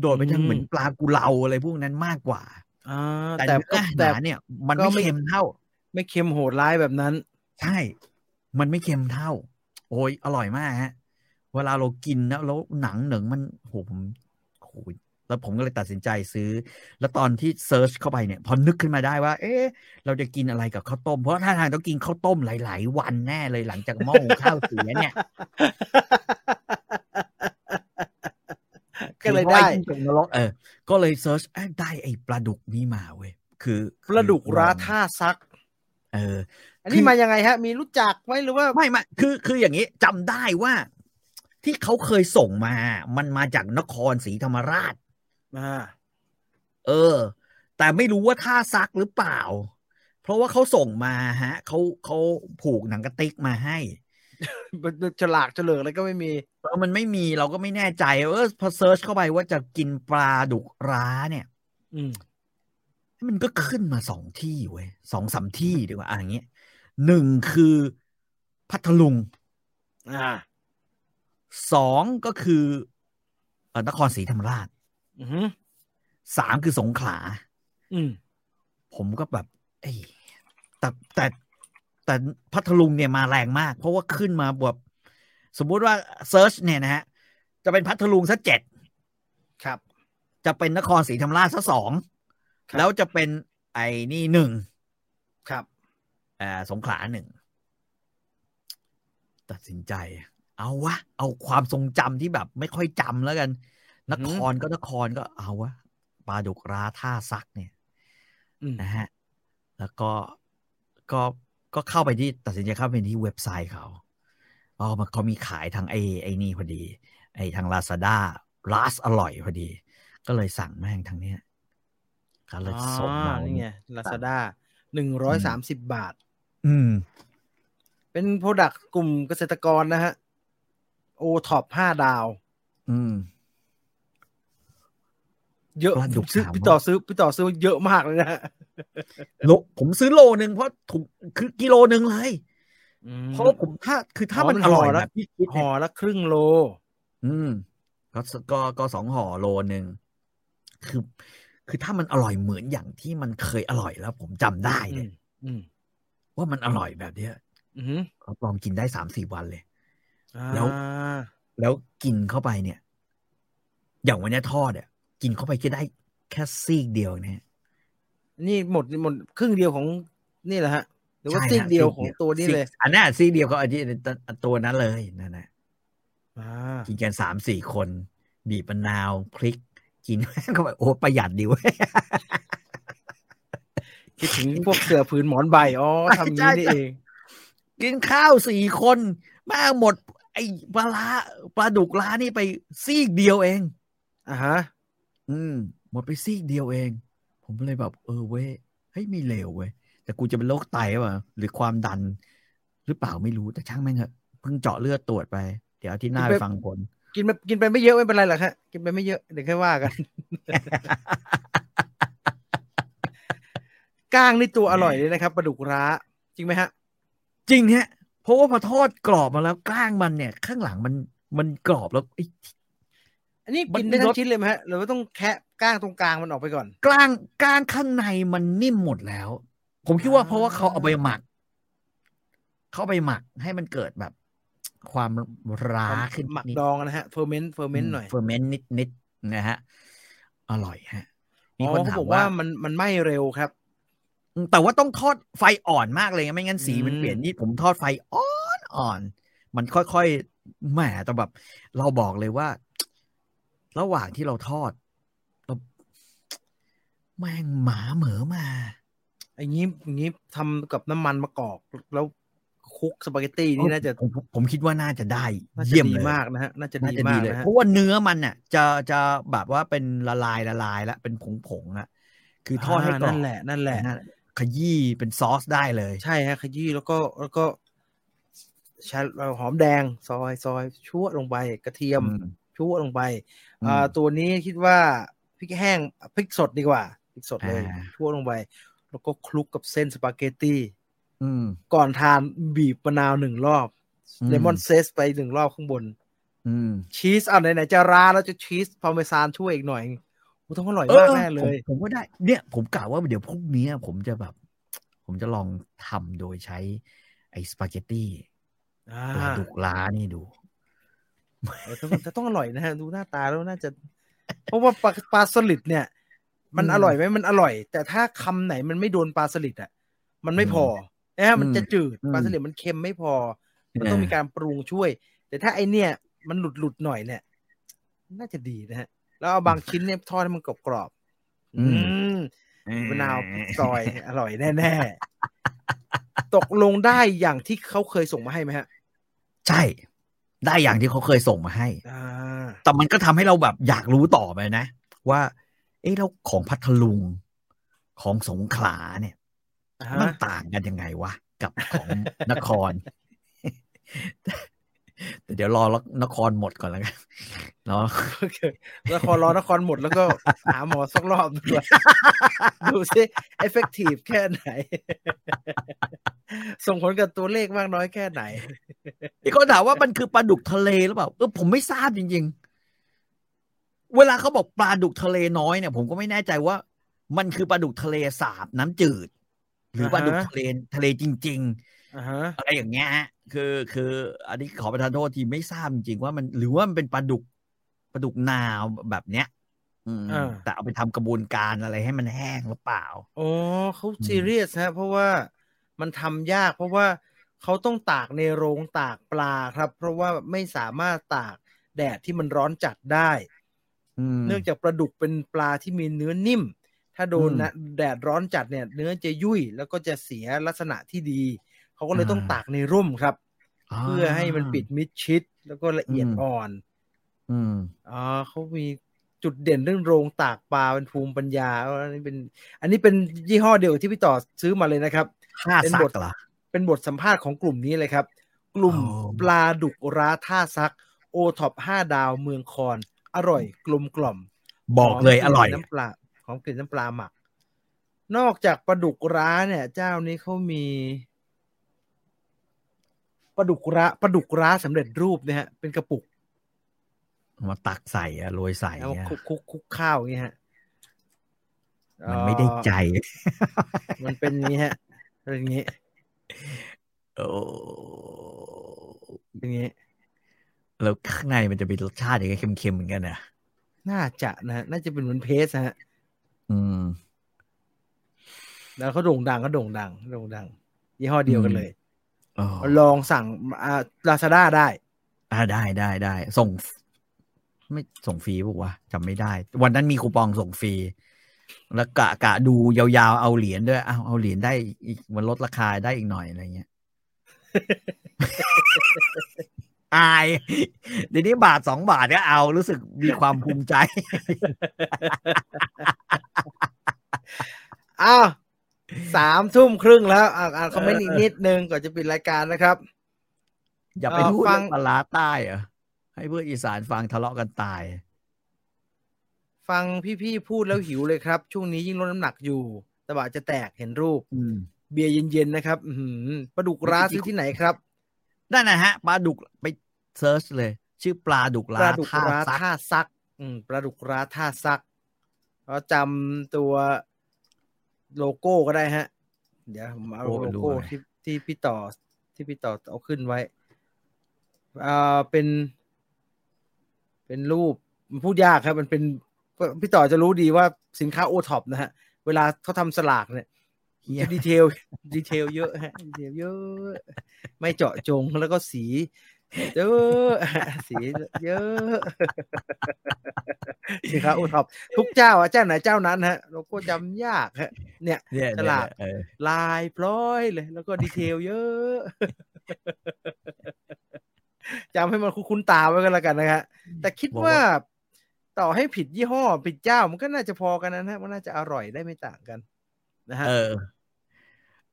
S2: โดดไปทางเหมือนปลากุเลาอะไรพวกนั้นมากกว่า
S1: อ่า
S2: แต่
S1: แต่ก็
S2: เนื้อห
S1: แต่
S2: นาเนี่ย มัน
S1: ก็
S2: ไม่
S1: ไม่
S2: เค็มเท่า
S1: ไม่เค็มโหดร้ายแบบนั้น
S2: ใช่ มันไม่เค็มเท่า โอ้ย อร่อยมากฮะ เวลาเรากินแล้วแล้วหนังเหนิงมันโหผมโหแล้วผมก็เลยตัดสินใจซื้อ แล้วตอนที่เซิร์ชเข้าไปเนี่ย พอนึกขึ้นมาได้ว่า เอ๊ะ เราจะกินอะไรกับข้าวต้ม เพราะท่าทางต้องกินข้าวต้มหลาย ๆ วันแน่เลยหลังจากหม้อหุงข้าวเสียเนี่ย
S1: ก็ เลยได้
S2: คือพราะอ้จิ้งจกนรกเออ ก็เลยเซิร์ชเอ๊ะได้ไอ้ปลาดุกนี้มาเว้ย คือ
S1: ปลาดุกราท่าซัก
S2: เออ
S1: อันนี้มายังไงฮะ มีรู้จักไหมหรือว่า
S2: ไม่ไม่คือคืออย่างนี้จำได้ว่า ที่เขาเคยส่งมา มันมาจากนครศรีธรรมราช
S1: อ่า
S2: เออ แต่ไม่รู้ว่าท่าซักหรือเปล่า เพราะว่าเขาส่งมาฮะเขาเขาผูกหนังกระติกมาให้
S1: ฉลากเฉลิกอะไรก็ไม่มี
S2: แล้วมันไม่มีเราก็ไม่แน่ใจเออพอเซิร์ชเข้าไปว่าจะกินปลาดุกร้าเนี่ย
S1: อืม
S2: มันก็ขึ้นมาสองที่เว้ยสองสามที่ดีกว่าอ่ะอย่างเงี้ยหนึ่งคือพัทลุง
S1: อ่า
S2: สองก็คือเอ่อนครศรีธรรมราช
S1: อือหือ
S2: สามคือสงขลา
S1: อืม
S2: ผมก็แบบ เอ้ยแต่แต่แต่พัทลุงเนี่ยมาแรงมาก เพราะว่าขึ้นมาแบบสมมุติว่าเซิร์ชเนี่ยนะฮะ จะเป็นพัทลุงซะเจ็ด
S1: ครับ
S2: จะเป็นนครศรีธรรมราชซะสอง
S1: ครับ
S2: แล้วจะเป็นไอ้นี่หนึ่ง
S1: ครับ
S2: อ่าสงขลาหนึ่งตัดสินใจ เอาวะ เอาความทรงจำที่แบบ ไม่ค่อยจำแล้วกัน นครก็นครก็เอาวะปลาดุกราท่าซักเนี่ย
S1: อืม
S2: นะฮะ แล้วก็ ก็ ก็เข้าไปที่ตัดสินใจเข้าไปที่เว็บไซต์เขาอ๋อมันเขามีขายทางไอ้ไอ้นี่พอดี ไอ้ทาง Lazada ร้านอร่อยพอดี ก็เลยสั่งแม่งทางเนี้ยก็เลยส่งมา
S1: อ่นี่ไงลาซาด้าหนึ่งร้อยสามสิบบาท
S2: อืม
S1: เป็นโปรดักต์กลุ่มเกษตรกรนะฮะ โอท็อปห้าดาว
S2: อืม
S1: เยอะ
S2: ปลาดุก
S1: ซื้อ
S2: ถามว่า
S1: พี่ต่อซื้อพี่ต่อซื้อเยอะมากเลยนะฮะ
S2: โลผมซื้อโลนึงเพราะถูกคือกิโลนึงเลย
S1: อืม
S2: เพราะว่าผมถ้า คือถ้า
S1: อ๋อ
S2: มัน
S1: มัน
S2: อร่อย
S1: ห่อละ
S2: แบบที่คิด
S1: ห่
S2: เนี่
S1: อยละครึ่งโล
S2: อืมก็สก็ก็สองห่อโลหนึ่งคือ คือถ้ามันอร่อยเหมือนอย่างที่มันเคยอร่อยแล้ว ผมจำได้
S1: อื
S2: เนี่
S1: ม
S2: ย
S1: อืม
S2: ว่ามันอร่อยแบบเนี้ย
S1: อืม
S2: รับรองกินได้สามสี่วันเลย
S1: อ่า
S2: แล้ว แล้วกินเข้าไปเนี่ย อย่างวันเนี้ยทอดอ่ะกินเข้าไปแค่ได้แค่ซีกเดียวเนี่ย
S1: นี่หมดหมดครึ่งเดียวของนี่แหละฮะ หรือว่า
S2: ใช่
S1: ซีกเดียว
S2: ซีก
S1: ของ
S2: เดียว
S1: ตัวนี้เลย
S2: อันนั้นซีกเดียวก็อันที่ตัวนั้นเลยนั่นนะ
S1: อ่า
S2: กินกันสามสี่คน บีบมะนาวพริก กิน ก็แบบโอ้ประหยัดดีเว้ย
S1: คิดถึงพวกเสือผืนหมอนใบอ๋อทำอย่างนี้นี่
S2: ใช่ใช่
S1: เอง
S2: กินข้าวสี่คนแมาหมด ไอ้ปลาร้าปลาดุกร้านี่ไปซีกเดียวเอง
S1: อ่าฮะ
S2: อืมหมดไปซีกเดียวเอง ผมเลยแบบ เออเว้ยเฮ้ยไม่เลวเว้ย แต่กูจะเป็นโรคไตว่ะหรือความดัน หรือเปล่าไม่รู้แต่ช่างแม่งเถอะเพิ่งเจาะเลือดตรวจไป เดี๋ยวอาที่หน้าไปฟังผล
S1: กินไปกินไปไม่เยอะไม่เป็นไรหรอกฮะกินไปไม่เยอะเดี๋ยวค่อยว่ากัน ก้างนี่ตัวอร่อยเลยนะครับปลาดุกร้า จริงไหมฮะ
S2: จริงฮะเพราะว่าพอทอดกรอบมาแล้วกล้างมันเนี่ย ข้างหลังมันมันกรอบแล้วไอ้
S1: อันนี้
S2: มัน
S1: กินได้
S2: มีร
S1: ทั้
S2: ส
S1: งชิ้นเลยไหมฮะหรือว่าต้องแคะก้างตรงกลางมันออกไปก่อน
S2: กล้างกล้างข้างในมันนิ่มหมดแล้ว ผมคิดว่า
S1: อ่า
S2: เพราะว่าเขาเอาไปหมัก เขาเอาไปหมักให้มันเกิดแบบ ความร้าขึ้น
S1: หมักดองนะฮะเฟอร์เมนต์เฟอร์เมนต์หน่อย
S2: เฟอร์เมนต์นิดนิดๆนะฮะ อร่อยฮะ มี
S1: อ๋
S2: คน
S1: อเขา
S2: ถา
S1: บ
S2: ม
S1: อก
S2: ว่า
S1: ว่ามันมันไหม้เร็วครับ
S2: อืมแต่ว่าต้องทอดไฟอ่อนมากเลยไม่งั้นสีมัน
S1: อืม
S2: เปลี่ยนนี่ผมทอดไฟอ่อนอ่อนๆมันค่อยๆแหมแต่แบบ เราบอกเลยว่า ระหว่างที่เราทอดเราแม่งหมาเหมือมา
S1: อันนี้อย่างนี้ทำกับน้ำมันมะกอกแล้วคลุกสปาเกตตี้นี่น่าจะ
S2: ผมผมผมคิดว่าน่าจะได้
S1: น่าจะ
S2: เยี่ยม
S1: ดี
S2: เลย
S1: มากนะฮะน่าจะ
S2: น่า
S1: ดี
S2: จะดี
S1: มาก
S2: เลย
S1: นะฮะ
S2: เพราะว่าเนื้อมันน่ะ จะจะแบบว่าเป็นละลายละลายแล้วเป็นผงผงๆอะคือทอดให้กรอบ
S1: นั่นแหละนั่นแหละ
S2: นั่นขยี้เป็นซอสได้เลย
S1: ใช่ฮะขยี้แล้วก็แล้วก็ชาหอมแดงซอยซอยชั่วลงไปกระเทียม
S2: อืม
S1: ชั่วลงไป
S2: อืม
S1: อ่าตัวนี้คิดว่าพริกแห้งพริกสดดีกว่าพริกสดเลย
S2: อ่า
S1: ชั่วลงไป แล้วก็คลุกกับเส้นสปาเกตตี้
S2: อืม
S1: ก่อนทานบีบมะนาวหนึ่งรอบ
S2: อืม
S1: เลมอนเซสไปหนึ่งรอบข้างบน
S2: อืม
S1: ชีสเอาไหนๆจะร้าแล้วจะชีสพาเมซานช่วยอีกหน่อยโอ้ต้องอร่อยมากแน่เลย
S2: ผมผมว่าได้ เนี่ย ผมกล่าวว่าเดี๋ยวพรุ่งนี้ผมจะแบบ ผมจะลองทำโดยใช้ไอ้สปาเกตตี้
S1: อ่า
S2: ปลาดุกล้านี่ดู
S1: เออต้องจะต้องอร่อยนะฮะดูหน้าตาแล้วน่าจะ เพราะว่าปลาปลาสลิดเนี่ย มัน
S2: อืม
S1: อร่อยไหมมันอร่อย แต่ถ้าคำไหนมันไม่โดนปลาสลิดอ่ะ มันไม่พอนะฮะมันจะจืด
S2: อืม
S1: ปลาสลิดมันเค็มไม่พอ มันต้องมีการปรุงช่วย แต่ถ้าไอเนี่ย มันหลุดหลุดๆหน่อยเนี่ย น่าจะดีนะฮะ แล้วเอาบางชิ้นเนี่ยทอดให้มันกรอบกรอบๆ
S2: อื
S1: อื
S2: ม
S1: ม
S2: เออ
S1: มะนาวพริกซอย อร่อยแน่ ๆ ตกลงได้อย่างที่เขาเคยส่งมาให้ไหมฮะ
S2: ใช่ ได้อย่างที่เขาเคยส่งมาให้
S1: อ่า
S2: แต่มันก็ทำให้เราแบบอยากรู้ต่อไปนะ ว่า เอ๊ะแล้วของพัทลุงของสงขลาเนี่ย
S1: อ่า
S2: มัน
S1: ฮะ
S2: ต่างกันยังไงวะ กับของ นคร แต่เดี๋ยวรอแล้วนครหมดก่อนแล้วกันเนาะ
S1: โอเคนครรอนครหมดแล้วก็ หาหมอสักรอบดูว่า ดูสิ effective แค่ไหน ส่งผลกับตัวเลขมากน้อยแค่ไหน
S2: อีกคนถามว่ามันคือปลาดุกทะเลหรือเปล่าเออผมไม่ทราบจริง ๆ เวลาเขาบอกปลาดุกทะเลน้อยเนี่ย ผมก็ไม่แน่ใจว่า มันคือปลาดุกทะเลสาบน้ำจืด หรือปลาดุกทะเลทะเลจริง ๆ
S1: อ่าฮะ
S2: อะไรอย่างเงี้ยฮะคือ คือ อันนี้ขอประทานโทษทีไม่ทราบจริงๆว่ามัน หรือว่ามันเป็นปลาดุกปลาดุกนาวแบบเนี้ย อืม
S1: อ่า
S2: แต่เอาไปทำกระบวนการอะไรให้มันแห้งหรือเปล่า
S1: อ๋อเขา
S2: อืม
S1: ซีเรียสฮะ เพราะว่ามันทำยาก เพราะว่าเขาต้องตากในโรงตากปลาครับ เพราะว่าไม่สามารถตากแดดที่มันร้อนจัดได้
S2: อืม
S1: เนื่องจากปลาดุกเป็นปลาที่มีเนื้อนิ่ม ถ้าโดน
S2: อืม
S1: นะแดดร้อนจัดเนี่ยเนื้อจะยุ่ยแล้วก็จะเสียลักษณะที่ดี เขาก็เลย
S2: อ่า
S1: ต้องตากในร่มครับ
S2: อ่า
S1: เพื่อให้มันปิดมิดชิด แล้วก็ละเอียด
S2: อืม
S1: อ่อน
S2: อืม
S1: อ่าเขามีจุดเด่นเรื่องโรงตากปลาเป็นภูมิปัญญาอันนี้เป็น อันนี้เป็นยี่ห้อเดียวที่พี่ต่อซื้อมาเลยนะครับ
S2: ค่า
S1: เป็น
S2: สั
S1: บท
S2: กเหรอ
S1: เป็นบทสัมภาษณ์ของกลุ่มนี้เลยครับ กลุ่ม
S2: อ๋อ
S1: ปลาดุกร้าท่าซัก โอท็อปห้าดาวเมืองคอน อร่อยกลมกล่อม
S2: บอกเลยอร่อย
S1: หมกลิ่นน้ำปลาหอมกลิ่นน้ำปลาหมัก นอกจากปลาดุกร้าเนี่ย เจ้านี้เขามีปลาดุกร้าปลาดุกร้าสำเร็จรูปเนี่ยฮะเป็นกระปุก
S2: เอามาตักใส่อะโรยใส่
S1: แล้ว
S2: เนี่ย
S1: คุกคุกคุกข้าวอย่างเงี้ยฮะ
S2: มันไม่ได้ใจ
S1: เอ่อมันเป็นอย่างงี้ฮะเป็นอย่างงี้
S2: โอ้
S1: เป็นอย่างงี้
S2: แล้วข้างในมันจะเป็นรสชาติอย่างเงี้ยเค็มๆเหมือนกันนะ
S1: น่าจะนะฮะน่าจะเป็นเหมือนเพสฮะ
S2: อืม
S1: แล้วเขาโด่งดังเขาโด่งดังโด่งดัง ยี่ห้อเดียวกันเลย
S2: อ๋อ
S1: ลองสั่งอ่าลาซาด้าได้
S2: อ่าได้ได้ได้ส่ง ไม่ส่งฟรีปะวะจำไม่ได้ วันนั้นมีคูปองส่งฟรีแล้วกะกะดูยาวๆเอาเหรียญด้วยเอาเอาเหรียญได้อีกมันลดราคาได้อีกหน่อยอะไรเงี้ย อายเดี๋ยวนี้บาทสองบาทก็เอารู้สึกมีความภูมิใจ
S1: อ้าวสามทุ่มครึ่งแล้ว อ่าอ่านคอมเมนต์อีกนิดนึงก่อนจะปิดรายการนะครับ
S2: อย่าไป
S1: เอ่อ
S2: พูด
S1: ฟั
S2: เรื่อง งปลาร้าใต้เหรอให้เพื่อนอีสานฟังทะเลาะกันตาย
S1: ฟังพี่ๆพูดแล้วหิวเลยครับ ช่วงนี้ยิ่งลดน้ำหนักอยู่ตะบะจะแตกเห็นรูป
S2: อืม
S1: เบียร์เย็นๆนะครับ อือหือปลาดุกร้าซื้อที่ไหนครับ
S2: นั่นนะฮะปลาดุกไปเซิร์ชเลย ชื่อปลาดุก
S1: ป
S2: ลา
S1: ลาดุก
S2: ท่า
S1: ร้า
S2: ซัก
S1: ท่าซัก อืมปลาดุกร้าท่าซักเราจำตัวโลโก้ก็ได้ฮะ เดี๋ยวผมเอาโลโก้ที่ที่พี่ต่อที่พี่ต่อเอาขึ้นไว้อ่าเป็น เป็นรูปมันพูดยากครับ มันเป็นพี่ต่อจะรู้ดีว่าสินค้าโอท็อปนะฮะ เวลาเขาทำสลากเนี่ย
S2: เหี้ย
S1: จะดีเทลดีเทลเยอะฮะดีเทลเยอะ ไม่เจาะจงแล้วก็สี เยอะสีเยอะสีครับโอท็อปทุกเจ้าอะเจ้าไหนเจ้านั้นฮะโลโก้จำยากฮะ เนี่ย
S2: เนี่ย
S1: ฉลาด
S2: เออ
S1: ลายพร้อยเลย แล้วก็ดีเทลเยอะ จำให้มันคุ้นๆตาไว้กันแล้วกันนะฮะแต่คิดว่าต่อให้ผิดยี่ห้อ ผิดเจ้ามันก็น่าจะพอกันนะฮะมันน่าจะอร่อยได้ไม่ต่างกัน นะฮะ
S2: เออ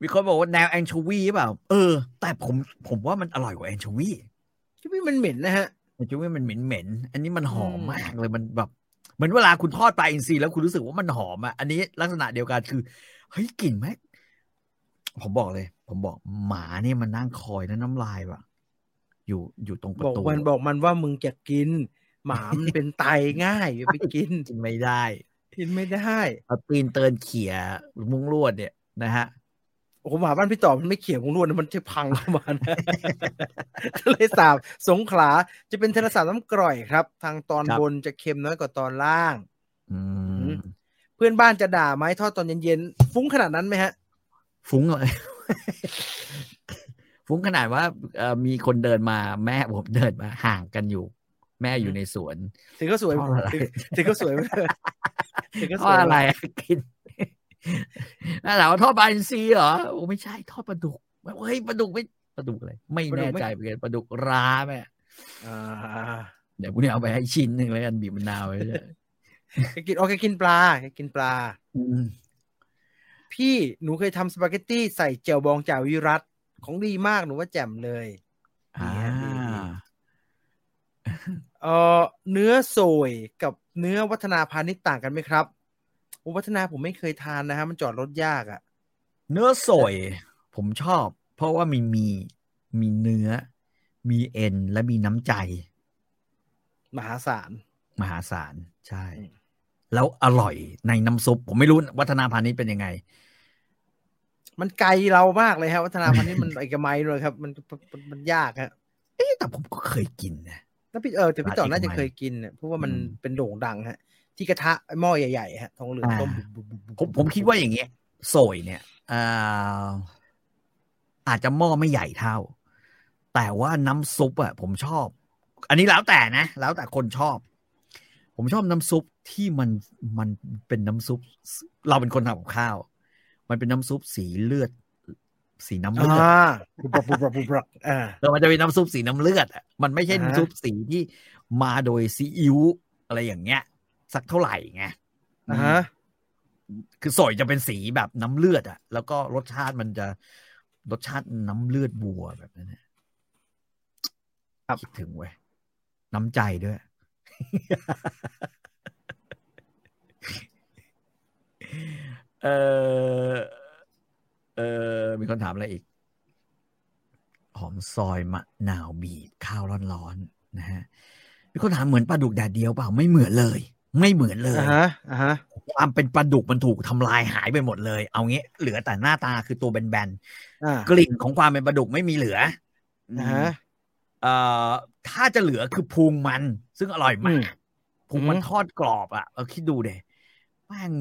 S2: มีคนบอกว่าแนวแองโชวีเปล่าเออ แต่ผมผมว่ามันอร่อยกว่าแองโชวี
S1: คิดว่ามันเหม็นนะฮะ
S2: แองโชวีมันเหม็นๆอันนี้มันหอม
S1: อืม
S2: มากเลยมันแบบ เหมือนเวลาคุณทอดปลาอินทรีแล้วคุณรู้สึกว่ามันหอมอ่ะอันนี้ลักษณะเดียวกันคือเฮ้ยกลิ่นแม่งผมบอกเลย ผมบอกหมาเนี่ยมันนั่งคอยนะน้ำลายแบบอยู่อยู่ตรงประ
S1: บอก
S2: ตู
S1: มันบอกมันว่ามึงจะกิน หมามันเป็นไตง่ายอย่าไปกิน
S2: กินไม่ได้
S1: กินไม่ได้
S2: เอาตีนเตินเขี่ยมุ้งลวดเนี่ยนะฮะ
S1: โอ้โหหมาบ้านพี่ต่อมันไม่เขี่ยของรวดนะมันจะพังเข้ามานะ ทะเลสาบสงขลาจะเป็นทะเลสาบน้ำกร่อยครับ ทางตอน
S2: ครับ
S1: บนจะเค็มน้อยกว่าตอนล่าง
S2: อื
S1: อืม
S2: ม
S1: เพื่อนบ้านจะด่าไม้ทอดตอนเย็นๆฟุ้งขนาดนั้นไหมฮะ
S2: ฟุ้งเลย ฟุ้งขนาดว่าเอ่อมีคนเดินมาแม่ผมเดินมาห่างกันอยู่ แม่อยู่ในสวน
S1: ถึงก็สวย
S2: ทอดอะไร
S1: ถึงถึงก็สวยไม่ได้ถึงก็
S2: ท
S1: ส
S2: อ
S1: ว
S2: ด
S1: ย
S2: อะไรกินน่าหลาว่าทอดปลาอินทรีเหรอโอ้ไม่ใช่ทอดปลาดุกเฮ้ยปลาดุกไม่ปลาดุกอะไรไม่แน่ใจเหมือนกันปลาดุกร้าแม่
S1: อ่า
S2: เดี๋ยวพรุ่งนี้เอาไปให้ชิ้นหนึ่งแล้วกันบีบมะนาวไว้ ด้วย
S1: แกกินโอเคกินปลาแกกินปลา
S2: อืม
S1: พี่หนูเคยทำสปาเกตตี้ใส่เจีวบองจ่าวิรัตของดีมากหนูว่าแจ่มเลย
S2: อ่า
S1: เอ่อเนื้อโสยกับเนื้อวัฒนาพาณิชย์ต่างกันไหมครับโอ้วัฒนาผมไม่เคยทานนะฮะ มันจอดรถยากอะ่ะ
S2: เนื้อสวยผมชอบ เพราะว่ามีมีมีเนื้อ มีเอ็นและมีน้ำใจ
S1: มหาศาล
S2: มหาศาลใช่
S1: อืม
S2: แล้วอร่อยในน้ำซุป ผมไม่รู้วัฒนาพาณิชย์เป็นยังไง
S1: มันไกลเรามากเลยฮะ วัฒนาพาณิชย์ มันเอกมัยเลยครับ มันมันมันยากฮะ
S2: เอ๊ะแต่ผมก็เคยกินนะ
S1: แล้วพี่เออแต่พี่ต่อ
S2: ร้าน
S1: น่า
S2: เอกมัย
S1: จะเคยกินเนี่ยเพราะว่ามัน
S2: อืม
S1: เป็นโด่งดังฮะ ที่กระทะหม้อใหญ่ๆฮะทองเหลือง
S2: อ่า
S1: ต้มบุบบุบบุบบุบ
S2: ผมผมคิดว่าอย่างเงี้ยสวยเนี่ยอ่าอาจจะหม้อไม่ใหญ่เท่า แต่ว่าน้ำซุปอะผมชอบ อันนี้แล้วแต่นะ แล้วแต่คนชอบ ผมชอบน้ำซุปที่มันมันเป็นน้ำซุป เราเป็นคนทำกับข้าว มันเป็นน้ำซุปสีเลือด สีน้ำเลือด
S1: อ่าบุบบุบบุบบุบบุบอ่า
S2: เออมันจะเป็นน้ำซุปสีน้ำเลือดอะมันไม่ใช่
S1: อ่าฮะ
S2: น้ำซุปสีที่มาโดยซีอิ๊วอะไรอย่างเงี้ย สักเท่าไหร่ไง
S1: อ่าฮะ
S2: คือสอยจะเป็นสีแบบน้ำเลือดอะแล้วก็รสชาติมันจะรสชาติน้ำเลือดบัวแบบนั้นนะคิดถึงเว้ยน้ำใจด้วย เออเออมีคนถามอะไรอีก หอมซอยมะนาวบีบข้าวร้อนๆนะฮะ มี เขาถามเหมือนปลาดุกแดดเดียวเปล่าไม่เหมือนเลย ไม่เหมือนเลย
S1: อ่าฮะอ่าฮะ
S2: ความเป็นปลาดุกมันถูกทำลายหายไปหมดเลย เอางี้เหลือแต่หน้าตาคือตัวแบน
S1: อ่า
S2: ๆกลิ่นของความเป็นปลาดุกไม่มีเหลือ
S1: อ่าฮะ
S2: เอ่อถ้าจะเหลือคือพุงมัน ซึ่งอร่อยมา
S1: อืม
S2: กพุงมัน
S1: อืม
S2: ทอดกรอบอ่ะเออคิดดูเดยแม่ง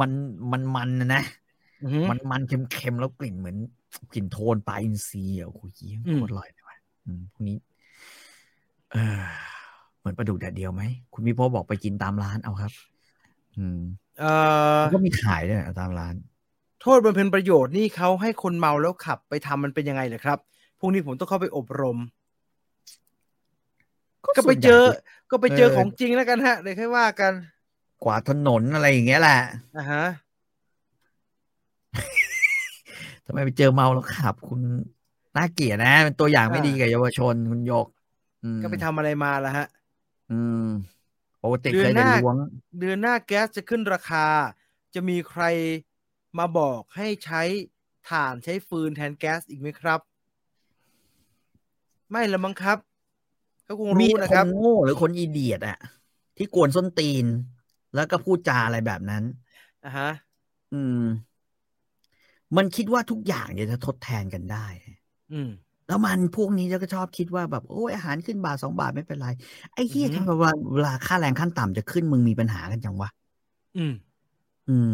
S2: มันมันมันนะนะ
S1: อือฮึ
S2: มันมันเค็มๆแล้วกลิ่นเหมือนกลิ่นโทนปลาอินทรีย์อ่ะโอ้โหเยี่ยม
S1: อืม
S2: โคตรอร่อยเลยว่ะอืมพวกนี้เออเหมือนปลาดุกแดดเดียวไหม คุณมิโพบอกไปกินตามร้านเอาครับ อืม
S1: เอ่อ
S2: มันก็มีขายด้วยอะตามร้าน
S1: โทษบำเพ็ญประโยชน์นี่เขาให้คนเมาแล้วขับไปทำมันเป็นยังไงเหรอครับ พรุ่งนี้ผมต้องเข้าไปอบรม ก็ไปเจอ ก็ไปเจอ
S2: เออ
S1: ของจริงแล้วกันฮะเดี๋ยวค่อยว่ากัน
S2: กว่าดถนนอะไรอย่างเงี้ยแหละ
S1: นะฮะ
S2: ทำไมไปเจอเมาแล้วขับ คุณน่าเกลียดนะเป็นตัวอย่างไม่
S1: อ่า
S2: ดีกับเยาวชนคุณโยก อืม
S1: ก็ไปทำอะไรมาล่ะฮะ
S2: อืมปกติ
S1: เดื
S2: เค
S1: อนห
S2: ยแต่
S1: น้า
S2: ล้วง
S1: เดือนหน้าแก๊สจะขึ้นราคา จะมีใครมาบอกให้ใช้ถ่านใช้ฟืนแทนแก๊สอีกไหมครับ ไม่ละมั้งครับก็คง
S2: มี
S1: รู้
S2: แต่
S1: นะ
S2: ค
S1: ครับ
S2: นโง่หรือคนอีเดียดอะที่กวนส้นตีน แล้วก็พูดจาอะไรแบบนั้น
S1: อ่ะฮะ
S2: อืม มันคิดว่าทุกอย่างเนี่ยจะทดแทนกันได้
S1: อืม
S2: แล้วมันพวกนี้ก็ชอบคิดว่าแบบโอ้ยอาหารขึ้นบาทสองบาทไม่เป็นไร ไอ้เหี้ย
S1: อือฮึ
S2: ทำไมเวลาเวลาค่าแรงขั้นต่ำจะขึ้นมึงมีปัญหากันจังวะ
S1: อืม
S2: อืม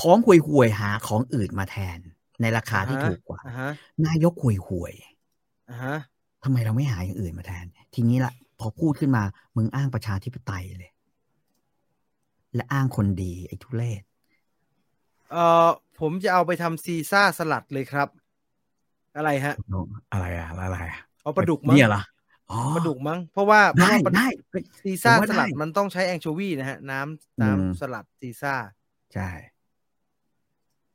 S2: ของห่วยห่วยๆหาของอื่นมาแทน ในราคาที่
S1: อ่าฮะ
S2: ถูกกว่า
S1: อ่ะฮะ
S2: นายกห่วยห่วยๆ
S1: อ่ะฮะ
S2: ทำไมเราไม่หาอย่างอื่นมาแทน ทีนี้ละพอพูดขึ้นมา มึงอ้างประชาธิปไตยเลย และอ้างคนดีไอ้ทุเรศ
S1: เอ่อผมจะเอาไปทำซีซ่าสลัดเลยครับ อะไรฮะ
S2: อะไรอะอะไรอะ
S1: เอาปลาดุกมั้ง
S2: เนี่ยเหรออ๋อ
S1: ปลาดุกมั้ง เพราะว่าเพ
S2: ได้
S1: ราะว่าปลา
S2: ได้เฮ้ย
S1: ซีซ่า
S2: ผมว่า
S1: สลัด
S2: ได้
S1: มันต้องใช้แองโชวีนะฮะ น้ำ
S2: อืม
S1: น้ำสลัดซีซ่า
S2: ใช่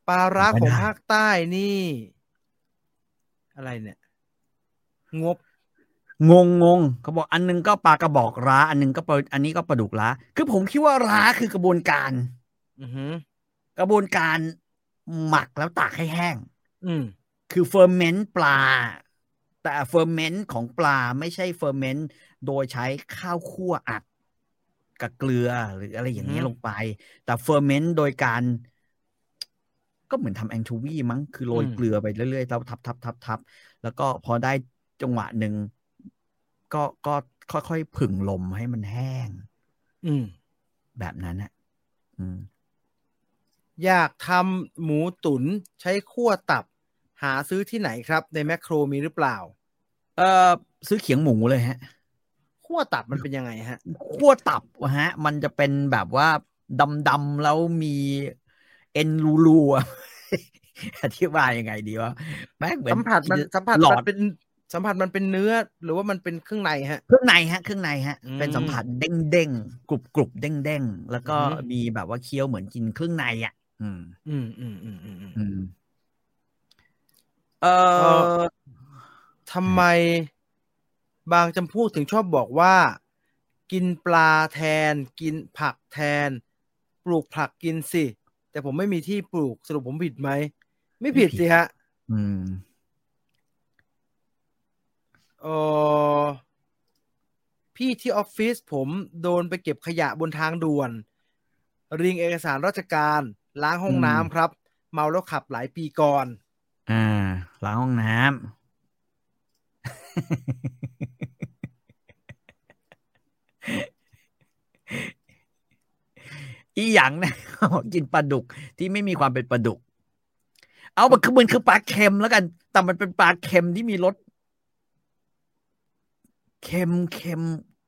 S1: ปลาร้า
S2: ผม
S1: ขอ
S2: ว่าง ได้
S1: ภาคใต้นี่ อะไรเนี่ย งบ
S2: งงงงเขาบอกอันหนึงก็ปลากระบอกร้า อันหนึงก็ปลาอันนี้ก็ปลาดุกร้า คือผมคิดว่าร้าคือกระบวนการ
S1: อือหือก
S2: ระบวนการหมักแล้วตากให้แห้ง
S1: อืม
S2: คือเฟอร์เมนต์ปลา แต่เฟอร์เมนต์ของปลาไม่ใช่เฟอร์เมนต์โดยใช้ข้าวคั่วอัดกับเกลือหรืออะไรอย่างนี้
S1: อื
S2: ย
S1: อฮึ
S2: ลงไป แต่เฟอร์เมนต์โดยการ ก็เหมือนทำแองโชวีมั้งคือโรย
S1: อืม
S2: เกลือไปเรื่อยๆแล้วทับทับทับทับแล้วก็พอได้จังหวะหนึ่งก็ก็ค่อยๆผึ่งลมให้มันแห้ง
S1: อืม
S2: แบบนั้นอ่ะ อืม
S1: อยากทำหมูตุ๋นใช้คั่วตับ หาซื้อที่ไหนครับ ในแมคโครมีหรือเปล่า
S2: เออซื้อเขียงหมูเลยฮะ
S1: คั่วตับมันเป็นยังไงฮะ
S2: ขั้วตับอะฮะ มันจะเป็นแบบว่าดำๆแล้วมีเอ็นรูรูๆอะ อธิบายยังไงดีวะแม่งเหมือน
S1: สัมผัสมันสัมผัส
S2: หลอ
S1: มั
S2: ด
S1: นเป็นสัมผัสมันเป็นเนื้อ หรือว่ามันเป็นเครื่องในฮะ
S2: เครื่องในฮะ เครื่องในฮะ
S1: อืม
S2: เป็นสัมผัสเด้งๆกรุบกรุบๆเด้งๆแล้วก็
S1: อือหือ
S2: มีแบบว่าเคี้ยวเหมือนกินเครื่องในอ่ะ อืม
S1: อืมอืมอืมอืมอืม
S2: อืม เออ
S1: ทำไมบางจำพวกถึงชอบบอกว่า กินปลาแทน กินผักแทน ปลูกผักกินสิ แต่ผมไม่มีที่ปลูกสรุปผมผิดไหม ไม่ผิด
S2: ไม่ผิด
S1: สิฮะ
S2: อืม
S1: เออพี่ที่ออฟฟิศผมโดนไปเก็บขยะบนทางด่วนเริงเอกสารราชการล้างห้อง
S2: อืม
S1: น้ำครับ เมาแล้วขับหลายปีก่อน
S2: อ่าล้างห้องน้ำ อีหยังนะ บอกกินปลาดุกที่ไม่มีความเป็นปลาดุก เอามันคือมันคือปลาเค็มแล้วกัน แต่มันเป็นปลาเค็มที่มีรสเค็มเค็ม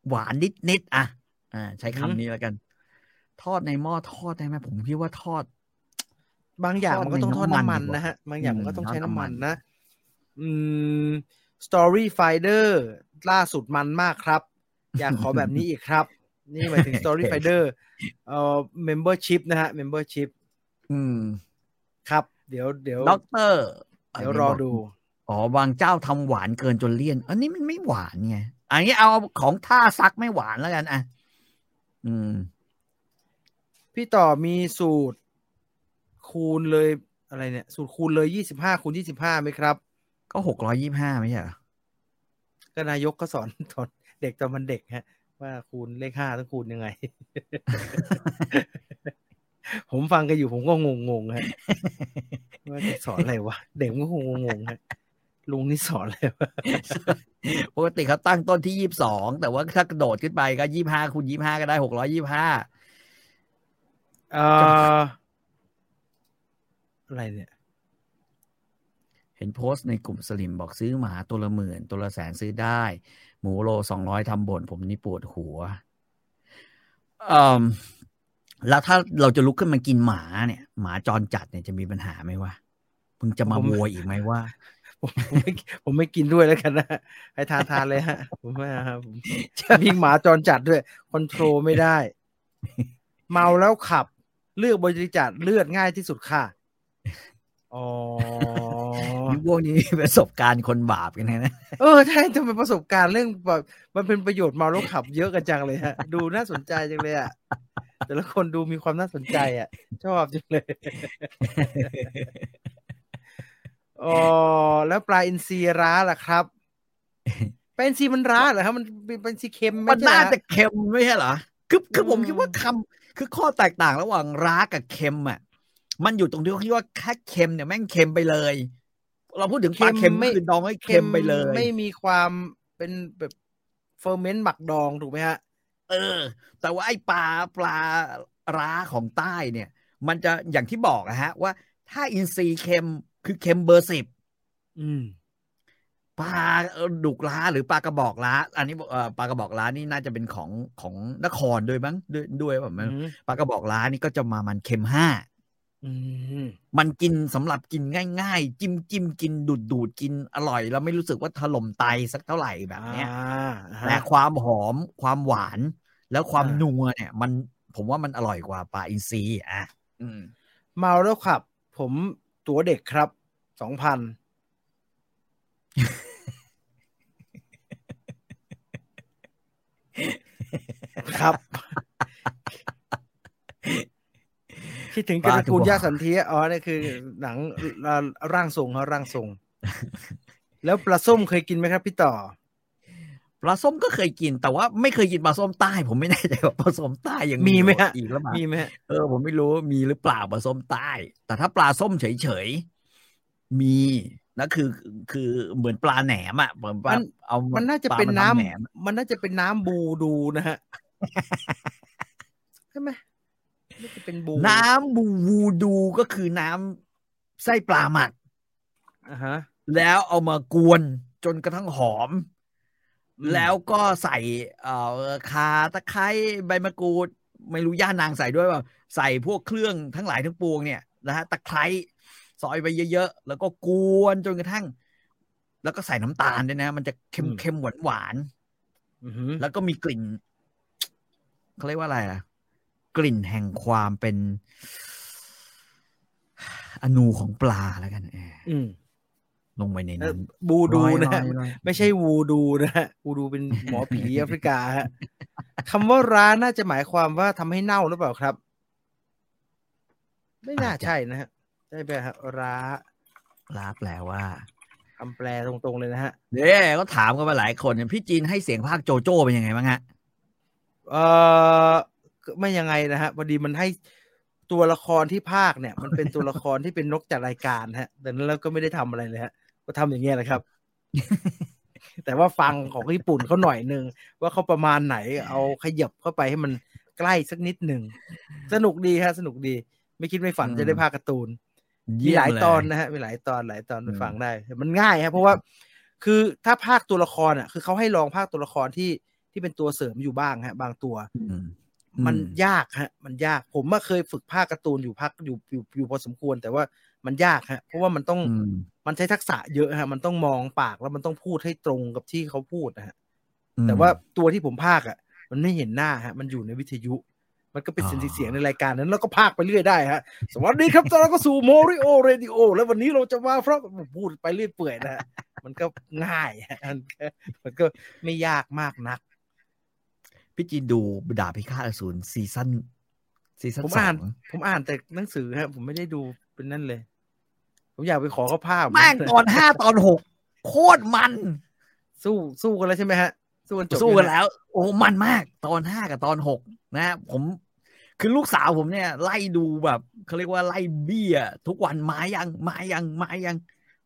S2: หวานนิดนิดๆอ่ะ อ่า ใช้คำนี้แล้วกัน ทอดในหม้อทอดได้ไหมผมคิดว่าทอด
S1: บางอย่างมันก็ต้องท
S2: ท
S1: อ
S2: อ
S1: ด
S2: ดใน
S1: น้ำมัน
S2: น้ำมันดีกว่า
S1: นะฮะ บางอย่างมันก็ต้องใช้
S2: อืม
S1: น้ำมัน
S2: น้ำมัน
S1: นะ อืม Story Finder ล่าสุดมันมากครับ อยากขอแบบนี้อีกครับ นี่หมายถึง Story Finder เอ่อ Membership นะฮะ Membership
S2: อืม
S1: ครับ เดี๋ยวเดี๋ยว
S2: ด็อกเตอร์
S1: เดี๋ยวรอดู
S2: อ๋อบางเจ้าทำหวานเกินจนเลี่ยน อันนี้มันไม่หวานไงอันนี้เอาของท่าซักไม่หวานแล้วกัน อ่ะ อืม
S1: พี่ต่อมีสูตรคูณเลยอะไรเนี่ย สูตรคูณเลย 25คูณ25ไหมครับ
S2: ก็หกร้อยยี่ห้าไม่ใช่เหรอ
S1: ก็นายกก็สอน สอนเด็กตอนมันเด็กฮะ ว่าคูณเลขห้าต้องคูณยังไง ผมฟังกันอยู่ผมก็งงงๆฮะว่าจะสอนอะไรวะเด็กมันก็คงงงๆฮะลุงนี่สอนอะไรวะ
S2: ปกติเขาตั้งต้นที่ยี่บสองแต่ว่าถ้ากระโดดขึ้นไปก็ยี่ห้าคูณยี่ห้าก็ได้หกร้อยยี่ห้า
S1: เอ่ออะไรเนี่ย
S2: เห็นโพสต์ในกลุ่มสลิมบอกซื้อหมาตัวละหมื่นตัวละแสนซื้อได้ หมูโลสองร้อยทำบ่นผมนี่ปวดหัวเอ่มแล้วถ้าเราจะลุกขึ้นมากินหมาเนี่ย หมาจรจัดเนี่ยจะมีปัญหาไหมวะมึงจะมา
S1: ผม
S2: โวยอีกไหมว่า
S1: ผมผมไม่ ผมไม่กินด้วยแล้วกันนะให้ทานทานเลยฮะ ผมไม่เอาครับผมยิงหมาจรจัดด้วยคอนโทรไม่ได้ เมาแล้วขับ เลือกบริจาคเลือดง่ายที่สุดค่ะอ๋อ
S2: ยุคพวกนี้ มีประสบการณ์คนบาปกันทั้งนะ
S1: เออใช่จะเป็นประสบการณ์เรื่องแบบมันเป็นประโยชน์เมาแล้วขับเยอะกันจังเลยฮะ ดูน่าสนใจจังเลยอ่ะแต่ละคนดูมีความน่าสนใจอ่ะ ชอบจังเลยอ๋อแล้วปลาอินทรีร้าล่ะ ครับปลาอินทรีมันร้าเหรอครับมันเป็นปลาอินทรีเค็ม
S2: มัน
S1: ไใช่
S2: น่า
S1: เหรอ
S2: จะเค็มไม่ใช่เหรอ คือคือผม
S1: อืม
S2: คิดว่าคำคือข้อแตกต่างระหว่างร้ากับเค็มอ่ะ มันอยู่ตรงที่ว่าคิดว่าแค่เค็มเนี่ยแม่งเค็มไปเลย เราพูดถึงปลาเค็มไม่คือดองให้เค็มไปเลย
S1: ไม่มีความเป็นแบบเฟอร์เมนต์หมักดองถูกไหมฮะ
S2: เออ แต่ว่าไอ้ปลาปลาร้าของใต้เนี่ย มันจะอย่างที่บอกอะฮะ ว่าถ้าอินทรีย์เค็มคือเค็มเบอร์สิบ
S1: อืม
S2: ปลาดุกล้าหรือปลากระบอกล้า อันนี้เอ่อปลากระบอกล้านี่น่าจะเป็นของของนครด้วยมั้งด้วยด้วยแบบมันปลากระบอกล้านี่ก็จะมามันเค็มห้า
S1: อืม
S2: มันกินสำหรับกินง่ายๆ จิ้มจิ้มกินดูดดูดกินอร่อย แล้วไม่รู้สึกว่าถล่มไตสักเท่าไหร่แบบเนี้ย
S1: อ่า
S2: นะ
S1: ฮะ
S2: ความหอมความหวาน แล้วความ
S1: อ่านั
S2: นัวเนี่ย มันผมว่ามันอร่อยกว่าปลาอินทรีอ่ะอืม
S1: เมาแล้วขับ ผมตั๋วเด็กครับสองพันครับ คิดถึงการะกูลย่าสันเทียอ๋อนี่คือหนังเอ่อร่างทรงเขาร่างทรง แล้วปลาส้มเคยกินไหมครับพี่ต่อ
S2: ปลาส้มก็เคยกิน แต่ว่าไม่เคยกินปลาส้มใต้ ผมไม่แน่ใจว่าป ลาส้มใต้ยัง
S1: มีไหมฮะ
S2: อีกหรือเปล่า
S1: มีไหมฮะ
S2: เออผมไม่รู้ว่ามีหรือเปล่าปลาส้มใต้ แต่ถ้าปลาส้มเฉยๆมีนะคือคือเหมือนปลาแหนมอ่ะเหมือนปลาเอา
S1: มั
S2: มัน
S1: น่าจะเป็นน้ำ
S2: แหนม
S1: มันน่าจะเป็นน้ำบูดูนะฮะ ใช่ไหมน่าจะเป็นบู
S2: น้ำบูวูดูก็คือน้ำไส้ปลาหมัก
S1: อ่าฮะ
S2: แล้วเอามากวนจนกระทั่งหอม
S1: อืม
S2: แล้วก็ใส่เอ่อคาตะไคร้ใบมะกรูด ไม่รู้ย่านางใส่ด้วยเปล่าใส่พวกเครื่องทั้งหลายทั้งปวงเนี่ยนะฮะตะไคร้ซอยไปเยอะๆ แล้วก็กวนจนกระทั่ง แล้วก็ใส่น้ำตาลด้วยนะ มันจะเค็มเค็มหวานหวาน
S1: อือหือ
S2: ๆแล้วก็มีกลิ่นเขาเรียกว่าอะไรอ่ะ กลิ่นแห่งความเป็นอนูของปลาแล้วกันเออ
S1: อืม
S2: ลงไปในนั้น
S1: บูดูนะ
S2: ร้อ
S1: ฮะ
S2: ยร้อยร้อย
S1: ไม่ใช่วูดูนะฮะวูดู เป็นหมอผีแอฟริกาฮะคำว่าร้าน่าจะหมายความว่าทำให้เน่าหรือเปล่าครับ ไม่น่าใช่นะฮะใช่ไหมฮะร้า
S2: ลาแปลว่า
S1: คำแปลตรงๆเลยนะฮะ
S2: เด้ก็ถามกันมาหลายคนเนี่ยพี่จีนให้เสียงภาคโจโจ้เป็นยังไงบ้างฮะ
S1: เออไม่ยังไงนะฮะพอดีมันให้ตัวละครที่ภาคเนี่ย มันเป็นตัวละครที่เป็นนกจัดรายการฮะ แต่นั้นเราก็ไม่ได้ทำอะไรเลยฮะ ก็ทำอย่างเงี้ยแหละครับ แต่ว่าฟังของญี่ปุ่นเขาหน่อยนึงว่าเขาประมาณไหน เอาขยับเข้าไปให้มันใกล้สักนิดหนึ่งสนุกดีฮะ สนุกดี ไม่คิดไม่ฝัน
S2: อืม
S1: จะได้ภาคการ์ตูน มี
S2: เม
S1: หลายตอน
S2: เ
S1: นะฮะ มีหลายตอนหลายตอนไป
S2: อืม
S1: ฟังได้ มันง่ายฮะ เพราะว่า คือถ้าภาคตัวละครอ่ะ คือเขาให้ลองภาคตัวละครที่ที่เป็นตัวเสริมอยู่บ้างฮะ บางตัว
S2: อืม
S1: มัน
S2: อืม
S1: ยากฮะ มันยาก ผมมาเคยฝึกภาคการ์ตูนอยู่พักอยู่อยู่อยู่พอสมควร แต่ว่ามันยากฮะ เพราะว่ามันต้อง
S2: อืม
S1: มันใช้ทักษะเยอะฮะ มันต้องมองปากแล้วมันต้องพูดให้ตรงกับที่เขาพูดนะฮะ
S2: อืม
S1: แต่ว่าตัวที่ผมภาคอ่ะ มันไม่เห็นหน้าฮะ มันอยู่ในวิทยุ มันก็เป็น
S2: อ๋อ
S1: เสียงเสียงในรายการนั้น แล้วก็ภาคไปเรื่อยได้ฮะ สวัสดีครับตอนเราก็สู่โมริโอเรดิโอ แล้ววันนี้เราจะมาเพราะพูดไปเรื่อยเปื่อยนะฮะ มันก็ง่ายฮะมันก็มันก็ไม่ยากมากนัก
S2: พี่จีนดูดาบพิฆาตอสูรซีซั่นซีซั่น
S1: ผม
S2: สอ
S1: อ่าน
S2: ง
S1: ผมอ่านแต่หนังสือฮะผมไม่ได้ดูเป็นนั่นเลย ผมอยากไปขอเขาภาพ
S2: แม่งตอนห้าตอนหกโคตรมัน
S1: สู้สู้กันแล้วใช่ไหมฮะ สู้กันจบ
S2: สู้กัน
S1: ยังไง
S2: แล้ว โอ้มันมากตอนห้ากับตอนหกนะฮะผมคือลูกสาวผมเนี่ย ไล่ดูแบบเขาเรียกว่าไล่เบี้ย ทุกวันมายังมายังมายัง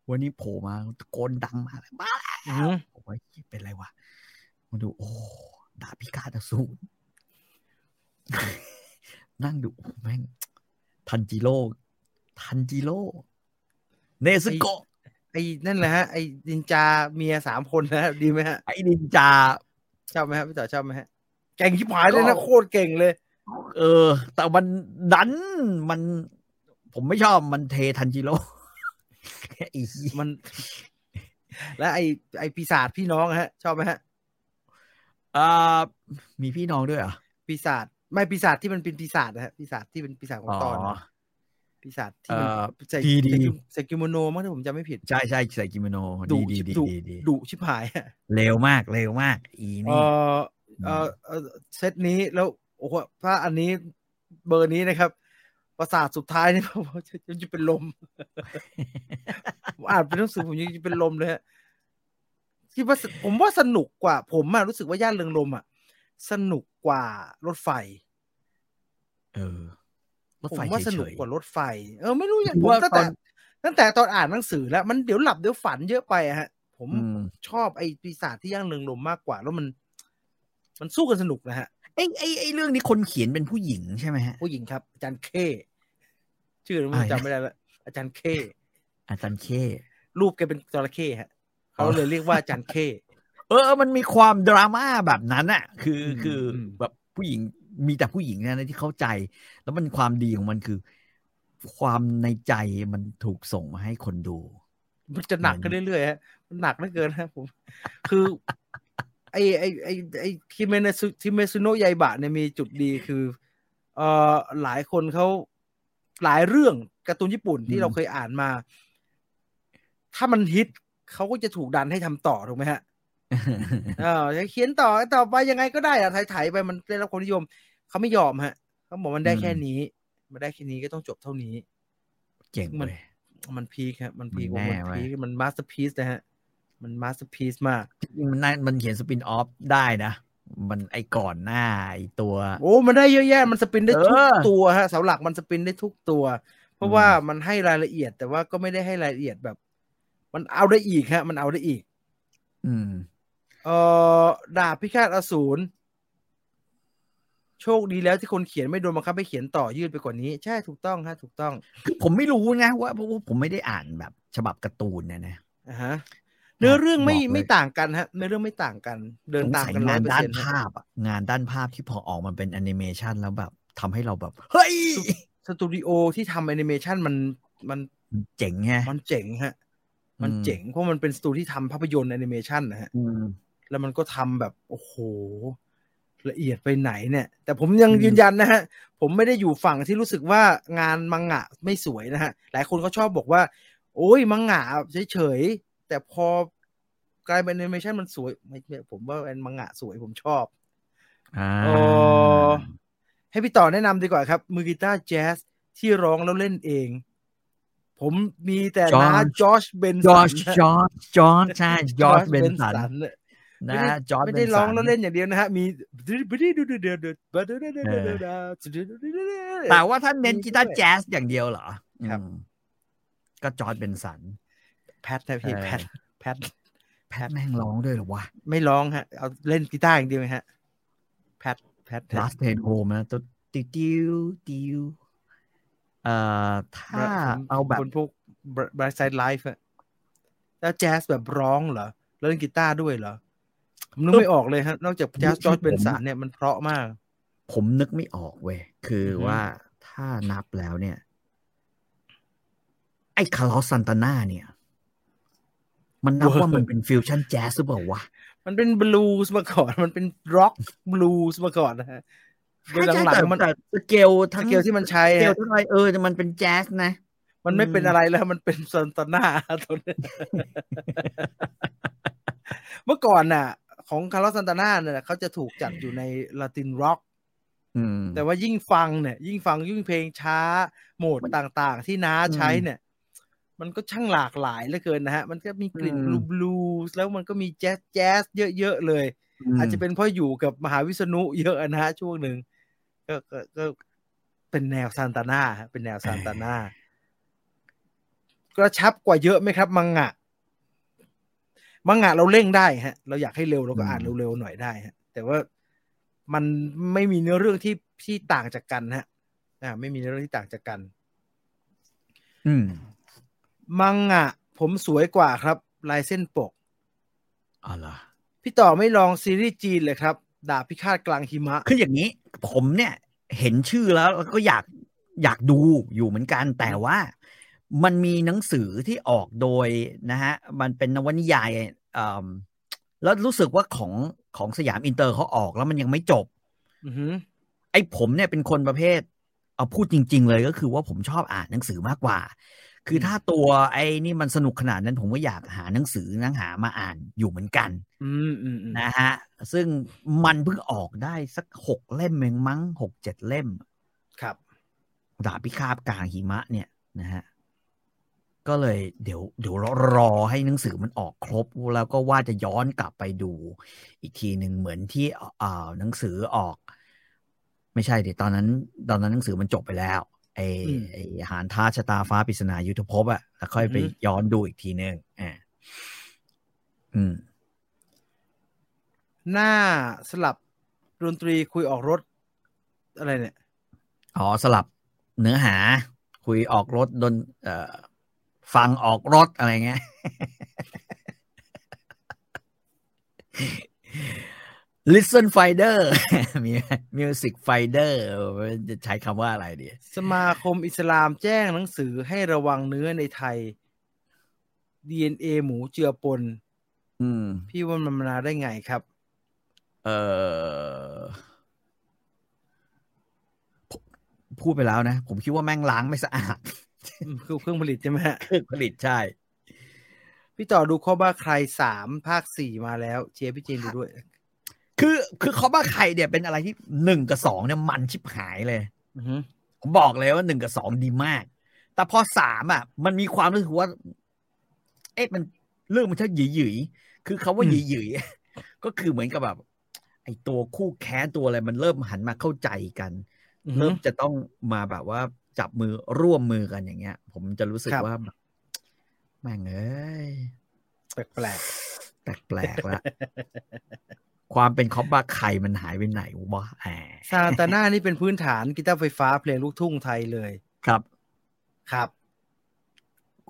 S2: วันนี้โผล่มาตะโกนดังมาเลยมาแล้ว
S1: อืม
S2: ผมว่าเหี้ยเป็นไรวะมาดูโอ้ดาบพิฆาตอสูร นั่งดูโอ้แม่ง ทันจิโร่ทันจิโร่เนสโกะ
S1: ไอ้นั่นแหละฮะไอ้ดินจาเมียสามคนนะฮะดีไหมฮะ
S2: ไอ้นินจา
S1: ชอบไหมฮะพี่ต่อชอบไหมฮะเก่งชิบหายเลย
S2: ก็
S1: นะโคตรเก่งเลย
S2: เออ แต่มันดันมัน ผมไม่ชอบมันเททันจิโร่ ไอ้เหี้ย
S1: มัน และไอ้ไอ้ปีศาจพี่น้องอะฮะ ชอบไหมฮะ
S2: อ่ามีพี่น้องด้วยเหรอ
S1: ปีศาจไม่ปีศาจที่มันเป็นปีศาจนะฮะปีศาจที่เป็นปีศาจของ
S2: อ๋อ
S1: ตอนนะปีศาจที่
S2: เอ่
S1: มัน
S2: อ
S1: ใส่
S2: ดีดี
S1: ใส่กิใส่กิโมโนมั้งถ้าผมจำไม่ผิด
S2: ใช่ใช่ใส่กิโมโน
S1: ดุ
S2: ดีดีดี
S1: ดุ
S2: ดีดี
S1: ดุชิบหายฮะ
S2: เร็วมากเร็วมาก อี
S1: เอ
S2: นี่
S1: อเออเอ่อเซตนี้แล้วโอ้โหถ้าอันนี้เบอร์นี้นะครับ ประสาทสุดท้ายนี่ ผมจะจะเป็นลม ผมอ่านเป็นหนังสือผมยังจะเป็นลมเลยฮะคิดว่าสผมว่าสนุกกว่า ผมอะรู้สึกว่าย่านเรืองลมอะสนุกกว่ารถไฟ
S2: เออรถ
S1: ผ
S2: ไฟ
S1: มว่าส
S2: เฉ
S1: นุก
S2: ย
S1: กว่ารถไฟ เออไม่รู้อย่าง
S2: ผม
S1: ผม
S2: ว่า
S1: ตั้งแต่
S2: ตอน
S1: ตั้งแต่ตอนอ่านหนังสือแล้ว มันเดี๋ยวหลับเดี๋ยวฝันเยอะไปอะฮะ ผม
S2: ๆอืม
S1: ชอบไอ้ปีศาจที่ย่างเรืองลมมากกว่า แล้วมัน มันสู้กันสนุกนะฮะ
S2: ไอ้ไอ้ไอ้เรื่องนี้คนเขียนเป็นผู้หญิงใช่ไหมฮะ
S1: ผู้หญิงครับอาจารย์เค ชื่ออะไรผม
S2: อะไรนะ
S1: จำไม่ได้ละอาจารย์เค
S2: อาจารย์เค
S1: รูปแกเป็นจระเข้ฮะเขา
S2: อ๋อ
S1: เลยเรียกว่าอาจารย์เค
S2: เออ มันมีความดราม่าแบบนั้นอะคือ
S1: อืม
S2: คืออ
S1: ม
S2: แบบผู้หญิงมีแต่ผู้หญิงเนยนะที่เข้าใจ แล้วมันความดีของมันคือ ความในใจมันถูกส่งมาให้คนดู
S1: มันจะหนักขึ้นเรื่อยๆฮะมันหนักเหลือเกินฮะผม คือ ไอไอไอไอคิเมเนซุคิเมซุโนะยายบะเนี่ยมีจุดดีคือ เอ่อหลายคนเขาหลายเรื่องการ์ตูนญี่ปุ่น
S2: อื
S1: ที่
S2: ม
S1: เราเคยอ่านมา ถ้ามันฮิตเขาก็จะถูกดันให้ทำต่อถูกไหมฮะ เออจะเขียนต่อต่อไปยังไงก็ได้อะไถๆไปมันได้รับความนิยม เขาไม่ยอมฮะเขาบอกมันได้แค่นี้ มันได้แค่นี้ก็ต้องจบเท่านี้
S2: เจ๋ง
S1: มั
S2: เล
S1: น
S2: ย
S1: มันพีคฮะมันพีค
S2: มัน
S1: ว่า
S2: แน่
S1: มัน
S2: เว้ย
S1: พีคมันมาสเตอร์พีซนะฮะ มันมาสเตอร์พีซมาก
S2: จริงๆมันน่ามันเขียนสปินออฟได้นะ มันไอ้ก่อนหน้าไอ้ตัว
S1: โอ้มันได้เยอะแยะมันสปินได้ทุก
S2: เออ
S1: ตัวฮะเสาหลักมันสปินได้ทุกตัว เพราะ
S2: อืม
S1: ว่ามันให้รายละเอียด แต่ว่าก็ไม่ได้ให้รายละเอียดแบบ มันเอาได้อีกฮะ มันเอาได้อีก
S2: อืม
S1: เอ่อดาบพิฆาตอสูรโชคดีแล้วที่คนเขียนไม่โดนบังคับให้เขียนต่อยืดไปกว่านี้ ใช่ถูกต้องฮะถูกต้อง
S2: คือผมไม่รู้นะว่าเพราะว่าผมไม่ได้อ่านแบบ ฉบับการ์ตูนนะนะ
S1: อ่าฮะ เนื้อเรื่องไม่
S2: บอกเลย
S1: ไม่ต่างกันฮะเนื้อเรื่องไม่ต่างกัน เดิน
S2: สง
S1: ตาม
S2: สัย
S1: กันร้
S2: งา
S1: อน ยเปอร์
S2: ด้าน
S1: เซ็นต์ฮะ
S2: ภาพอะงานด้านภาพที่พอออกมาเป็นแอนิเมชันแล้วแบบทำให้เราแบบเฮ้ย
S1: สตูดิโอที่ทำแอนิเมชันมันมัน
S2: เจ๋งแฮะ
S1: มันเจ๋งฮะ มัน
S2: อืม
S1: เจ๋งเพราะมันเป็นสตูที่ทำภาพยนตร์แอนิเมชันนะฮะ
S2: อืม
S1: แล้วมันก็ทำแบบโอ้โห ละเอียดไปไหนเนี่ย แต่ผมยัง
S2: อืม
S1: ยืนยันนะฮะ ผมไม่ได้อยู่ฝั่งที่รู้สึกว่างานมังงะไม่สวยนะฮะ หลายคนเขาชอบบอกว่า โอ้ยมังงะเฉยๆแต่พอกลายเป็นแอนิเมชันมันสวยไม่ไม่ผมว่าเป็นมังงะสวยผมชอบ
S2: อ่า
S1: เอ่อให้พี่ต่อแนะนำดีกว่าครับ มือกีตาร์แจ๊สที่ร้องแล้วเล่นเอง ผมมีแต่น้า
S2: George
S1: จอชเบน
S2: จ
S1: สั
S2: อน ร์จจอร์จจอร์จใช่จอร์จเบนสัน
S1: ย
S2: นะจอร์จ
S1: ไม่
S2: เบ
S1: ได้
S2: น
S1: ร้
S2: สั
S1: อง
S2: น
S1: แล้วเล่นอย่างเดียวนะฮะ มี
S2: แต่ว่าถ้าเน้นกีตาร์แจ๊สอย่างเดียวเหรอ
S1: ครับ
S2: อืมก็จอร์จเบนสัน
S1: แพทนะพี่
S2: เออ
S1: แพทแพท
S2: แพทแม่งร้องด้วยเหรอวะ
S1: ไม่ร้องฮะ เอาเล่นกีตาร์อย่างเดียวไงฮะ แพทแพท
S2: last p a n home นะตัวติวติวติวเอ่อถ้าเอาแบบ
S1: คนพวกบรายไซด์ไลฟ์อะแล้วแจ๊สแบบร้องเหรอ แล้วเล่นกีตาร์ด้วยเหรอ ผมนึกไม่ออกเลยฮะ นอกจากแจ๊สจอร์จเบนสันเนี่ยมันเพราะมาก
S2: ผมนึกไม่ออกเว้ย คือ
S1: อฮึ
S2: ว่าถ้านับแล้วเนี่ย ไอ้คาร์ลอสซันตาน่าเนี่ย มันนับว่ามันเป็นฟิวชั่นแจ๊สหรือเปล่าวะ
S1: มันเป็นบลูส์มาก่อน มันเป็นร็อกบลูส์มาก่อนนะฮะโดยหลังๆมัน
S2: แต่สเกลทั้
S1: ส
S2: ง
S1: เกลที่มันใช้
S2: สเก
S1: ฮะ
S2: ลเท่าไหรเออแต่มันเป็นแจ๊สนะ
S1: มันไม่
S2: อืม
S1: เป็นอะไรแล้วมันเป็นซันตาน่า ตัวเนี้ยเมื่อก่อนน่ะ ของคาร์ลซันตาน่าเนี่ยเขาจะถูกจัดอยู่ในลาตินร็อก
S2: อืม
S1: แต่ว่ายิ่งฟังเนี่ย ยิ่งฟังยิ่งเพลงช้า โหมดต่างๆ ที่น้าใช้เนี่ย มันก็ช่างหลากหลายเหลือเกินนะฮะ มันก็มีกลิ่นบ
S2: อืม
S1: ลูบลูส์แล้วมันก็มีแจ๊สแจ๊สเยอะๆเลย อาจจะเป็นเพราะอยู่กับมหาวิษณุเยอะนะฮะช่วงหนึ่งก็ก็ก็เป็นแนวซานตาน่าฮะเป็นแนวซานตาน่ากระชับกว่าเยอะไหมครับ มังงะ มังงะเราเร่งได้ฮะ เราอยากให้เร็วเราก็อ่าน
S2: อืม
S1: เร็วๆหน่อยได้ฮะ แต่ว่ามันไม่มีเนื้อเรื่องที่ที่ต่างจากกันฮะอ่าไม่มีเนื้อเรื่องที่ต่างจากกัน
S2: อืม
S1: มังงะ ผมสวยกว่าครับ ลายเส้นปก
S2: อ๋อเหรอ
S1: พี่ต่อไม่ลองซีรีส์จีนเลยครับ ดาบพิฆาตกลางหิมะ
S2: คืออย่างนี้ ผมเนี่ย เห็นชื่อแล้วแล้วก็อยากอยากดูอยู่เหมือนกัน แต่ว่ามันมีหนังสือที่ออกโดยนะฮะ มันเป็นนวนิยายเอ่มแล้วรู้สึกว่าของของสยามอินเตอร์เขาออกแล้วมันยังไม่จบ
S1: อือหือ
S2: ไอ้ผมเนี่ยเป็นคนประเภท เอาพูดจริง ๆ เลยก็คือว่าผมชอบอ่านหนังสือมากกว่า คือ
S1: ม
S2: ถ้าตัวไอ้นี่มันสนุกขนาดนั้นผมก็อยากหาหนังสือนังหามาอ่านอยู่เหมือนกัน
S1: อืมอืมอืม
S2: นะฮะ ซึ่งมันเพิ่งออกได้สักหกเล่มเองมั้งหกเจ็ดเล่ม
S1: ครับ
S2: ดาบพิฆาตกลางหิมะเนี่ยนะฮะ ก็เลยเดี๋ยวเดี๋ยวรอรอให้หนังสือมันออกครบ แล้วก็ว่าจะย้อนกลับไปดู อีกทีหนึ่งเหมือนที่เอ่อหนังสือออก ไม่ใช่ดิตอนนั้น ตอนนั้นหนังสือมันจบไปแล้วไอ้
S1: อืม
S2: ไอ้หานท้าชะตาฟ้าปริศนายุทธภพอะแล้วค่อยไป
S1: อือฮึ
S2: ย้อนดูอีกทีหนึ่งอ่าอืม
S1: หน้าสลับดนตรีคุยออกรถ อะไรเนี่ย
S2: อ๋อสลับเนื้อหา คุยออกรถดนเอ่อฟังออกรถอะไรเงี้ย listen finder มีไหม music finder จะใช้คำว่าอะไรดี
S1: สมาคมอิสลามแจ้งหนังสือให้ระวังเนื้อในไทย DNA หมูเจือปน
S2: อืม
S1: พี่ว่ามันมาได้ไงครับ
S2: เออผมพูดไปแล้วนะ ผมคิดว่าแม่งล้างไม่สะอาด
S1: อืมคือเครื่องผลิตใช่ไหมฮะ
S2: เค รื่องผลิตใช่
S1: พี่ต่อดูข้อบ้าใครสามภาคสี่มาแล้ว เชียร์พี่เจนดูด้วย
S2: คือคือคอบ้าไข่เนี่ยเป็นอะไรที่หนึ่งกับสองเนี่ยมันชิบหายเลย
S1: อือหือ
S2: ผมบอกเลยว่าหนึ่งกับสองดีมาก แต่พอสามอ่ะ มันมีความรู้สึกว่า เอ๊ะมันเรื่องมันชอบหยิ่ยๆคือคาว่า
S1: อืม
S2: หยิ่ยๆ ก็คือเหมือนกับแบบ ไอ้ตัวคู่แค้นตัวอะไรมันเริ่มหันมาเข้าใจกัน
S1: อือหื
S2: เริ่
S1: อ
S2: มจะต้องมาแบบว่าจับมือร่วมมือกันอย่างเงี้ย ผมจะรู้สึก
S1: ครับ
S2: ว่าแบบแม่งเอ้ย
S1: แปลก
S2: แปลกๆละ ความเป็นคอปบาไข่มันหายไปไหนวะแหม
S1: ๆซาตาน่านี่เป็นพื้นฐานกีตาร์ไฟฟ้าเพลงลูกทุ่งไทยเลย
S2: ครับ
S1: ครับ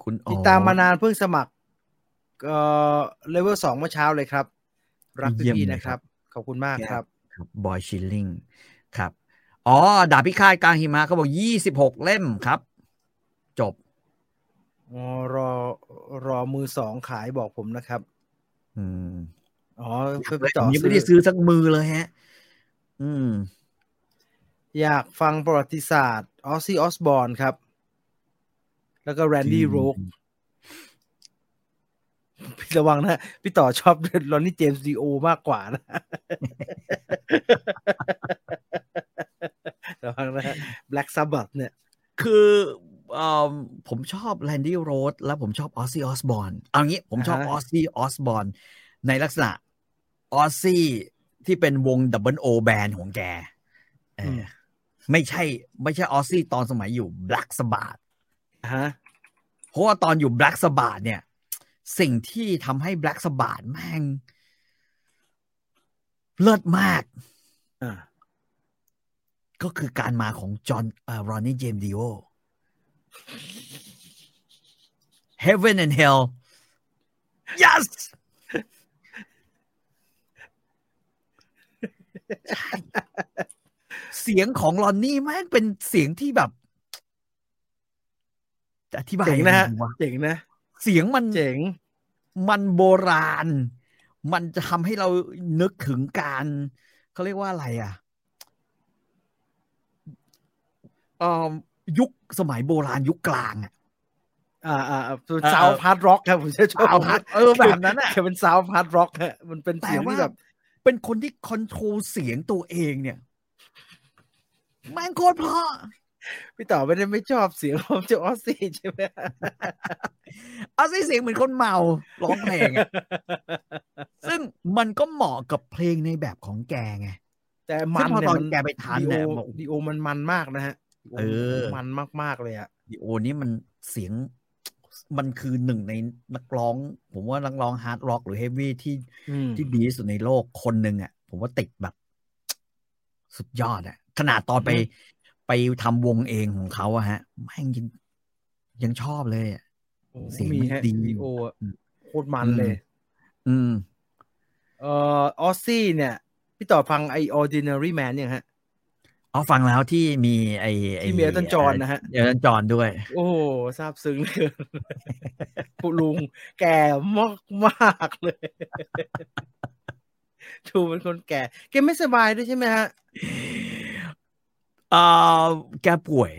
S2: คุณอ๋อ
S1: ติดตามมานานเพิ่งสมัครเอ่อเลเวลสองเมื่อเช้าเลยครับ รัก
S2: เยี่ยม
S1: พี่ๆ
S2: เลย
S1: นะค
S2: ครั
S1: รับ
S2: บ
S1: ขอบคุณมากครับ
S2: ครับบอยชิลลิงครับ อ๋อ ดาบพิฆาตกลางหิมะเขาบอกยี่สิบหกเล่มครับ จบ
S1: อ๋อรอรอมือสองขายบอกผมนะครับ
S2: อืม
S1: อ๋อ
S2: อยา
S1: เพื่อก ไป
S2: เลยผ
S1: ต่อ
S2: มยัง
S1: ซื้
S2: ไม่ได้
S1: อ
S2: ซื้อสักมือเลยฮะ อืม
S1: อยากฟังประวัติศาสตร์ออซซี่ออสบอนครับ แล้วก็แรนดี้
S2: อืม
S1: โรกพี่ระวังนะ พี่ต่อชอบลอนนี่เจมส์ดีโอมากกว่านะ ระวังนะแบล็กซับบัตเนี่ย
S2: คือเอ่อผมชอบแลนดี้โรสแล้วผมชอบออ z ซี่ออสบอนเอางี้ผมชอบ
S1: อ่าฮะ
S2: ออ z ซี่ออสบอนในลักษณะออ z ซี่ที่เป็นวงดับเบิลโอแบนของแกเอออไม่ใช่ ไม่ใช่ออ z ซี่ตอนสมัยอยู่แบล็กสบา h
S1: ฮะ
S2: เพราะว่าตอนอยู่ Black s a b a t เนี่ย สิ่งที่ทำให้ Black s a b a t แม่งเลิศมาก
S1: อ่า
S2: ก็คือการมาของจอห์นรอนนี่เจมดิโอ Heaven and Hell Yes ใช่เสียงของรอนนี่แม่งเป็นเสียงที่แบบจะอธิบาย
S1: เจ๋ง
S2: ยัง
S1: นะ
S2: ไง
S1: ฮะ
S2: ดีวะ
S1: เจ๋งนะ
S2: เสียงมัน
S1: เจ๋ง
S2: มันโบราณ มันจะทำให้เรานึกถึงการเขาเรียกว่าอะไรอ่ะเอ่อยุคสมัยโบราณยุคกลางอ่ะ
S1: อ่าอ่า
S2: เออ
S1: ซาวพาร์ดร็อกครับผมจะชอบ
S2: เอาฮะเออแบบนั้นอ่ะ
S1: แค่เป็นซาวพาร์ดร็อกฮะมันเป็น
S2: แต่
S1: เสียง
S2: ว่า
S1: ที่แบบ
S2: เป็นคนที่คอนโทรลเสียงตัวเองเนี่ย แม่งโคตรเพราะ
S1: พี่ต่อไม่ได้ไม่ชอบเสียงผมจะออสซี่ใช่ไหม
S2: เอาสิเสียงเหมือนคนเมาร้องเพล งอะซึ่งมันก็เหมาะกับเพลงในแบบของแกไง
S1: แต่มั
S2: ซึ่ง
S1: น
S2: พอ
S1: เนี่ย
S2: ตอ
S1: มัน น
S2: แกไปทัน
S1: ดี
S2: เนี่ย
S1: โอ
S2: บอก
S1: ดีโอมันมันมากนะฮะ
S2: เออ
S1: มันมากๆเลยอ่ะ
S2: ดีโอนี่มันเสียงมันคือหนึ่งในนักร้อง ผมว่านักร้องฮาร์ดร็อกหรือเฮฟวี่ที่
S1: อืม
S2: ที่ดีที่สุดในโลกคนหนึ่งอ่ะ ผมว่าติดแบบ สุดยอดอ่ะ ขนาดตอนไป
S1: อือฮึ
S2: ไปทำวงเองของเขาอะฮะแม่งยังยังชอบเลยอะ
S1: โอ้
S2: เสียง
S1: มี
S2: มัน
S1: ฮะ
S2: ดี
S1: ดีโออะ
S2: อืม
S1: โคตรมันเลย
S2: อืม
S1: เอ่อออสซี่เนี่ย พี่ต่อฟังไอ ordinary man ยังฮะ
S2: เอาฟังแล้วที่มีไอ้ไ
S1: ที่มี Elton John นะฮะ
S2: เอลตันจอนด้วย
S1: โอ้โหซาบซึ้งเลย ผู้ลุงแก่มากมากๆเลย ดูเป็นคนแก่ แกไม่สบายด้วยใช่ไหมฮะ
S2: เอ่อแกป่วย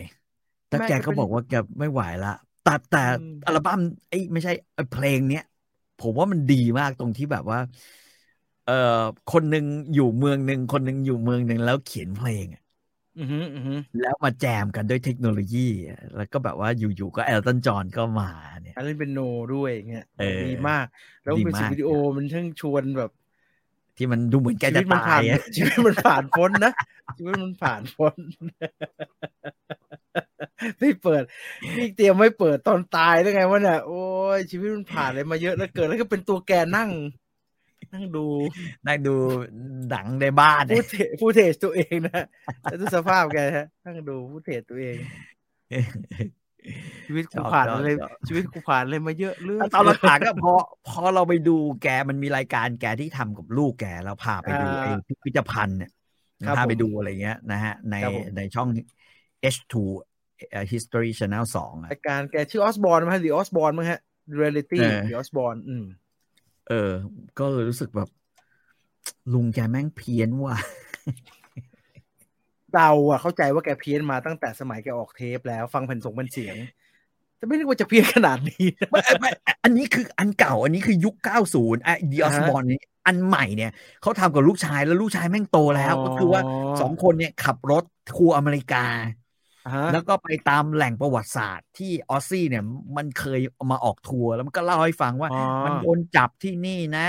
S2: แต่
S1: ไม่
S2: แก
S1: ก็
S2: ก็
S1: เป็น
S2: บอกว่าแกไม่ไหวละแต่แต่
S1: อืม
S2: อัลบั้มไอ้ยไม่ใช่เอ่อเพลงเนี้ย ผมว่ามันดีมากตรงที่แบบว่า เอ่อคนหนึ่งอยู่เมืองหนึ่งคนหนึ่งอยู่เมืองหนึ่งแล้วเขียนเพลงอะ
S1: อือหืออือหือ
S2: แล้วมาแจมกันด้วยเทคโนโลยีอะแล้วก็แบบว่าอยู่ๆก็เอลตันจอนก็มาเนี่ย
S1: การเล่นเป็นโนด้วยอย่างเงี้ย
S2: เออ
S1: ดีมาก แล้ว
S2: ดี
S1: มิวสิก
S2: มาก
S1: วิดีโอมันช่างชวนแบบ
S2: ที่มันดูเหมือนแก
S1: ชี
S2: จะ
S1: วิตมัน
S2: ตา
S1: ผ่าย น
S2: อะ
S1: ชีวิตมันผ่าน พ้นนะชีวิตมันผ่านพ้น ไม่เปิดนี่เตรียมไม่เปิดตอนตายแล้วไงวะเนี่ยโอ้ยชีวิตมันผ่านอะไรมาเยอะแล้วเกิดแล้วก็เป็นตัวแกนั่ง นั่งดู
S2: นั่งดูหนังในบ้าน
S1: พู
S2: เนี่ย
S1: ดเทพูดเทสตัวเองนะ แล้วดูสภาพแกฮะนั่งดูพูดเทสตัว เอง ชีวิต
S2: ช
S1: กู
S2: อบ
S1: ผ่าน
S2: ชอบ
S1: อะไร
S2: ชอบ
S1: ชีวิตกูผ่านอะไรมาเยอะเรื่อง
S2: ตอนหลังๆก็ พอพอเราไปดูแกมันมีรายการแกที่ทำกับลูกแกแล้วพาไปดู
S1: อ่า
S2: ไอ้พิพิธภัณฑ์เนี่ย
S1: ครับ
S2: พาไป
S1: ผม
S2: ดูอะไรเงี้ยนะฮะ ใน
S1: ครับผม
S2: ในช่อง H2 เอ่อ History Channel 2อะ
S1: รายการแกชื่อออสบอ e มั้ยหรือออสบอ e มั้งฮะเรียลิตี้
S2: เออ
S1: หรือออสบอ e อืม
S2: เออ ก็เลยรู้สึกแบบ ลุงแกแม่งเพี้ยนว่ะ
S1: เราอะเข้าใจว่าแกเพี้ยนมาตั้งแต่สมัยแกออกเทปแล้วฟังแผ่นส่งเป็นเสียง แต่ไม่นึกว่าจะเพี้ยนขนาดนี้นะ
S2: ไม่ไม่ไม่อันนี้คืออันเก่า อันนี้คือยุค 90ไอ้ดิออสบอลนี่อันใหม่เนี่ยเขาทำกับลูกชายแล้วลูกชายแม่งโตแล้ว ก็คือว่าสองคนเนี่ยขับรถทัวร์อเมริกา
S1: อ่าฮะ
S2: แล้วก็ไปตามแหล่งประวัติศาสตร์ที่ออสซี่เนี่ยมันเคยเอามาออกทัวร์แล้วมันก็เล่าให้ฟังว่า
S1: อ๋อ
S2: มันโดนจับที่นี่นะ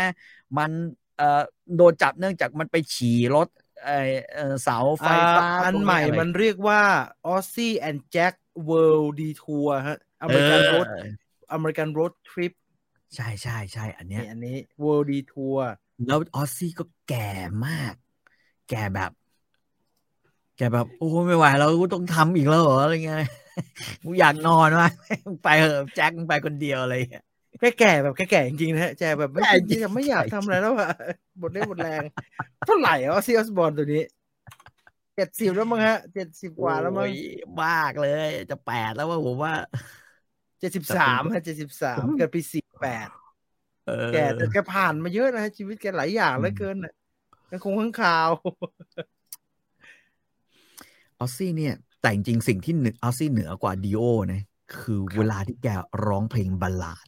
S2: มันเอ่อโดนจับเนื่องจากมันไปฉี่รถเอ่อเอ่อเสาไฟฟ้า
S1: อ่าอัน
S2: ตรง
S1: ใหม่
S2: ะไร
S1: มันเรียกว่าออ z ซี่แอนด์แจ็คเวิลด์ดีทัวร์ฮะอเมริกันรถ
S2: เออ
S1: อเมริกันรถทริป
S2: ใช่ใช่ใช่อันเนี้ย
S1: นี่อันนี้เวิลด์ดีทัวร์
S2: แล้วออสซี่ก็แก่มาก แก่แบบ แกแบบ โอ้ไม่ไหวแล้วกูต้องทำอีกแล้วเหรออะไรเงี้ยกูอยากนอนว่ะ ไปเถอะแจ็คมึงไปคนเดียวอะไรเงี้ย
S1: แกแก่แบบแกแก่จริงๆนะฮะแกแบบไม่
S2: แก่จริง
S1: จริงๆไม่อยากทำอะไรแล้วอะหมดเรี่ยวหมดแรง เท่าไหร่อะซีออสบอลตัวนี้เจ็ดสิบแล้วมั้งฮะเจ็ดสิบกว่าแล้วมั้ง
S2: โอ้ยมากเลย จะแปดแล้วว่าผมว่า
S1: เจ็ดสิบสามฮะเจ็ดสิบสามแกปีสี่แปด
S2: เออ
S1: แกแต่แกผ่านมาเยอะนะฮะชีวิตแกหลายอย่างเหลือเกินอ่ะยังคงข้างข่าว
S2: ออสซี่เนี่ย แต่จริงๆสิ่งที่เหนือออสซี่เหนือกว่าดีโอนะคือเวลาที่แกร้องเพลงบัลลาด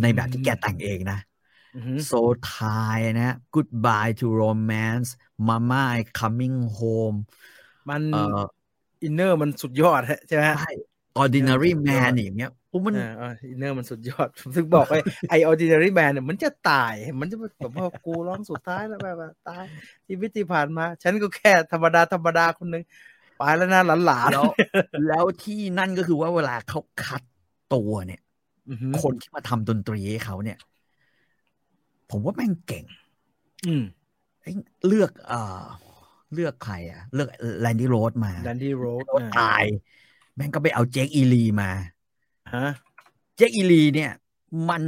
S2: ในแบบที่แกแต่งเองนะ
S1: อือหือ
S2: โซทายนะ Goodbye to Romance Mama I Coming Home
S1: มัน
S2: เอ่อ
S1: อินเนอร์มันสุดยอดฮะใช่ไหมฮะ
S2: ใช่ Ordinary Man อย่างเงี้ยโอ้มัน
S1: เออเออินเนอร์มันสุดยอด ผมถึงบอกไอ้ไอออร์ดินารีแมนเนี่ยมันจะตาย มันจะแบบว่ากูร้องสุดท้ายแล้วแบบว่าตายชีวิตที่ผ่านมา ฉันก็แค่ธรรมดาธรรมดาคนหนึ่งไปแล้วนะหลาน
S2: แล้วแล้วที่นั่นก็คือว่าเวลาเขาคัดตัวเนี่ย
S1: ๆอือหือ
S2: คนที่มาทำดนตรีให้เขาเนี่ย ผมว่าแม่งเก่ง
S1: อืม
S2: เอ้ยเลือกเอ่อเลือกใครอะเลือกแลนดี้โรสมา
S1: ดันดี้โรส
S2: โรสตาย แม่งก็ไปเอาเจคอีลีมา
S1: ฮะ
S2: เจคอีลีเนี่ย มัน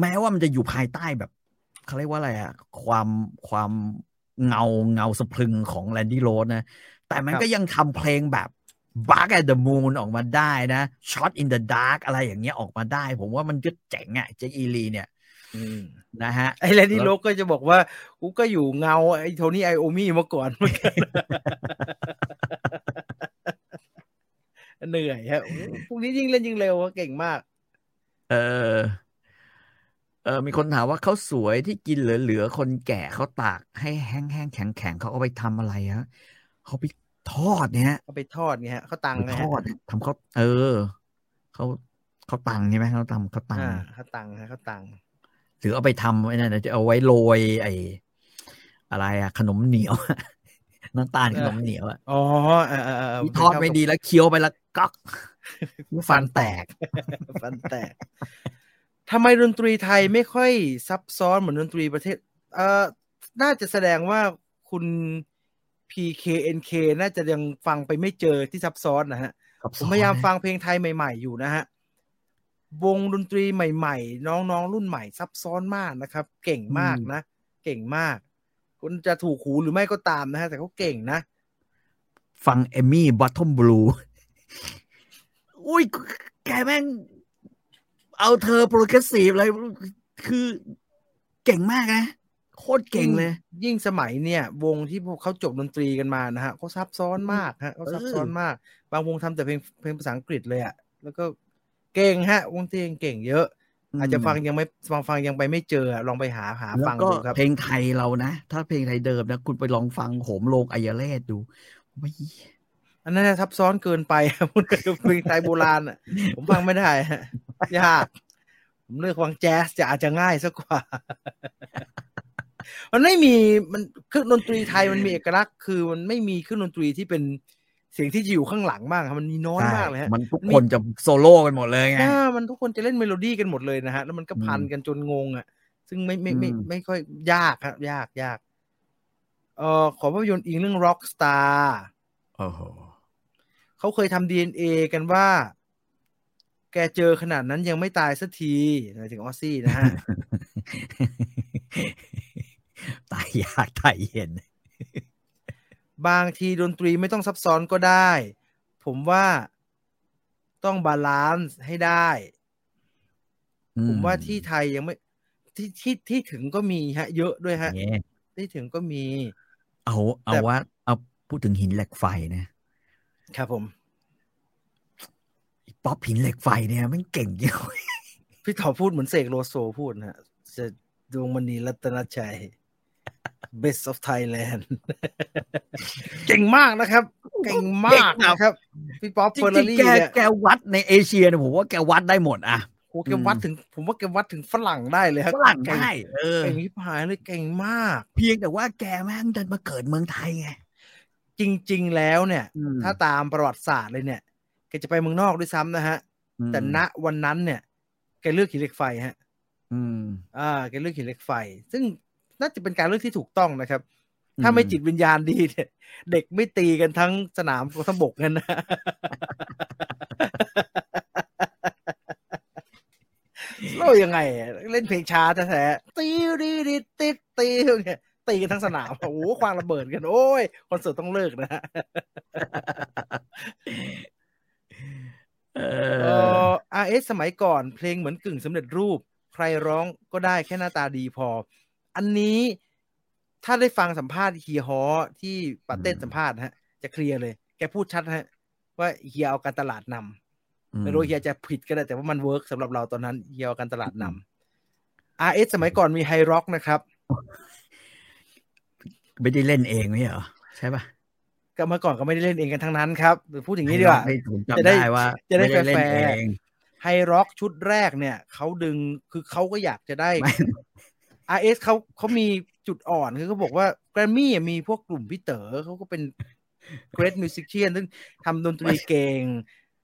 S2: แม้ว่ามันจะอยู่ภายใต้แบบเขาเรียกว่าอะไรอะความความเงาเงาสะพรึงของแลนดี้โรสนะ แต่มันก็ยังทำเพลงแบบ b a r k at the Moon ออกมาได้นะ Shot in the Dark อะไรอย่างเงี้ยออกมาได้ ผมว่ามันก็เจ๋งอะเจคอีลีเนี่ย
S1: อืม
S2: นะฮะ
S1: ไอ้แลนดี้โรสก็จะบอกว่า กูก็อยู่เงาไอ้โทนี่ไอโอมี่มาก่อน เหมือนกันเหนื่อยฮะโอ้โหพวกนี้ยิ่งเล่นยิ่งเร็วอะเก่งมาก
S2: เออ เออ มีคนถามว่าเขาวสวยที่กินเหลือๆ คนแก่เขาตากให้แห้งๆ แข็งๆ เขาเอาไปทำอะไรฮะเขาไป ทอดเนี่ยฮะ
S1: เขาไปทอดไงฮะเขาตังไง
S2: ท
S1: ฮะ
S2: อดทำเขาวเออเขาเขาวตังใช่ไหมเขาทำเขาวตัง
S1: อ่าเขาตังฮะเขาตัง
S2: หรือเอาไปทำไว้นั่นนะจะเอาไว้โรยไอ้อะไรอะขนมเหนียว น้ำตาลขนมเหนียวอะ
S1: อ๋อเออเออเออ
S2: ทอดไม่ดีแล้วเคี้ยวไปแล้วก๊ อกฟันแตก
S1: ฟันแตกทำไมดนตรีไทยไม่ค่อยซับซ้อนเหมือนดนตรีประเทศ เอ่อน่าจะแสดงว่าคุณ PKNK น่าจะยังฟังไปไม่เจอที่ซับซ้อนนะฮะ ผมพยายามฟังเพลงไทยใหม่ ๆ อยู่นะฮะ วงดนตรีใหม่ ๆ น้องๆ รุ่นใหม่ซับซ้อนมากนะครับ เก่งมากนะ เก่งมาก คุณจะถูกหูหรือไม่ก็ตามนะฮะ แต่เขาเก่งนะ
S2: ฟังเอมี่บอททอมบลู อุ้ย แกแม่ง เอาเธอโปรเกรสซีฟอะไร คือเก่งมากนะ โคตรเก่งเลย
S1: ยิ่งสมัยเนี่ย วงที่พวกเขาจบดนตรีกันมานะฮะเขาซับซ้อนมากฮะเขาซับซ้อนมาก บางวงทำแต่เพลงเพลงภาษาอังกฤษเลยอะแล้วก็เก่งฮะ วงที่เก่งเยอะ อาจจะฟังยังไม่ฟังฟังยังไปไม่เจออะลองไปหาหา
S2: แล้ว
S1: ฟัง
S2: ก็
S1: ดูครับ
S2: เพลงไทยเรานะ ถ้าเพลงไทยเดิมนะ คุณไปลองฟังโหมโลงอายาเลสดูไม่
S1: อันนั้นน่ะซับซ้อนเกินไป พูดถึงเพลงไทยโบราณอ่ะ ผมฟังไม่ได้ฮะ ยากผมเลือกฟังแจ๊สจะอาจจะง่ายสักกว่า มันไม่มีมันเครื่องดนตรีไทยมันมีเอกลักษณ์คือมันไม่มีเครื่องดนตรีที่เป็นเสียงที่จะอยู่ข้างหลังมากครับมันมีน้อยมากเลยฮะ
S2: มันทุกคนจะโซโล่กันหมดเลยไง
S1: อ่ามันทุกคนจะเล่นเมโลดี้กันหมดเลยนะฮะ แล้วมันก็พัน
S2: อืม
S1: กันจนงงอ่ะ ซึ่งไม่ไม่ไม่
S2: อืม
S1: ไม่ค่อยยากครับ ยากยากเอ่อขอภาพยนตร์อิงเรื่อง Rockstar
S2: โอ้โห
S1: เขาเคยทำ DNA กันว่า แกเจอขนาดนั้นยังไม่ตายสักทีหมายถึงออซซี่นะฮ ะ
S2: ตายยากตายเย็น
S1: บางทีดนตรีไม่ต้องซับซ้อนก็ได้ ผมว่าต้องบาลานซ์ให้ได้ ผมว่าที่ไทยยังไม่ ที่ที่ที่ถึงก็มีฮะ เยอะด้วยฮะ
S2: เนี่ย
S1: ที่ถึงก็มี
S2: เอาเอา
S1: แต่
S2: ว่า เอาพูดถึงหินเหล็กไฟนะครับ
S1: ผม
S2: ป๊อปหินเหล็กไฟเนี่ยมันเก่งเยอะ
S1: พี่ต่อพูดเหมือนเสกโลโซพูดนะฮะจะดวงมณีรัตนชัย best of Thailand เก่งมากนะครับ เก่งมากนะครับ พี่ป๊อป
S2: จ
S1: เฟอร์รา
S2: ริงๆ
S1: รี่
S2: แก
S1: เนี่ย
S2: แกวัดในเอเชียเนี่ยผมว่าแกวัดได้หมดอ่ะ
S1: โหแกวัดถึง ผมว่าแกวัดถึงฝรั่งได้เลยครับ
S2: ฝรั่ง
S1: เก่
S2: ได้เออ
S1: เก่งที่หายเลยเก่งมาก
S2: เพียงแต่ว่าแกแม่งดันมาเกิดเมืองไทยไง
S1: จริง ๆ แล้วเนี่ย ถ้าตามประวัติศาสตร์เลยเนี่ยแกจะไปเมืองนอกด้วยซ้ำนะฮะ
S2: อืม
S1: แต่ณวันนั้นเนี่ยแกเลือกหินเหล็กไฟฮะ
S2: อืม
S1: อ่าแกเลือกหินเหล็กไฟ ซึ่งน่าจะเป็นการเลือกที่ถูกต้องนะครับ ถ้าไม่
S2: อืม
S1: จิตวิญญาณดีเนี่ย เด็กไม่ตีกันทั้งสนามทั้งบกกันนะ เล่ายังไงอะเล่นเพลงช้าแท้ๆตีดีดีติดตี เนี่ยตีกันทั้งสนาม โอ้โหควางระเบิดกัน โอ้ยคอนเสิร์ตต้องเลิกนะฮะ
S2: เอ
S1: เอ
S2: อ
S1: อ RS สมัยก่อนเพลงเหมือนกึ่งสำเร็จรูป ใครร้องก็ได้แค่หน้าตาดีพอ อันนี้ถ้าได้ฟังสัมภาษณ์เฮียฮอที่ปาเต้น
S2: อืม
S1: สัมภาษณ์ฮะ จะเคลียร์เลย แกพูดชัดฮะ ว่าเฮียเอาการตลาดนำ ไม่รู้เฮียจะผิดก็ได้แต่ว่ามันเวิร์กสำหรับเราตอนนั้นเฮียเอาการตลาดนำ RS สมัยก่อนมีไฮร็อกนะครับ
S2: ไม่ได้เล่นเองไม่ใช่เหรอ ใช่ป่ะ
S1: ก็เมื่อก่อนก็ไม่ได้เล่นเองกันทั้งนั้นครับพูดอย่างนี้ดีกว่า
S2: ไม่ผม
S1: จะ
S2: จำ
S1: ได้
S2: ได้ว่า
S1: จะได้
S2: ม่เล่น
S1: แฟร์ๆ
S2: เอง
S1: ไฮร็อกชุดแรกเนี่ยเขาดึงคือเขาก็อยากจะได้
S2: ไม่
S1: RS เขาเขามีจุดอ่อนคือเขาบอกว่าแกรมมี่มีพวกกลุ่มพี่เต๋อเขาก็เป็นเกรดมิวสิ c เชียนซึ่งทำดนตรีเก่ง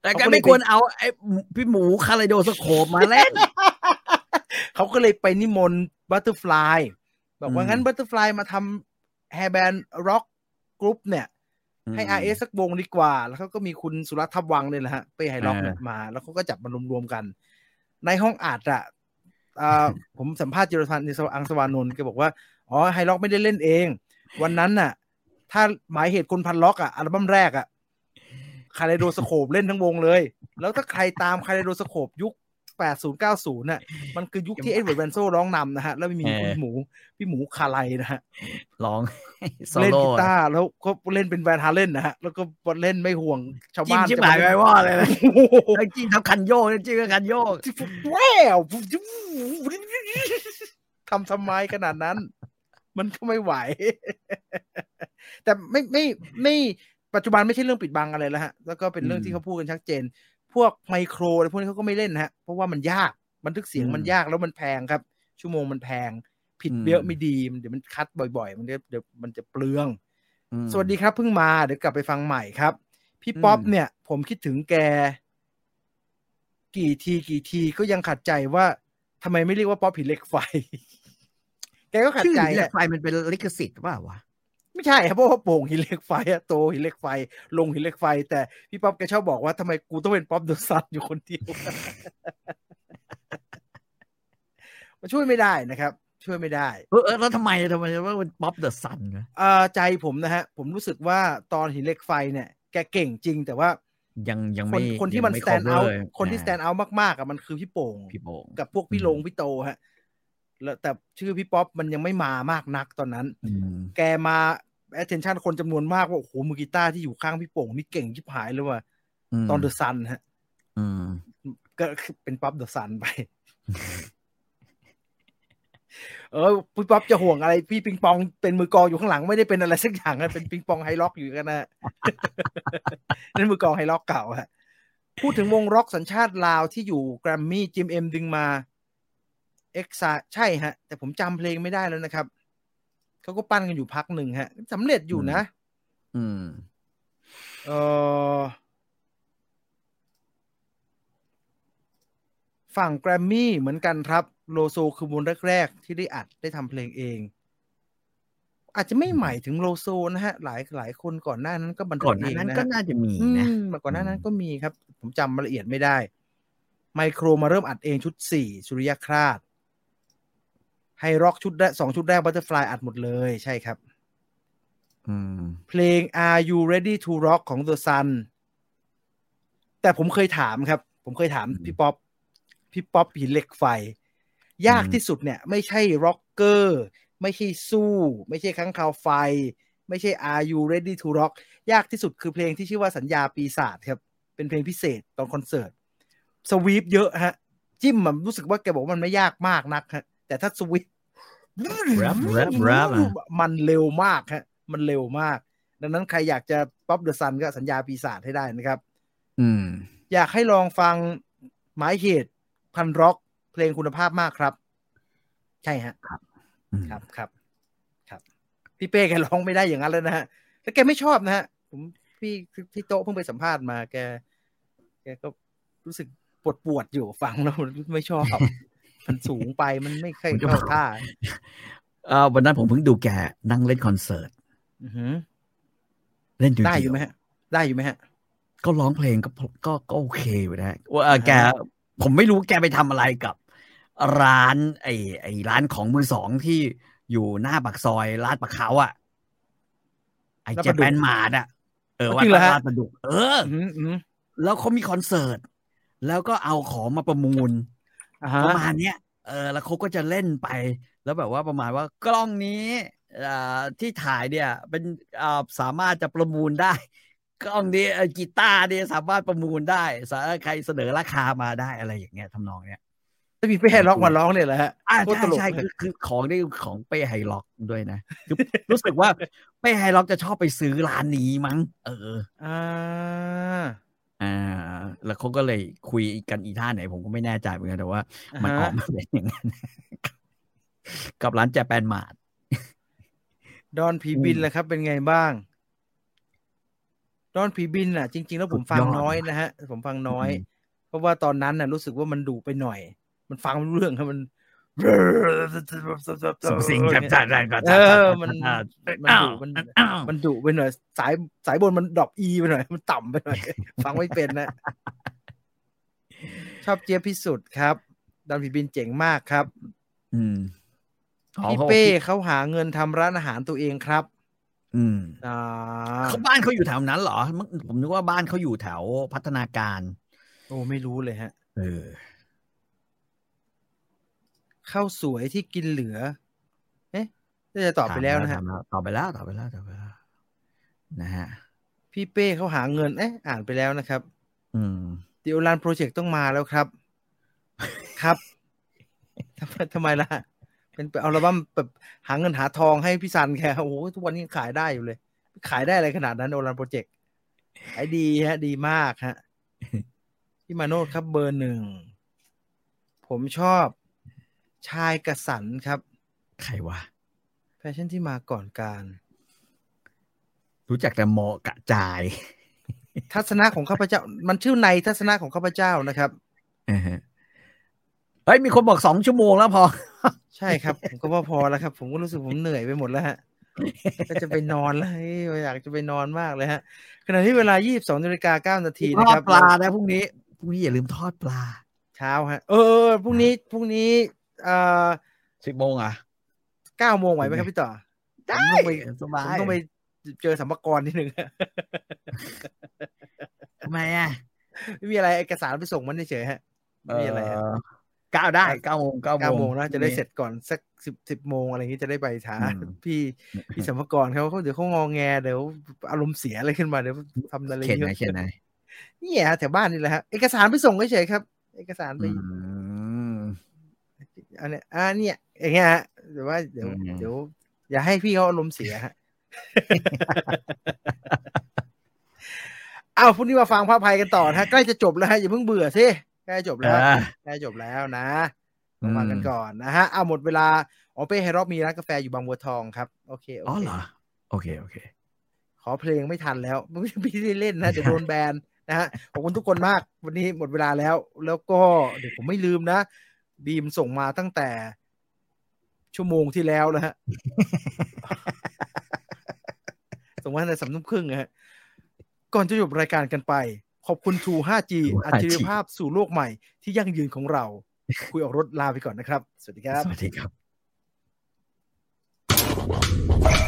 S2: แต่แกไม่ควรเอาไอ้พี่หมูคาไรโดสโคปมาเล่น
S1: เขาก็เลยไปนิมนต์บัตเตอร์ฟลายบอกว่า
S2: อืม
S1: งั้นบัตเตอร์ฟลายมาทำแฮร์แบนร็อกกรุ๊ปเนี่ย ให้ RS สักวงดีกว่า แล้วเขาก็มีคุณสุรัตน์ทับวังเนี่ยแหละฮะ ไปไฮล็อกเนี่ยมา แล้วเขาก็จับมารวมๆกัน ในห้องอัดอะอ่า ผมสัมภาษณ์จิรพันธ์อังสวานนท์แกบอกว่า อ๋อไฮล็อกไม่ได้เล่นเอง วันนั้นน่ะ ถ้าหมายเหตุคนพันล็อกอะอัลบั้มแรกอะคาไลโดสโคปเล่นทั้งวงเลย แล้วถ้าใครตามคาไลโดสโคปยุค 80 90น่ะ มันคือยุคที่เอ็ดเวิร์ดแวนโซร้องนำนะฮะ แล้วมี
S2: เออ
S1: พี่หมูพี่หมูคาไลนะฮะ
S2: ร้องโซ
S1: เล่น
S2: โล่
S1: กีตาร์แล้วก็เล่นเป็นแวนฮาเล่นนะฮะ แล้วก็เล่นไม่ห่วงชาว
S2: จิ้ม
S1: บ้าน
S2: ชิบหายไปว่าเลยนะ
S1: โอ้โห
S2: ทั้งจิ้มทั้งคันโยกทั้งจิ้มทั้งคันโยก
S1: แว้วทำทำไมขนาด นั้น มันก็ไม่ไหว แต่ไม่ไม่ไม่ ปัจจุบันไม่ใช่เรื่องปิดบังอะไรแล้วฮะ แล้วก็เป็นเรื่อง
S2: อืม
S1: ที่เขาพูดกันชัดเจน พวกไมโครอะไรพวกนี้เขาก็ไม่เล่นนะฮะ เพราะว่ามันยาก บันทึกเสียง
S2: อืม
S1: มันยากแล้วมันแพงครับ ชั่วโมงมันแพง ผิด
S2: อืม
S1: เยอะไม่ดี มันเดี๋ยวมันคัดบ่อยๆ มันเดี๋ยวเดี๋ยวมันจะเปลือง
S2: อืม
S1: สวัสดีครับเพิ่งมาเดี๋ยวกลับไปฟังใหม่ครับ พี่ป๊อป
S2: อืม
S1: เนี่ย ผมคิดถึงแก กี่ทีกี่ทีก็ยังขัดใจว่าทำไมไม่เรียกว่าป๊อปผีเหล็กไฟ แกก็ขัด
S2: ชื่อ
S1: ใจ
S2: หิน
S1: แห
S2: เหล็
S1: ละ
S2: กไฟมันเป็นลิขสิทธิ์ว่าวะ
S1: ไม่ใช่ครับเพราะว่าโป่งหินเหล็กไฟอะโตหินเหล็กไฟ ลงหินเหล็กไฟ แต่พี่ป๊อปแกชอบบอกว่าทำไมกูต้องเป็นป๊อปโดนซัดอยู่คนเดียว มันช่วยไม่ได้นะครับ ช่วยไม่ได้
S2: เออเออแล้วทำไมทำไมว่ามันป๊อปเดอะซันวะ
S1: เอ่อใจผมนะฮะ ผมรู้สึกว่าตอนหินเหล็กไฟเนี่ย แกเก่งจริง แต่ว่า
S2: ยังยัง
S1: คน
S2: ไม่
S1: คนที่
S2: ยัง
S1: มัน
S2: ไ
S1: stand
S2: cover
S1: out
S2: เลย
S1: คนที่
S2: อ่า
S1: stand out มากๆอ่ะมันคือพี่โป่ง
S2: พี่โป่ง
S1: กับพวกพี่
S2: อืม
S1: ลงพี่โตฮะแล้วแต่ชื่อพี่ป๊อปมันยังไม่มามากนักตอนนั้น
S2: อืม
S1: แกมา attention คนจำนวนมากว่าโอ้โหมือกีตาร์ที่อยู่ข้างพี่โป่งนี่เก่งชิบหายเลยว่ะ
S2: ม
S1: ตอนเดอะซันฮะ
S2: อืม
S1: ก็เป็นป๊อปเดอะซันไป เออพี่ป๊อปจะห่วงอะไร พี่ปิงปองเป็นมือกลองอยู่ข้างหลังไม่ได้เป็นอะไรสักอย่างนะเป็นปิงปองไฮล็อกอยู่กันนะ นั่นมือกลองไฮล็อกเก่าฮะพูดถึงวงร็อกสัญชาติลาวที่อยู่แกรมมี่จิมเอ็มดึงมาเอ็กซาใช่ฮะ แต่ผมจำเพลงไม่ได้แล้วนะครับเขาก็ปั้นกันอยู่พักหนึ่งฮะสำเร็จอยู่นะ
S2: อืม
S1: เออฝั่งแกรมมี่เหมือนกันครับ โลโซคือวงแรก ๆ ที่ได้อัดได้ทำเพลงเอง อาจจะไม่หมายถึงโลโซนะฮะ หลายหลายคนก่อนหน้านั้นก็บันทึ
S2: ก่อน
S1: ก
S2: ห
S1: เอ
S2: น้างนั้น
S1: นะ
S2: ก็
S1: ฮะ
S2: น่าจะมี
S1: อื
S2: นะ
S1: มมาก่อนหน้านั้นก็มีครับ ผมจำรายละเอียดไม่ได้ ไมโครมาเริ่มอัดเองชุดสี่สุริยคราชไฮร็อกชุดแรกสองชุดแรกบัตเตอร์ฟลายอัดหมดเลยใช่ครับ
S2: อืม
S1: เพลง Are You Ready to Rock ของ The Sun แต่ผมเคยถามครับ ผมเคยถาม
S2: อืม
S1: พี่ป๊อปพี่ป๊อปหินเหล็กไฟ ยาก
S2: อืม
S1: ที่สุดเนี่ย ไม่ใช่ร็อกเกอร์ ไม่ใช่สู้ ไม่ใช่ค้างคาวไฟ ไม่ใช่ Are You Ready to Rock ยากที่สุดคือเพลงที่ชื่อว่าสัญญาปีศาจครับ เป็นเพลงพิเศษตอนคอนเสิร์ตสวีปเยอะฮะ จิ้มมันรู้สึกว่าแกบอกว่ามันไม่ยากมากนักฮะ แต่ถ้าสวีป
S2: Rap Rap Rap อะ
S1: มันเร็วมากฮะ มันเร็วมาก ดังนั้นใครอยากจะป๊อปเดอะซันก็สัญญาปีศาจให้ได้นะครับ
S2: อืม
S1: อยากให้ลองฟังหมายเหตุพันร็อกเพลงคุณภาพมากครับ ใช่ฮะ ครับครับครับ พี่เป้แกร้องไม่ได้อย่างนั้นแล้วนะฮะแล้วแกไม่ชอบนะฮะผมพี่ที่โต๊ะเพิ่งไปสัมภาษณ์มาแก แกก็รู้สึกปวดปวดๆอยู่ฟังแล้วมันไม่ชอบ มันสูงไปมันไม่ค่อยเข้าท่า
S2: เออวันนั้นผมเพิ่งดูแกนั่งเล่นคอนเสิร์ต
S1: อื้อหือ
S2: เล่นอยู่
S1: ได้อยู่ไหมฮะ ได้อยู่ไหมฮะ
S2: ก็ร้องเพลงก็พอก็ก็โอเคอยู่นะว่าเออแก ผมไม่รู้แกไปทำอะไรกับ ร้านไอ้ไอ้ร้านของมือสองที่อยู่หน้าปากซอยลาดปากเขาอ่ะ ไอ้
S1: ลาด
S2: เจ
S1: ประดุก
S2: แปนมาดอ่ะ เออ
S1: เอา
S2: ว่า
S1: จริงเหรอฮะ
S2: ลาดประดุก เออ
S1: อื้อหืออื้อหือ
S2: แล้วเขามีคอนเสิร์ต แล้วก็เอาของมาประมูล
S1: อ่าฮะ
S2: ประมาณเนี้ย เออ แล้วเขาก็จะเล่นไป แล้วแบบว่าประมาณว่ากล้องนี้เอ่อที่ถ่ายเนี่ย เป็นเอ่อสามารถจะประมูลได้ กล้องนี้เอ่อกีตาร์เนี่ยสามารถประมูลได้สาใครเสนอราคามาได้อะไรอย่างเงี้ยทำนองเนี้ย
S1: ถ้าพี่เป้ล็อกมาร้องเนี่ยแหละฮะ
S2: อ่า
S1: โคตรตลก
S2: ใช่ใช่
S1: เลย
S2: คือคือของนี่ของเป้ไฮล็อกด้วยนะคือ รู้สึกว่าเป้ไฮล็อกจะชอบไปซื้อร้านนี้มั้ง เออ
S1: อ่า
S2: อ่า แล้วเขาก็เลยคุยกันอีท่าไหน ผมก็ไม่แน่ใจเหมือนกันแต่ว่า
S1: อ่า
S2: มันอ
S1: ฮะ
S2: อกมาเป็นอย่างนั้น กับร้านแจแปนมาด
S1: ดอนผีบินแล้วครับ เป็นไงบ้าง ดอนผีบินอ่ะ จริง ๆ แล้วผมฟัง
S2: สุดยอด
S1: น้อยนะฮะ ผมฟังน้อย
S2: อืม
S1: เพราะว่าตอนนั้นน่ะ รู้สึกว่ามันดุไปหน่อย มันฟังไม่รู้เรื่องครับมัน
S2: สมสิงจับจัดจัดจัด
S1: เอ
S2: จัด
S1: อ
S2: จัด
S1: มัน
S2: จัด
S1: มันดุมัน
S2: อ้าว
S1: มันดุไปหน่อยสายสายบนมันดรอปอีไปหน่อย มันต่ำไปหน่อย ฟังไม่เป็นนะ ชอบเจี๊ยบพิสุทธิ์ครับ ดอนผีบินเจ๋งมากครับ
S2: อืมอ๋อ
S1: พี่
S2: ขา
S1: เป้เขาหาเงินทำร้านอาหารตัวเองครับ
S2: อืม
S1: อ่า
S2: เขาบ้านเขาอยู่แถวนั้นเหรอมึงผมนึกว่าบ้านเขาอยู่แถวพัฒนาการ
S1: โอ้ไม่รู้เลยฮะ
S2: เออ
S1: ข้าวสวยที่กินเหลือ เอ๊ะน่าจะตอบไป
S2: ถาม
S1: แล้วนะฮะ
S2: ถามตอบไปแล้วตอบไปแล้วตอบไปแล้ว นะฮะ
S1: พี่เป้เขาหาเงินเอ๊ะอ่านไปแล้วนะครับ
S2: อืม
S1: เดี๋ยวรันโปรเจกต์ต้องมาแล้วครับ ครับ ทำไมทำไมล่ะ เป็นอัลบั้มแบบหาเงินหาทองให้พี่ซันแกโอ้โหทุกวันนี้ยังขายได้อยู่เลย ขายได้อะไรขนาดนั้นโอรันโปรเจกต์ ขายดีฮะ ดีมากฮะ พี่มาโนดครับเบอร์หนึ่ง ผมชอบชายกระสันครับ
S2: ใครวะ
S1: แฟชั่นที่มาก่อนการ
S2: รู้จักแต่หมอกระจาย
S1: ทัศนะของข้าพเจ้า มันชื่อในทัศนะของข้าพเจ้านะครับ
S2: เออฮะเฮ้ยมีคนบอกสองชั่วโมงแล้วพอ
S1: ใช่ครับ ผมก็ว่าพอแล้วครับ ผมก็รู้สึกผมเหนื่อยไปหมดแล้วฮะ ก็จะไปนอนแล้วเฮ้ยอยากจะไปนอนมากเลยฮะขณะที่เวลา 22นาฬิกา9นาที
S2: ท
S1: นะ
S2: อ
S1: ค
S2: ด
S1: รับ
S2: ปลานะพรุ่งนี้พรุ่งนี้อย่าลืมทอดปลา
S1: เช้าฮะ เออเออพรุ่งนี้พรุ่งนี้เอ่อ
S2: สิบโมงอ่ะ
S1: 9โมงไหวไหมครับพี่ต่อ
S2: ได้ ส
S1: ผ
S2: บาม ย
S1: ต้องไปเจอสัมภาระนิดนึง
S2: ทำไมอ่ะ
S1: ไม่มีอะไรเอกสารไปส่งมันเฉยๆฮะไม่มีอะไรฮะ
S2: เเก้าได้เก้าโมงเก้า
S1: เก้าโม
S2: โมง
S1: งนะจะได้เสร็จก่อนสักสิบสิบโมงอะไรอย่างนี้จะได้ไปช้า
S2: อืม
S1: พี่พี่สัมภากรเขาเขาเดี๋ยวเขางอแงเดี๋ยวอารมณ์เสียอะไรขึ้นมาเดี๋ยวทำอะไร
S2: เขียน
S1: เย
S2: ไหน
S1: อะ
S2: เขียนไหน
S1: เนี่ยแถวบ้านนี่แหละฮะเอกสารไปส่งเฉยๆครับ เอกสารไป
S2: อืม
S1: อันเนี้ยอ่าเนี่ยอย่างเงี้ยฮะเดี๋ยวว่าเดี๋ยว
S2: อืม
S1: เดี๋ยว อย่าให้พี่เขาอารมณ์เสียฮะ เอาพรุ่งนี้มาฟังพระภัยกันต่อนะฮะใกล้จะจบแล้วฮะอย่าเพิ่งเบื่อสิใกล้จบแล้ว
S2: อ่า
S1: ได้จบแล้วนะ
S2: อืม
S1: มากันก่อนนะฮะเอาหมดเวลาอ๋อเป้ไฮรอบมีร้านกาแฟอยู่บางบัวทองครับ โอเคโอ
S2: อ๋อ
S1: เค
S2: เหรอ โอเค โอเค
S1: ขอเพลงไม่ทันแล้ว ไม่ได้เล่นนะเดี๋ยวโดนแบนนะฮะขอบคุณทุกคนมากวันนี้หมดเวลาแล้ว แล้วก็เดี๋ยวผมไม่ลืมนะ บีมส่งมาตั้งแต่ ชั่วโมงที่แล้วนะฮ ะ ส่งมาตั้งแต่สามทุ่มครึ่งนะฮะก่อนจะจบรายการกันไป ขอบคุณ True 5G อัจฉริยภาพสู่โลกใหม่ที่ยั่งยืนของเรา คุยออกรถลาไปก่อนนะครับ สวัสดีครับ
S2: สวัสดีครับ